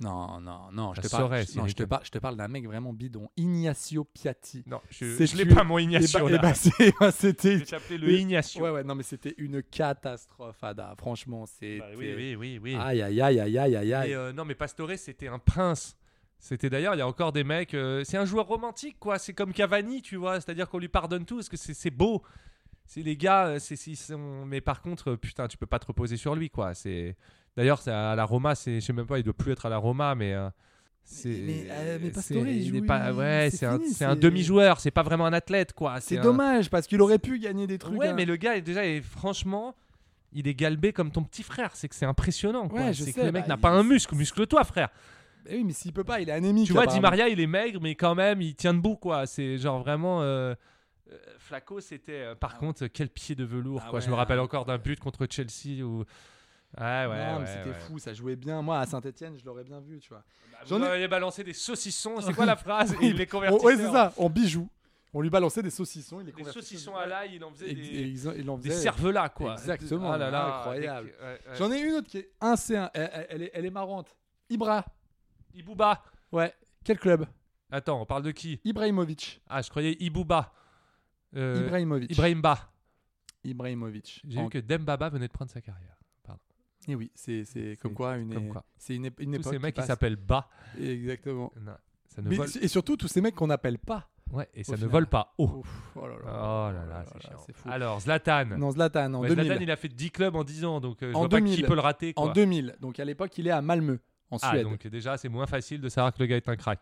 Non, non, non, je Ça te parle, saurait je, non, s'il je Bah, te était. parle, je te parle d'un mec vraiment bidon. Ignacio Piatti. Non, C'est je, Je l'ai tu- pas, mon Eh Ignacio. bah- là. eh bah, c'est- bah, c'était je appelé le Ignacio. Ouais, ouais, non, mais c'était une catastrophe, Ada. Franchement, c'est. Bah oui, oui, oui, oui. Aïe, aïe, aïe, aïe, aïe, aïe, aïe. Mais, euh, non, mais Pastore, c'était un prince. C'était d'ailleurs, il y a encore des mecs. euh, c'est un joueur romantique, quoi. C'est comme Cavani, tu vois. C'est-à-dire qu'on lui pardonne tout parce que c'est c'est beau. C'est les gars, euh, c'est s'ils sont- Mais par contre, euh, putain, tu peux pas te reposer sur lui, quoi. C'est d'ailleurs c'est à la Roma, c'est je sais même pas, il doit plus être à la Roma, mais. euh, c'est- Mais- mais, euh, mais Pastore, c'est- il est joue- pas, il- ouais, c'est c'est un, fini, c'est un c'est- demi-joueur, c'est pas vraiment un athlète, quoi. C'est un- dommage parce qu'il aurait pu gagner des trucs. Ouais, hein. mais le gars, est déjà, est- franchement, il est galbé comme ton petit frère. C'est que c'est impressionnant. quoi. Ouais, je c'est que sais, le mec bah, n'a il- pas un muscle. Muscle-toi, frère. Eh oui, mais s'il peut pas, il est anémique. Tu vois, Di apparemment. Maria, il est maigre, mais quand même, il tient debout, quoi. C'est genre vraiment. euh, euh, Flaco, c'était. euh, par contre, quel pied de velours, Ah quoi. ouais, Je me rappelle hein. encore d'un but contre Chelsea où. ah Ouais, ouais. Non, mais ouais, c'était ouais. fou, ça jouait bien. Moi, à Saint-Etienne, je l'aurais bien vu, tu vois. Bah, J'en Vous ai- auriez balancé des saucissons, c'est quoi la phrase Et Il les Oh, convertissait. ouais, c'est en- ça, en bijoux. On lui balançait des saucissons. Il les Des convertissait- hein. saucissons à l'ail, il en faisait Et- et des. ils en- il en Des faisait- cervelas, quoi. Exactement, Ah là là, incroyable. avec- euh, ouais, ouais. J'en ai une autre qui est 1C1. Elle, elle- elle est, elle est marrante. Ibra. euh, Ibouba. Ouais. Quel club Attends, on parle de qui Ibrahimovic. Ah, je croyais Ibouba. Euh, Ibrahimovic. Ibrahimba. Ibrahimovic. J'ai En- vu que Dembaba venait de prendre sa carrière. Et oui, c'est c'est comme C'est- quoi une, comme quoi. c'est une, ép- une Tous époque. ces mecs qui passe. s'appellent Ba. Exactement. Non, ça ne Mais- vole. et surtout tous ces mecs qu'on n'appelle pas. Ouais, et ça ne final. vole pas haut. Ouf, oh là Oh là. là là, c'est chiant. fou. Alors, Zlatan. non, Zlatan en Ouais, 2000. Zlatan, il a fait 10 clubs en 10 ans, donc euh, je En vois pas qui 2000. peut le rater. Quoi. En 2000. Donc à l'époque, il est à Malmö en ah, Suède. donc déjà, c'est moins facile de savoir que le gars est un crack.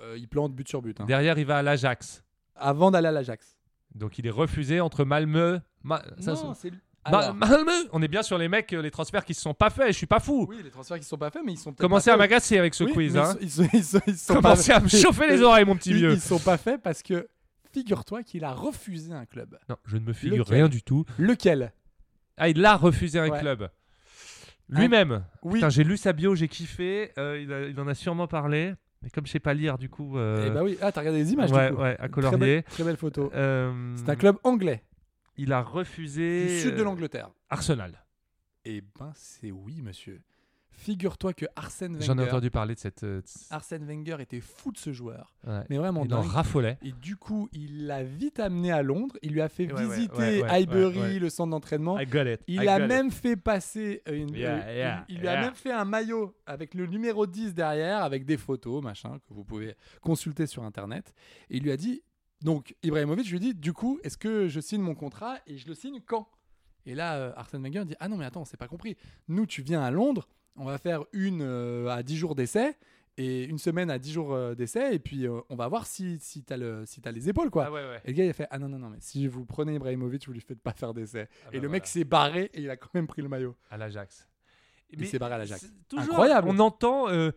Euh, il plante but sur but. hein. Derrière, il va à l'Ajax. Avant d'aller à l'Ajax. Donc, il est refusé entre Malmö. Ma- ça, Bah, ça- c'est lui. Ma- Alors, Malmö On est bien sur les mecs, euh, les transferts qui se sont pas faits. Je suis pas fou. oui, les transferts qui sont pas faits, mais ils sont peut-être Commencez à pas faits. m'agacer avec ce Oui, quiz. mais Hein. Ils sont, ils sont, ils sont pas Commencez à me faits. chauffer les oreilles, mon petit Ils, vieux. ils sont pas faits parce que figure-toi qu'il a refusé un club. Non, je ne me figure Lequel rien du tout. Lequel Ah, il a refusé un Ouais. Ah, club. Lui-même. Oui. Putain, j'ai lu sa bio, j'ai kiffé. Euh, il, a- il en a sûrement parlé. Mais comme je sais pas lire, du coup. euh, Eh bah oui. Ah, t'as regardé les images ouais, du coup. ouais, à Très belle, colorier. très belle photo. Euh, C'est un club anglais Il a refusé. du sud de euh, l'Angleterre. Arsenal. Eh ben, c'est oui, monsieur. Figure-toi que Arsène Wenger, J'en ai entendu parler de cette. euh, tss- Arsène Wenger était fou de ce joueur, ouais. mais vraiment Il en dingue. raffolait. Et du coup, il l'a vite amené à Londres. Il lui a fait Ouais, ouais, visiter ouais, ouais, Highbury, ouais, ouais. le centre d'entraînement. I got it. Il I a got it. même fait passer euh, une. Yeah, euh, yeah, il, il lui a yeah. même fait un maillot avec le numéro 10 derrière, avec des photos, machin, que vous pouvez consulter sur internet. Et il lui a dit donc Ibrahimovic lui dit du coup, est-ce que je signe mon contrat et je le signe quand Et là, euh, Arsène Wenger dit ah non mais attends, on s'est pas compris. Nous, tu viens à Londres, on va faire une euh, à 10 jours d'essai. et une semaine à 10 jours euh, d'essai, et puis euh, on va voir si, si t'as le, si t'as les épaules, quoi. Ah ouais, ouais. Et le gars, il a fait Ah non, non, non, mais si vous prenez Ibrahimovic, vous lui faites pas faire d'essai. Ah bah et le mec voilà. s'est barré et il a quand même pris le maillot. à l'Ajax. Il s'est barré à l'Ajax. c'est toujours- Ah, Incroyable. On entend euh,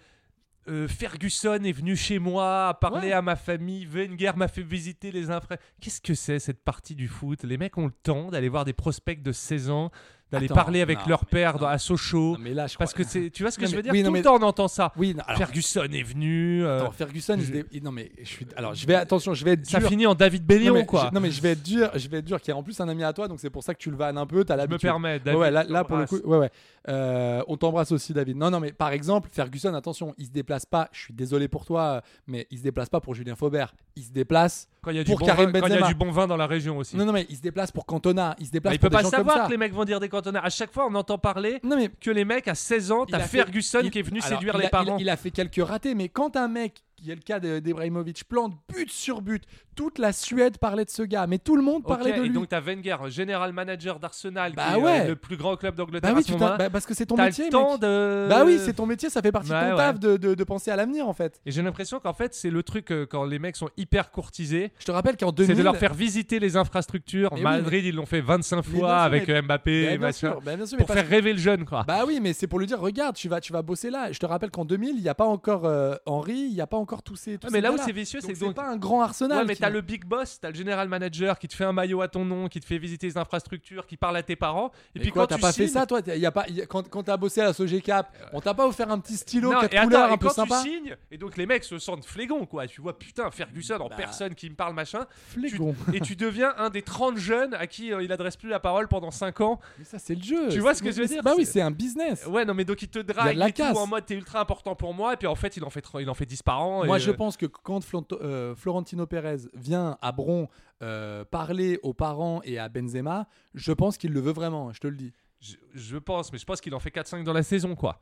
euh, Ferguson est venu chez moi, a parlé Ouais. à ma famille, Wenger m'a fait visiter les infraies. Qu'est-ce que c'est cette partie du foot Les mecs ont le temps d'aller voir des prospects de 16 ans, d'aller Attends, parler avec non, leur mais père non. dans- à Sochaux. Non, mais là, je parce que crois- c'est, tu vois ce que Non, je veux mais- dire oui, non, Tout mais- le temps on entend ça. Oui, non, alors, Ferguson est venu. euh, attends, Ferguson, il se je- dé- il- non, mais je suis. Alors, je vais. Attention, je vais être Euh, ça dur. finit en David non, Bellion, mais, quoi. je- non, mais je vais être dur, je vais être dur, qui est en plus un ami à toi, donc c'est pour ça que tu le vannes un peu, t'as je me l'habitude. permets. David, ouais, là, là, pour le coup, t'embrasse. ouais, ouais. Euh, on t'embrasse aussi, David. Non, non, mais par exemple, Ferguson, attention, il se déplace pas. Je suis désolé pour toi, mais il se déplace pas pour Julien Faubert. Il se déplace. quand il y a du pour bon Karim vin- quand il y a Benzema. du bon vin dans la région aussi. Non, non, mais il se déplace pour Cantona. Il se Bah, déplace il pour peut des pas gens comme savoir ça. que les mecs vont dire des cantonnaires. À chaque fois, on entend parler Non, mais que les mecs à 16 ans, Il a t'as fait- Ferguson il- qui est venu alors, séduire il les a- parents. Il, il a fait quelques ratés, mais quand un mec, qui est le cas de- d'Ibrahimovic, plante but sur but, toute la Suède parlait de ce gars, mais tout le monde Ok, parlait de et lui. donc t'as Wenger, général manager d'Arsenal, Bah qui est euh, ouais. le plus grand club bah d'Angleterre à oui, ce putain, moment-là. bah parce que c'est ton t'as métier. le temps mec. de. Bah oui, c'est ton métier, ça fait partie Ouais, de ton ouais. taf de, de- de penser à l'avenir en fait. Et j'ai l'impression qu'en fait, c'est le truc euh, quand les mecs sont hyper courtisés. Je te rappelle qu'en 2000, C'est de leur faire visiter les infrastructures. Mais Eh oui, Madrid, ils l'ont fait 25 Mais bien fois sûr, avec mais- euh, Mbappé, Bah, et bien machin, sûr, bah, bien sûr, mais pour pas- faire rêver le jeune, quoi. Bah oui, mais c'est pour lui dire, regarde, tu vas, tu vas bosser là. Je te rappelle qu'en 2000, il n'y a pas encore euh, Henry, il n'y a pas encore tous ces. tous Ah, mais ces là où gars-là. c'est vicieux, Donc c'est que c'est donc- pas un grand Arsenal. Ouais, mais qui- t'as le big boss, t'as le général manager qui te fait un maillot à ton nom, qui te fait visiter les infrastructures, qui parle à tes parents. Et Mais puis quoi, quand t'as tu pas fait signes- ça, toi T'as- y a pas, y a- quand quand t'as bossé à la Sogecap, on t'a pas offert un petit stylo, Non, quatre et attends, couleurs, et un peu quand sympa tu signes, et donc les mecs se sentent flégons, quoi. Tu vois, putain, Ferguson en Bah. personne qui me parle, machin. Tu- Flégon. et tu deviens un des 30 jeunes à qui euh, il adresse plus la parole pendant 5 ans. Mais ça, c'est le jeu. Tu vois C'est- ce que je veux c'est- dire, Bah oui, c'est- c'est un business. Ouais, non, mais donc il te Il y a drague de la et tout, casse. en mode t'es ultra important pour moi, et puis en fait il en fait, tro- il en fait 10 par an. Moi, et, je euh, pense que quand Flanto- euh, Florentino Pérez vient à Bron euh, parler aux parents et à Benzema, je pense qu'il le veut vraiment, je te le dis. je, je pense, mais je pense qu'il en fait 4-5 dans la saison, quoi.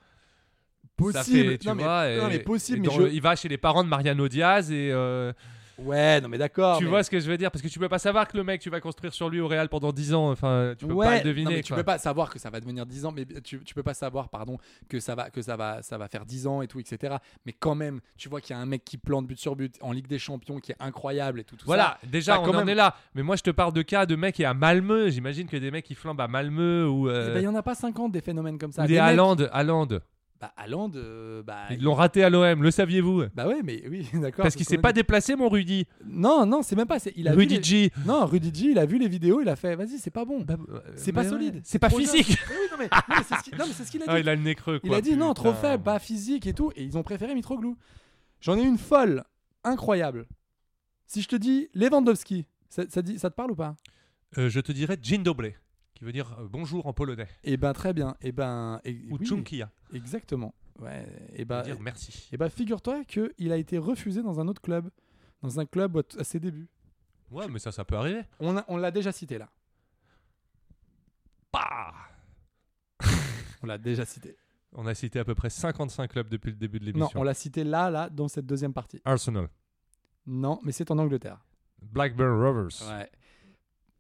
Ça Possible. fait, tu non, mais, vois, et- non, mais et possible. mais dans je- le- Il va chez les parents de Mariano Diaz, et euh, Ouais, non, mais d'accord. tu mais- vois ce que je veux dire, parce que tu peux pas savoir que le mec tu vas construire sur lui au Real pendant 10 ans, enfin, tu peux ouais, pas le non, deviner. mais tu quoi. peux pas savoir que ça va devenir 10 ans, mais tu, tu peux pas savoir, pardon, que ça va, que ça va, ça va faire 10 ans et tout, etc. Mais quand même, tu vois qu'il y a un mec qui plante but sur but en Ligue des Champions, qui est incroyable et tout. tout Voilà, déjà ça, Bah, on quand en même- est là. Mais moi je te parle de cas de mecs qui est à Malmö. J'imagine que des mecs qui flambent à Malmö ou ça. euh, Eh ben, Il y en a pas 50 des phénomènes comme ça. ou des Les mecs- Haaland. Haaland. Bah, Haaland, euh, bah, Ils l'ont raté à l'OM, le saviez-vous Bah ouais, mais oui, d'accord. Parce c'est qu'il ce s'est qu'on a pas dit. déplacé, mon Rudy. Non, non, c'est même pas. c'est- Il a vu Rudy les- G. Bah, Non, Rudy G, il a vu les vidéos, il a fait. Vas-y, c'est pas bon. c'est pas mais ouais, solide. C'est pas trop jeune. physique. Mais oui, non, mais, non, mais c'est ce qui- non, mais c'est ce qu'il a dit. Ah, il a le nez creux. Il quoi, a dit non, trop putain. faible, pas physique et tout. Et ils ont préféré Mitroglou. J'en ai une folle, incroyable. Si je te dis Lewandowski, ça, ça dit, ça te parle ou pas Euh, je te dirais Dzień dobry, qui veut dire euh, bonjour en polonais. Eh ben très bien. Eh ben et- Ou oui, Chunkia, Exactement. Ouais. Eh qui ben, veut dire merci. eh ben figure-toi que il a été refusé dans un autre club, dans un club à ses débuts. Ouais, mais ça, ça peut arriver. On, a- on l'a déjà cité là. Bah On l'a déjà cité. on a cité à peu près 55 clubs depuis le début de Non, on l'émission. l'a cité là, là, dans cette deuxième partie. Arsenal, Non, mais c'est en Angleterre. Blackburn Rovers. Ouais.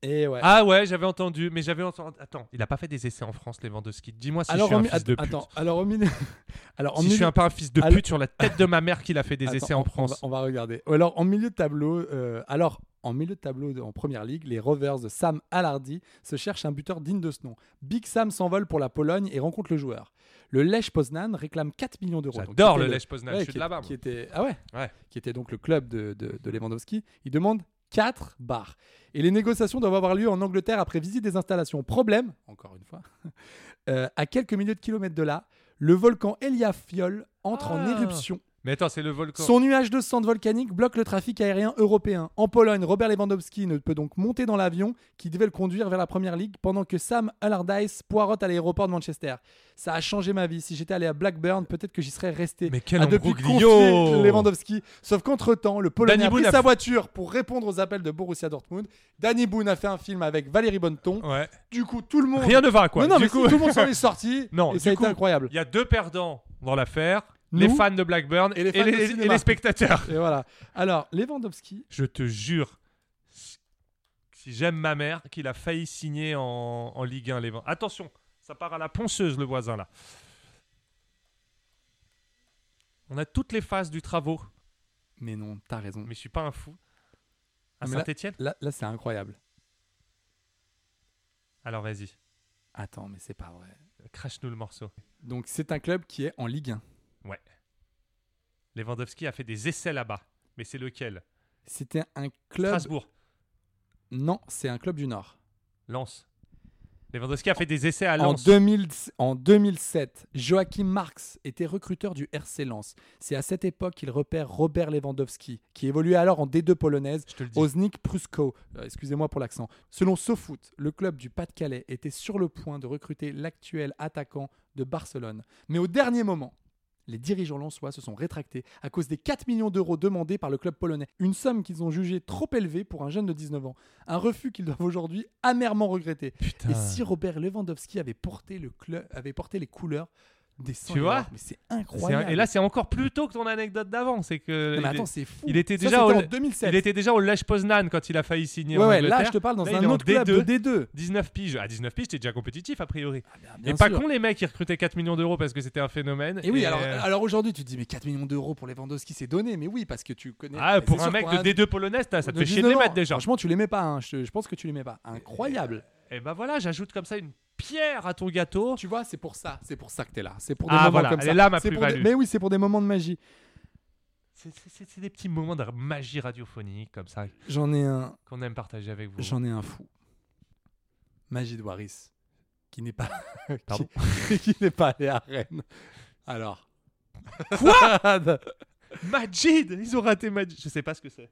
Et ouais. Ah ouais, j'avais entendu, mais j'avais entendu. Attends, il a pas fait des essais en France, Lewandowski. Dis-moi si je suis en un mi- fils de att- pute. attends, alors au milieu. alors en si je milieu- suis un, pas un fils de Alors- pute sur la tête de ma mère qu'il a fait des Attends, essais on- en on va, France. on va regarder. Alors en milieu de tableau, euh, alors en milieu de tableau de- en première ligue, les Rovers de Sam Allardy se cherchent un buteur digne de ce nom. Big Sam s'envole pour la Pologne et rencontre le joueur. Le Lech Poznan réclame 4 millions d'euros. Donc, J'adore qui le était Lech Poznan, ouais, je suis qui, de là-bas. qui moi. était ah ouais, Ouais. qui était donc le club de, de- de Lewandowski. Il demande 4 bars. Et les négociations doivent avoir lieu en Angleterre après visite des installations. Problème, encore une fois, euh, à quelques milliers de kilomètres de là, le volcan Eliafiol entre en Ah. éruption. Mais attends, c'est le volcan. Son nuage de cendres volcaniques bloque le trafic aérien européen. En Pologne, Robert Lewandowski ne peut donc monter dans l'avion qui devait le conduire vers la première ligue pendant que Sam Allardyce poirote à l'aéroport de Manchester. Ça a changé ma vie. Si j'étais allé à Blackburn, peut-être que j'y serais resté. Mais quel A Ah, depuis embroglio confié Lewandowski. Sauf qu'entre-temps, le Polonais Danny a pris Boone a sa fait- voiture pour répondre aux appels de Borussia Dortmund. Danny Boone a fait un film avec Valérie Bonneton. Ouais. Du coup, tout le monde... Oh. Rien ne va, quoi. Non, non, Du mais si, coup- tout le monde s'en est sorti. Non, et ça du a été coup- incroyable. Il y a deux perdants dans l'affaire les Nous fans de Blackburn et les fans de cinéma. et les spectateurs. Et voilà. Alors, Lewandowski, Je te jure, si- si j'aime ma mère, qu'il a failli signer en, en Ligue 1 les vents. Attention, ça part à la ponceuse, le voisin là. On a toutes les phases du travaux, Mais non, t'as raison. mais je suis pas un fou. À Mais là- Saint-Etienne Là, là c'est incroyable. Alors vas-y, Attends, mais c'est pas vrai. crache-nous le morceau. Donc, c'est un club qui est en Ligue 1. Lewandowski a fait des essais là-bas. Mais c'est lequel C'était un club. Strasbourg, Non, c'est un club du Nord. Lens. Lewandowski a fait des essais à En, Lens. 2000 en 2007, Joachim Marx était recruteur du RC Lens. C'est à cette époque qu'il repère Robert Lewandowski, qui évoluait alors en D2 polonaise, Je te le dis. Osnik Prusko. Euh, Excusez-moi pour l'accent. Selon SoFoot, le club du Pas-de-Calais était sur le point de recruter l'actuel attaquant de Barcelone. Mais au dernier moment, les dirigeants lensois se sont rétractés à cause des 4 millions d'euros demandés par le club polonais, une somme qu'ils ont jugée trop élevée pour un jeune de 19 ans, un refus qu'ils doivent aujourd'hui amèrement regretter. Putain. Et si Robert Lewandowski avait porté, le club, avait porté les couleurs des Tu vois Sangalars, mais c'est C'est incroyable. un- Et là, c'est encore plus tôt que ton anecdote d'avant. C'est que Non, mais il, attends, c'est fou. il était Ça, déjà c'était au- en 2007. il était déjà au Lech Poznan quand il a failli signer. Ouais, en ouais, Angleterre. là, je te parle dans Là, il un est en autre club de D2. D2. 19 piges. À 19 piges, t'es déjà compétitif a priori. Ah, Et bien pas sûr. con les mecs, ils recrutaient 4 millions d'euros parce que c'était un phénomène. Et oui, alors, euh, alors aujourd'hui, tu te dis, mais 4 millions d'euros pour Lewandowski, c'est donné. Mais oui, parce que tu connais. Ah, mais pour c'est un sûr, mec de D2 polonaise, t'as- ah, ça te fait chier de les 19 ans, mettre déjà. Franchement, tu les mets pas. hein. Je, je pense que tu les mets pas. Incroyable. Et bah voilà, j'ajoute comme ça une pierre à ton gâteau. Tu vois, c'est pour ça. C'est pour ça que t'es là. C'est pour des Ah, moments voilà, comme elle ça. est là, ma C'est pour plus-value. des- Mais oui, c'est pour des moments de magie. C'est- C'est c'est- c'est des petits moments de magie radiophonique comme ça J'en ai un. qu'on aime partager avec vous. J'en ai un fou. Magie de Waris, qui n'est pas, qui- Pardon qui, n'est pas allé à Rennes. Alors. Quoi Majid Ils ont raté Majid. Je sais pas ce que c'est.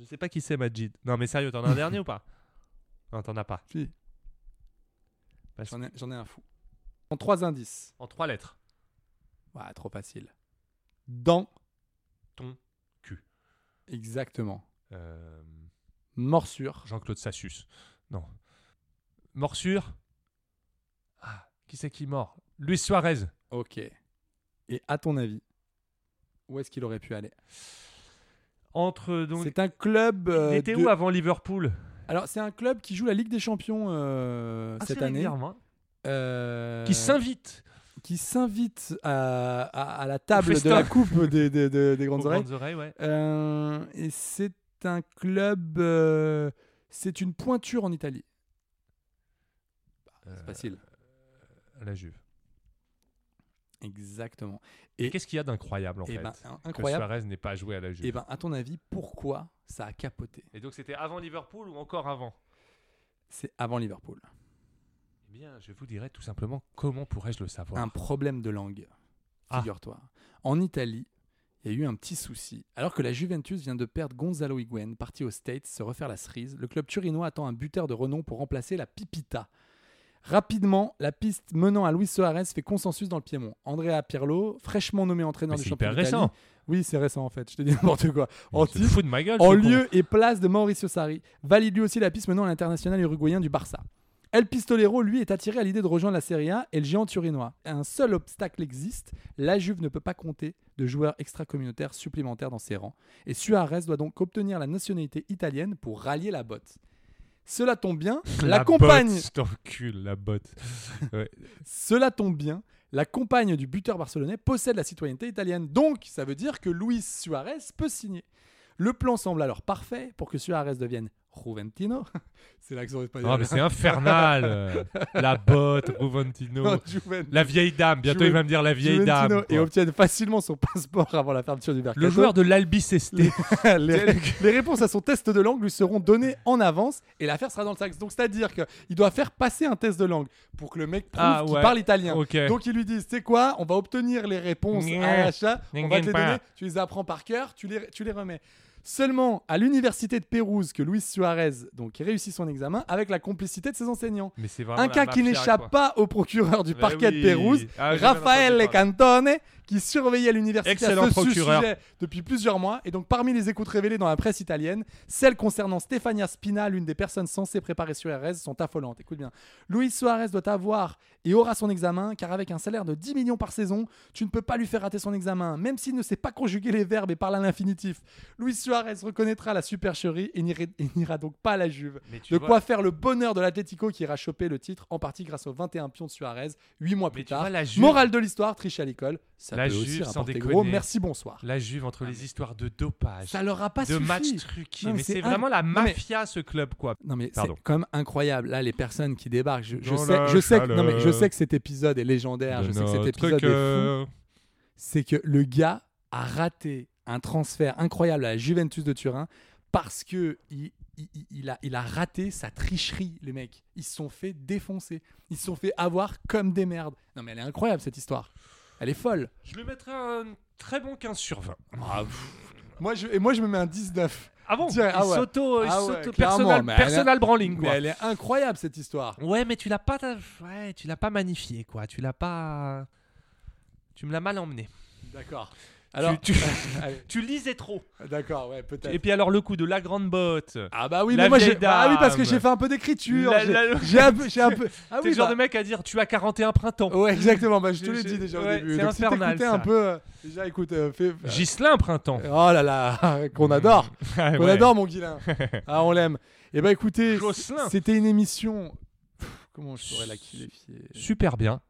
Je sais pas qui c'est Majid. Non mais sérieux, t'en as un dernier ou pas Non, t'en as pas. Si. Parce- J'en ai, j'en ai un fou. En trois indices. En trois lettres. Ouah, trop facile. Dans. Ton cul. Exactement. Euh, Morsure. Jean-Claude Sassus. Non. Morsure. Ah, qui c'est qui mord Luis Suarez. Ok. Et à ton avis, où est-ce qu'il aurait pu aller Entre donc. C'est un club. euh, il était de- où avant Liverpool Alors, c'est un club qui joue la Ligue des Champions euh, Assez cette année. régulièrement. Euh, Qui s'invite qui s'invite à, à- à la table de festin. la Coupe des, des- des- des aux Grandes Oreilles. grandes oreilles, ouais. Euh, et c'est un club. euh, c'est une pointure en Italie. Euh, Ah, C'est facile. à la Juve. Euh, Exactement. Et Et- qu'est-ce qu'il y a d'incroyable en Eh fait ben, in- Que incroyable. Suarez n'ait pas joué à la Juve. Et ben, à ton avis, pourquoi ça a capoté Et donc c'était avant Liverpool ou encore avant C'est avant Liverpool. Eh bien, je vous dirai tout simplement comment pourrais-je le savoir. Un problème de langue, Bah. Ah. figure-toi. En Italie, il y a eu un petit souci. Alors que la Juventus vient de perdre Gonzalo Higuain, parti aux States se refaire la cerise, le club turinois attend un buteur de renom pour remplacer la Pipita. Rapidement, la piste menant à Luis Suarez fait consensus dans le Piémont. Andrea Pirlo, fraîchement nommé entraîneur Mais du c'est championnat hyper d'Italie- récent. Oui, c'est récent en fait, je te dis n'importe quoi. En Tu te titre, fous de ma gueule. en ce con. lieu et place de Mauricio Sarri. Valide lui aussi la piste menant à l'international uruguayen du Barça. El Pistolero, lui, est attiré à l'idée de rejoindre la Serie A et le géant turinois. Un seul obstacle existe, la Juve ne peut pas compter de joueurs extra-communautaires supplémentaires dans ses rangs. Et Suarez doit donc obtenir la nationalité italienne pour rallier la botte. Cela tombe bien, la, compagne botte, Je t'encule, la botte. Ouais. cela tombe bien, la compagne du buteur barcelonais possède la citoyenneté italienne. Donc, ça veut dire que Luis Suarez peut signer. Le plan semble alors parfait pour que Suarez devienne Juventino. C'est l'accent espagnol. Ah, mais c'est infernal. euh, la botte, Juventino. Non, Juven- La vieille dame. Bientôt, Juve- il va me dire la vieille Juventino dame. quoi. Et obtienne facilement son passeport avant la fermeture du mercato. Le joueur de l'Albi Cesté. les, les réponses à son test de langue lui seront données en avance et l'affaire sera dans le sac. Donc, c'est-à-dire qu'il doit faire passer un test de langue pour que le mec prouve Ah, qu'il ouais. parle italien. Ok. Donc ils lui disent, c'est quoi On va obtenir les réponses à Nya. l'achat, on va te Nya. les donner, tu les apprends par cœur, tu les, tu les remets. Seulement, à l'université de Pérouse que Luis Suarez donc qui réussit son examen avec la complicité de ses enseignants. Mais c'est vraiment Un la cas qui mafia, n'échappe quoi. pas au procureur du Mais parquet oui. de Pérouse, Ah, j'ai Raphaël bien entendu parler. Lecantone, qui surveillait l'université à Excellent ce procureur. sujet depuis plusieurs mois. Et donc, parmi les écoutes révélées dans la presse italienne, celles concernant Stefania Spina, l'une des personnes censées préparer Suarez, sont affolantes. Écoute bien. Luis Suarez doit avoir et aura son examen, car avec un salaire de 10 millions par saison, tu ne peux pas lui faire rater son examen, même s'il ne sait pas conjuguer les verbes et parle à l'infinitif. Luis Suarez reconnaîtra la supercherie et n'ira- et n'ira donc pas à la Juve. Mais tu De vois- quoi faire le bonheur de l'Atlético qui ira choper le titre, en partie grâce aux 21 pions de Suarez, 8 mois Mais plus tu tard. vois, la Juve- Morale de l'histoire, triche à l'école. Ça La peut aussi Juve, sans rapporter déconner. gros. Merci, bonsoir. La Juve entre les histoires de dopage, Ah, Ça leur a pas de suffi. matchs truqués. Non, mais mais c'est c'est vraiment inc- la Non, mais- mafia, ce club, quoi. Non mais c'est Pardon. quand même incroyable là les personnes qui débarquent. Je, je Dans sais, la je sais, que, non, mais je chaleur sais que cet épisode est légendaire. Je sais que cet épisode est fou. c'est que le gars a raté un transfert incroyable à la Juventus de Turin parce que il, il- il- il a, il a raté sa tricherie, les mecs. Ils se sont fait défoncer. Ils se sont fait avoir comme des merdes. Non mais elle est incroyable cette histoire. Elle est folle. Je lui mettrais un très bon 15 sur 20. Ah, pff. Moi je, et moi je me mets un 19. Ah bon Tiens, ah Il ouais. s'auto. il Ah ouais, s'auto- clairement, personal mais elle a- personal branding, Mais quoi. elle est incroyable cette histoire. Ouais, mais tu l'as pas, ouais, tu l'as pas magnifié, quoi. Tu l'as pas, tu me l'as mal emmené. D'accord. Alors, tu- Allez, Tu lisais trop. d'accord, ouais, peut-être. Et puis alors le coup de la grande botte. Ah bah oui, La mais moi vieille j'ai ah oui parce que dame. j'ai fait un peu d'écriture, La- j'ai la- j'ai un peu j'ai un peu Ah T'es oui, le genre bah- de mec à dire tu as 41 printemps. Ouais, exactement. Bah, je te Je- l'ai je- dit déjà ouais, au début. c'est Donc, si infernal, t'écoutais ça. un peu, euh, déjà, écoute, euh, fais- Ghislain printemps. Oh là là, qu'on adore, Ah, qu'on ouais. adore, mon Guilin. Ah, on l'aime. Eh ben, écoutez, Jocelyn. c'était une émission. Pff, Comment je pourrais la qualifier Super bien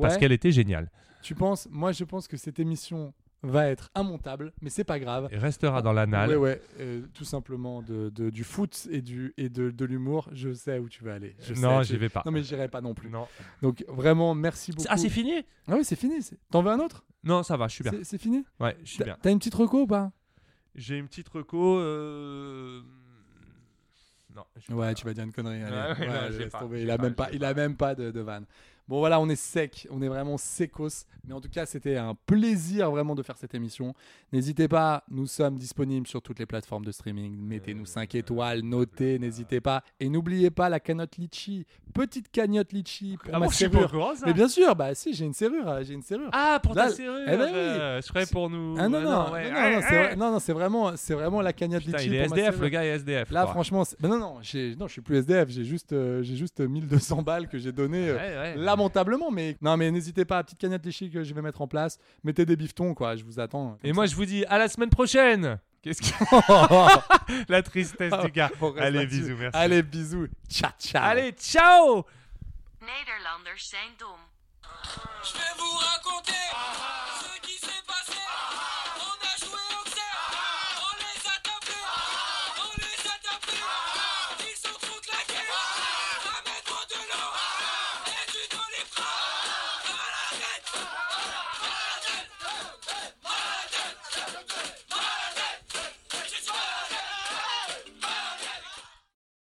parce Ouais, qu'elle était géniale. Tu penses Moi, je pense que cette émission va être immontable, mais c'est pas grave. Et restera dans l'anal. Ouais, ouais, euh, tout simplement de, de- du foot et du et de, de l'humour. Je sais où tu vas aller. Je sais, non, tu- j'y vais pas. Non, mais j'irai pas non plus. Non. Donc vraiment, merci beaucoup. Ah, c'est fini Ah oui, c'est fini. c'est- T'en veux un autre Non, ça va, je suis bien. C'est c'est fini Ouais, je suis T'as- bien. T'as une petite reco ou pas J'ai une petite reco. euh, Non. je- Ouais, tu vas dire une connerie. allez. Ouais, ouais, non, Ouais, je laisse l'ai pas, tomber. je Il l'ai a pas, même je l'ai pas, il a même pas de, de vanne. Bon voilà, on est sec, on est vraiment secos. Mais en tout cas, c'était un plaisir vraiment de faire cette émission. N'hésitez pas, nous sommes disponibles sur toutes les plateformes de streaming. Euh, Mettez-nous 5 étoiles, notez, n'hésitez pas. Et n'oubliez pas la cagnotte Litchi, petite cagnotte Litchi pour Ah ma bon, je suis pas au serrure. courant, ça Mais bien sûr, bah si, j'ai une serrure, euh, j'ai une serrure. Ah, pour ta Là, serrure eh ben oui. euh, Je serais pour nous. Ah non, Ouais, ouais, non, non, ouais, non, non, c'est ouais. vrai- non, non, c'est vraiment, c'est vraiment la cagnotte Putain, Litchi. il est pour ma SDF, serrure. le gars est SDF. Là, quoi. franchement, c'est- ben non, non, j'ai- non, je suis plus SDF, j'ai juste, euh, j'ai juste 1200 balles que j'ai données euh, Ouais, ouais. lamentablement. Mais non, mais n'hésitez pas, petite cagnotte léchée que je vais mettre en place. Mettez des biftons, quoi, je vous attends. Et moi, je vous dis à la semaine prochaine. Qu'est-ce que la tristesse du gars. On reste Allez, là-dessus. bisous, merci. Allez, bisous. Ciao, ciao. Allez, ciao. Nederlanders zijn dom. Je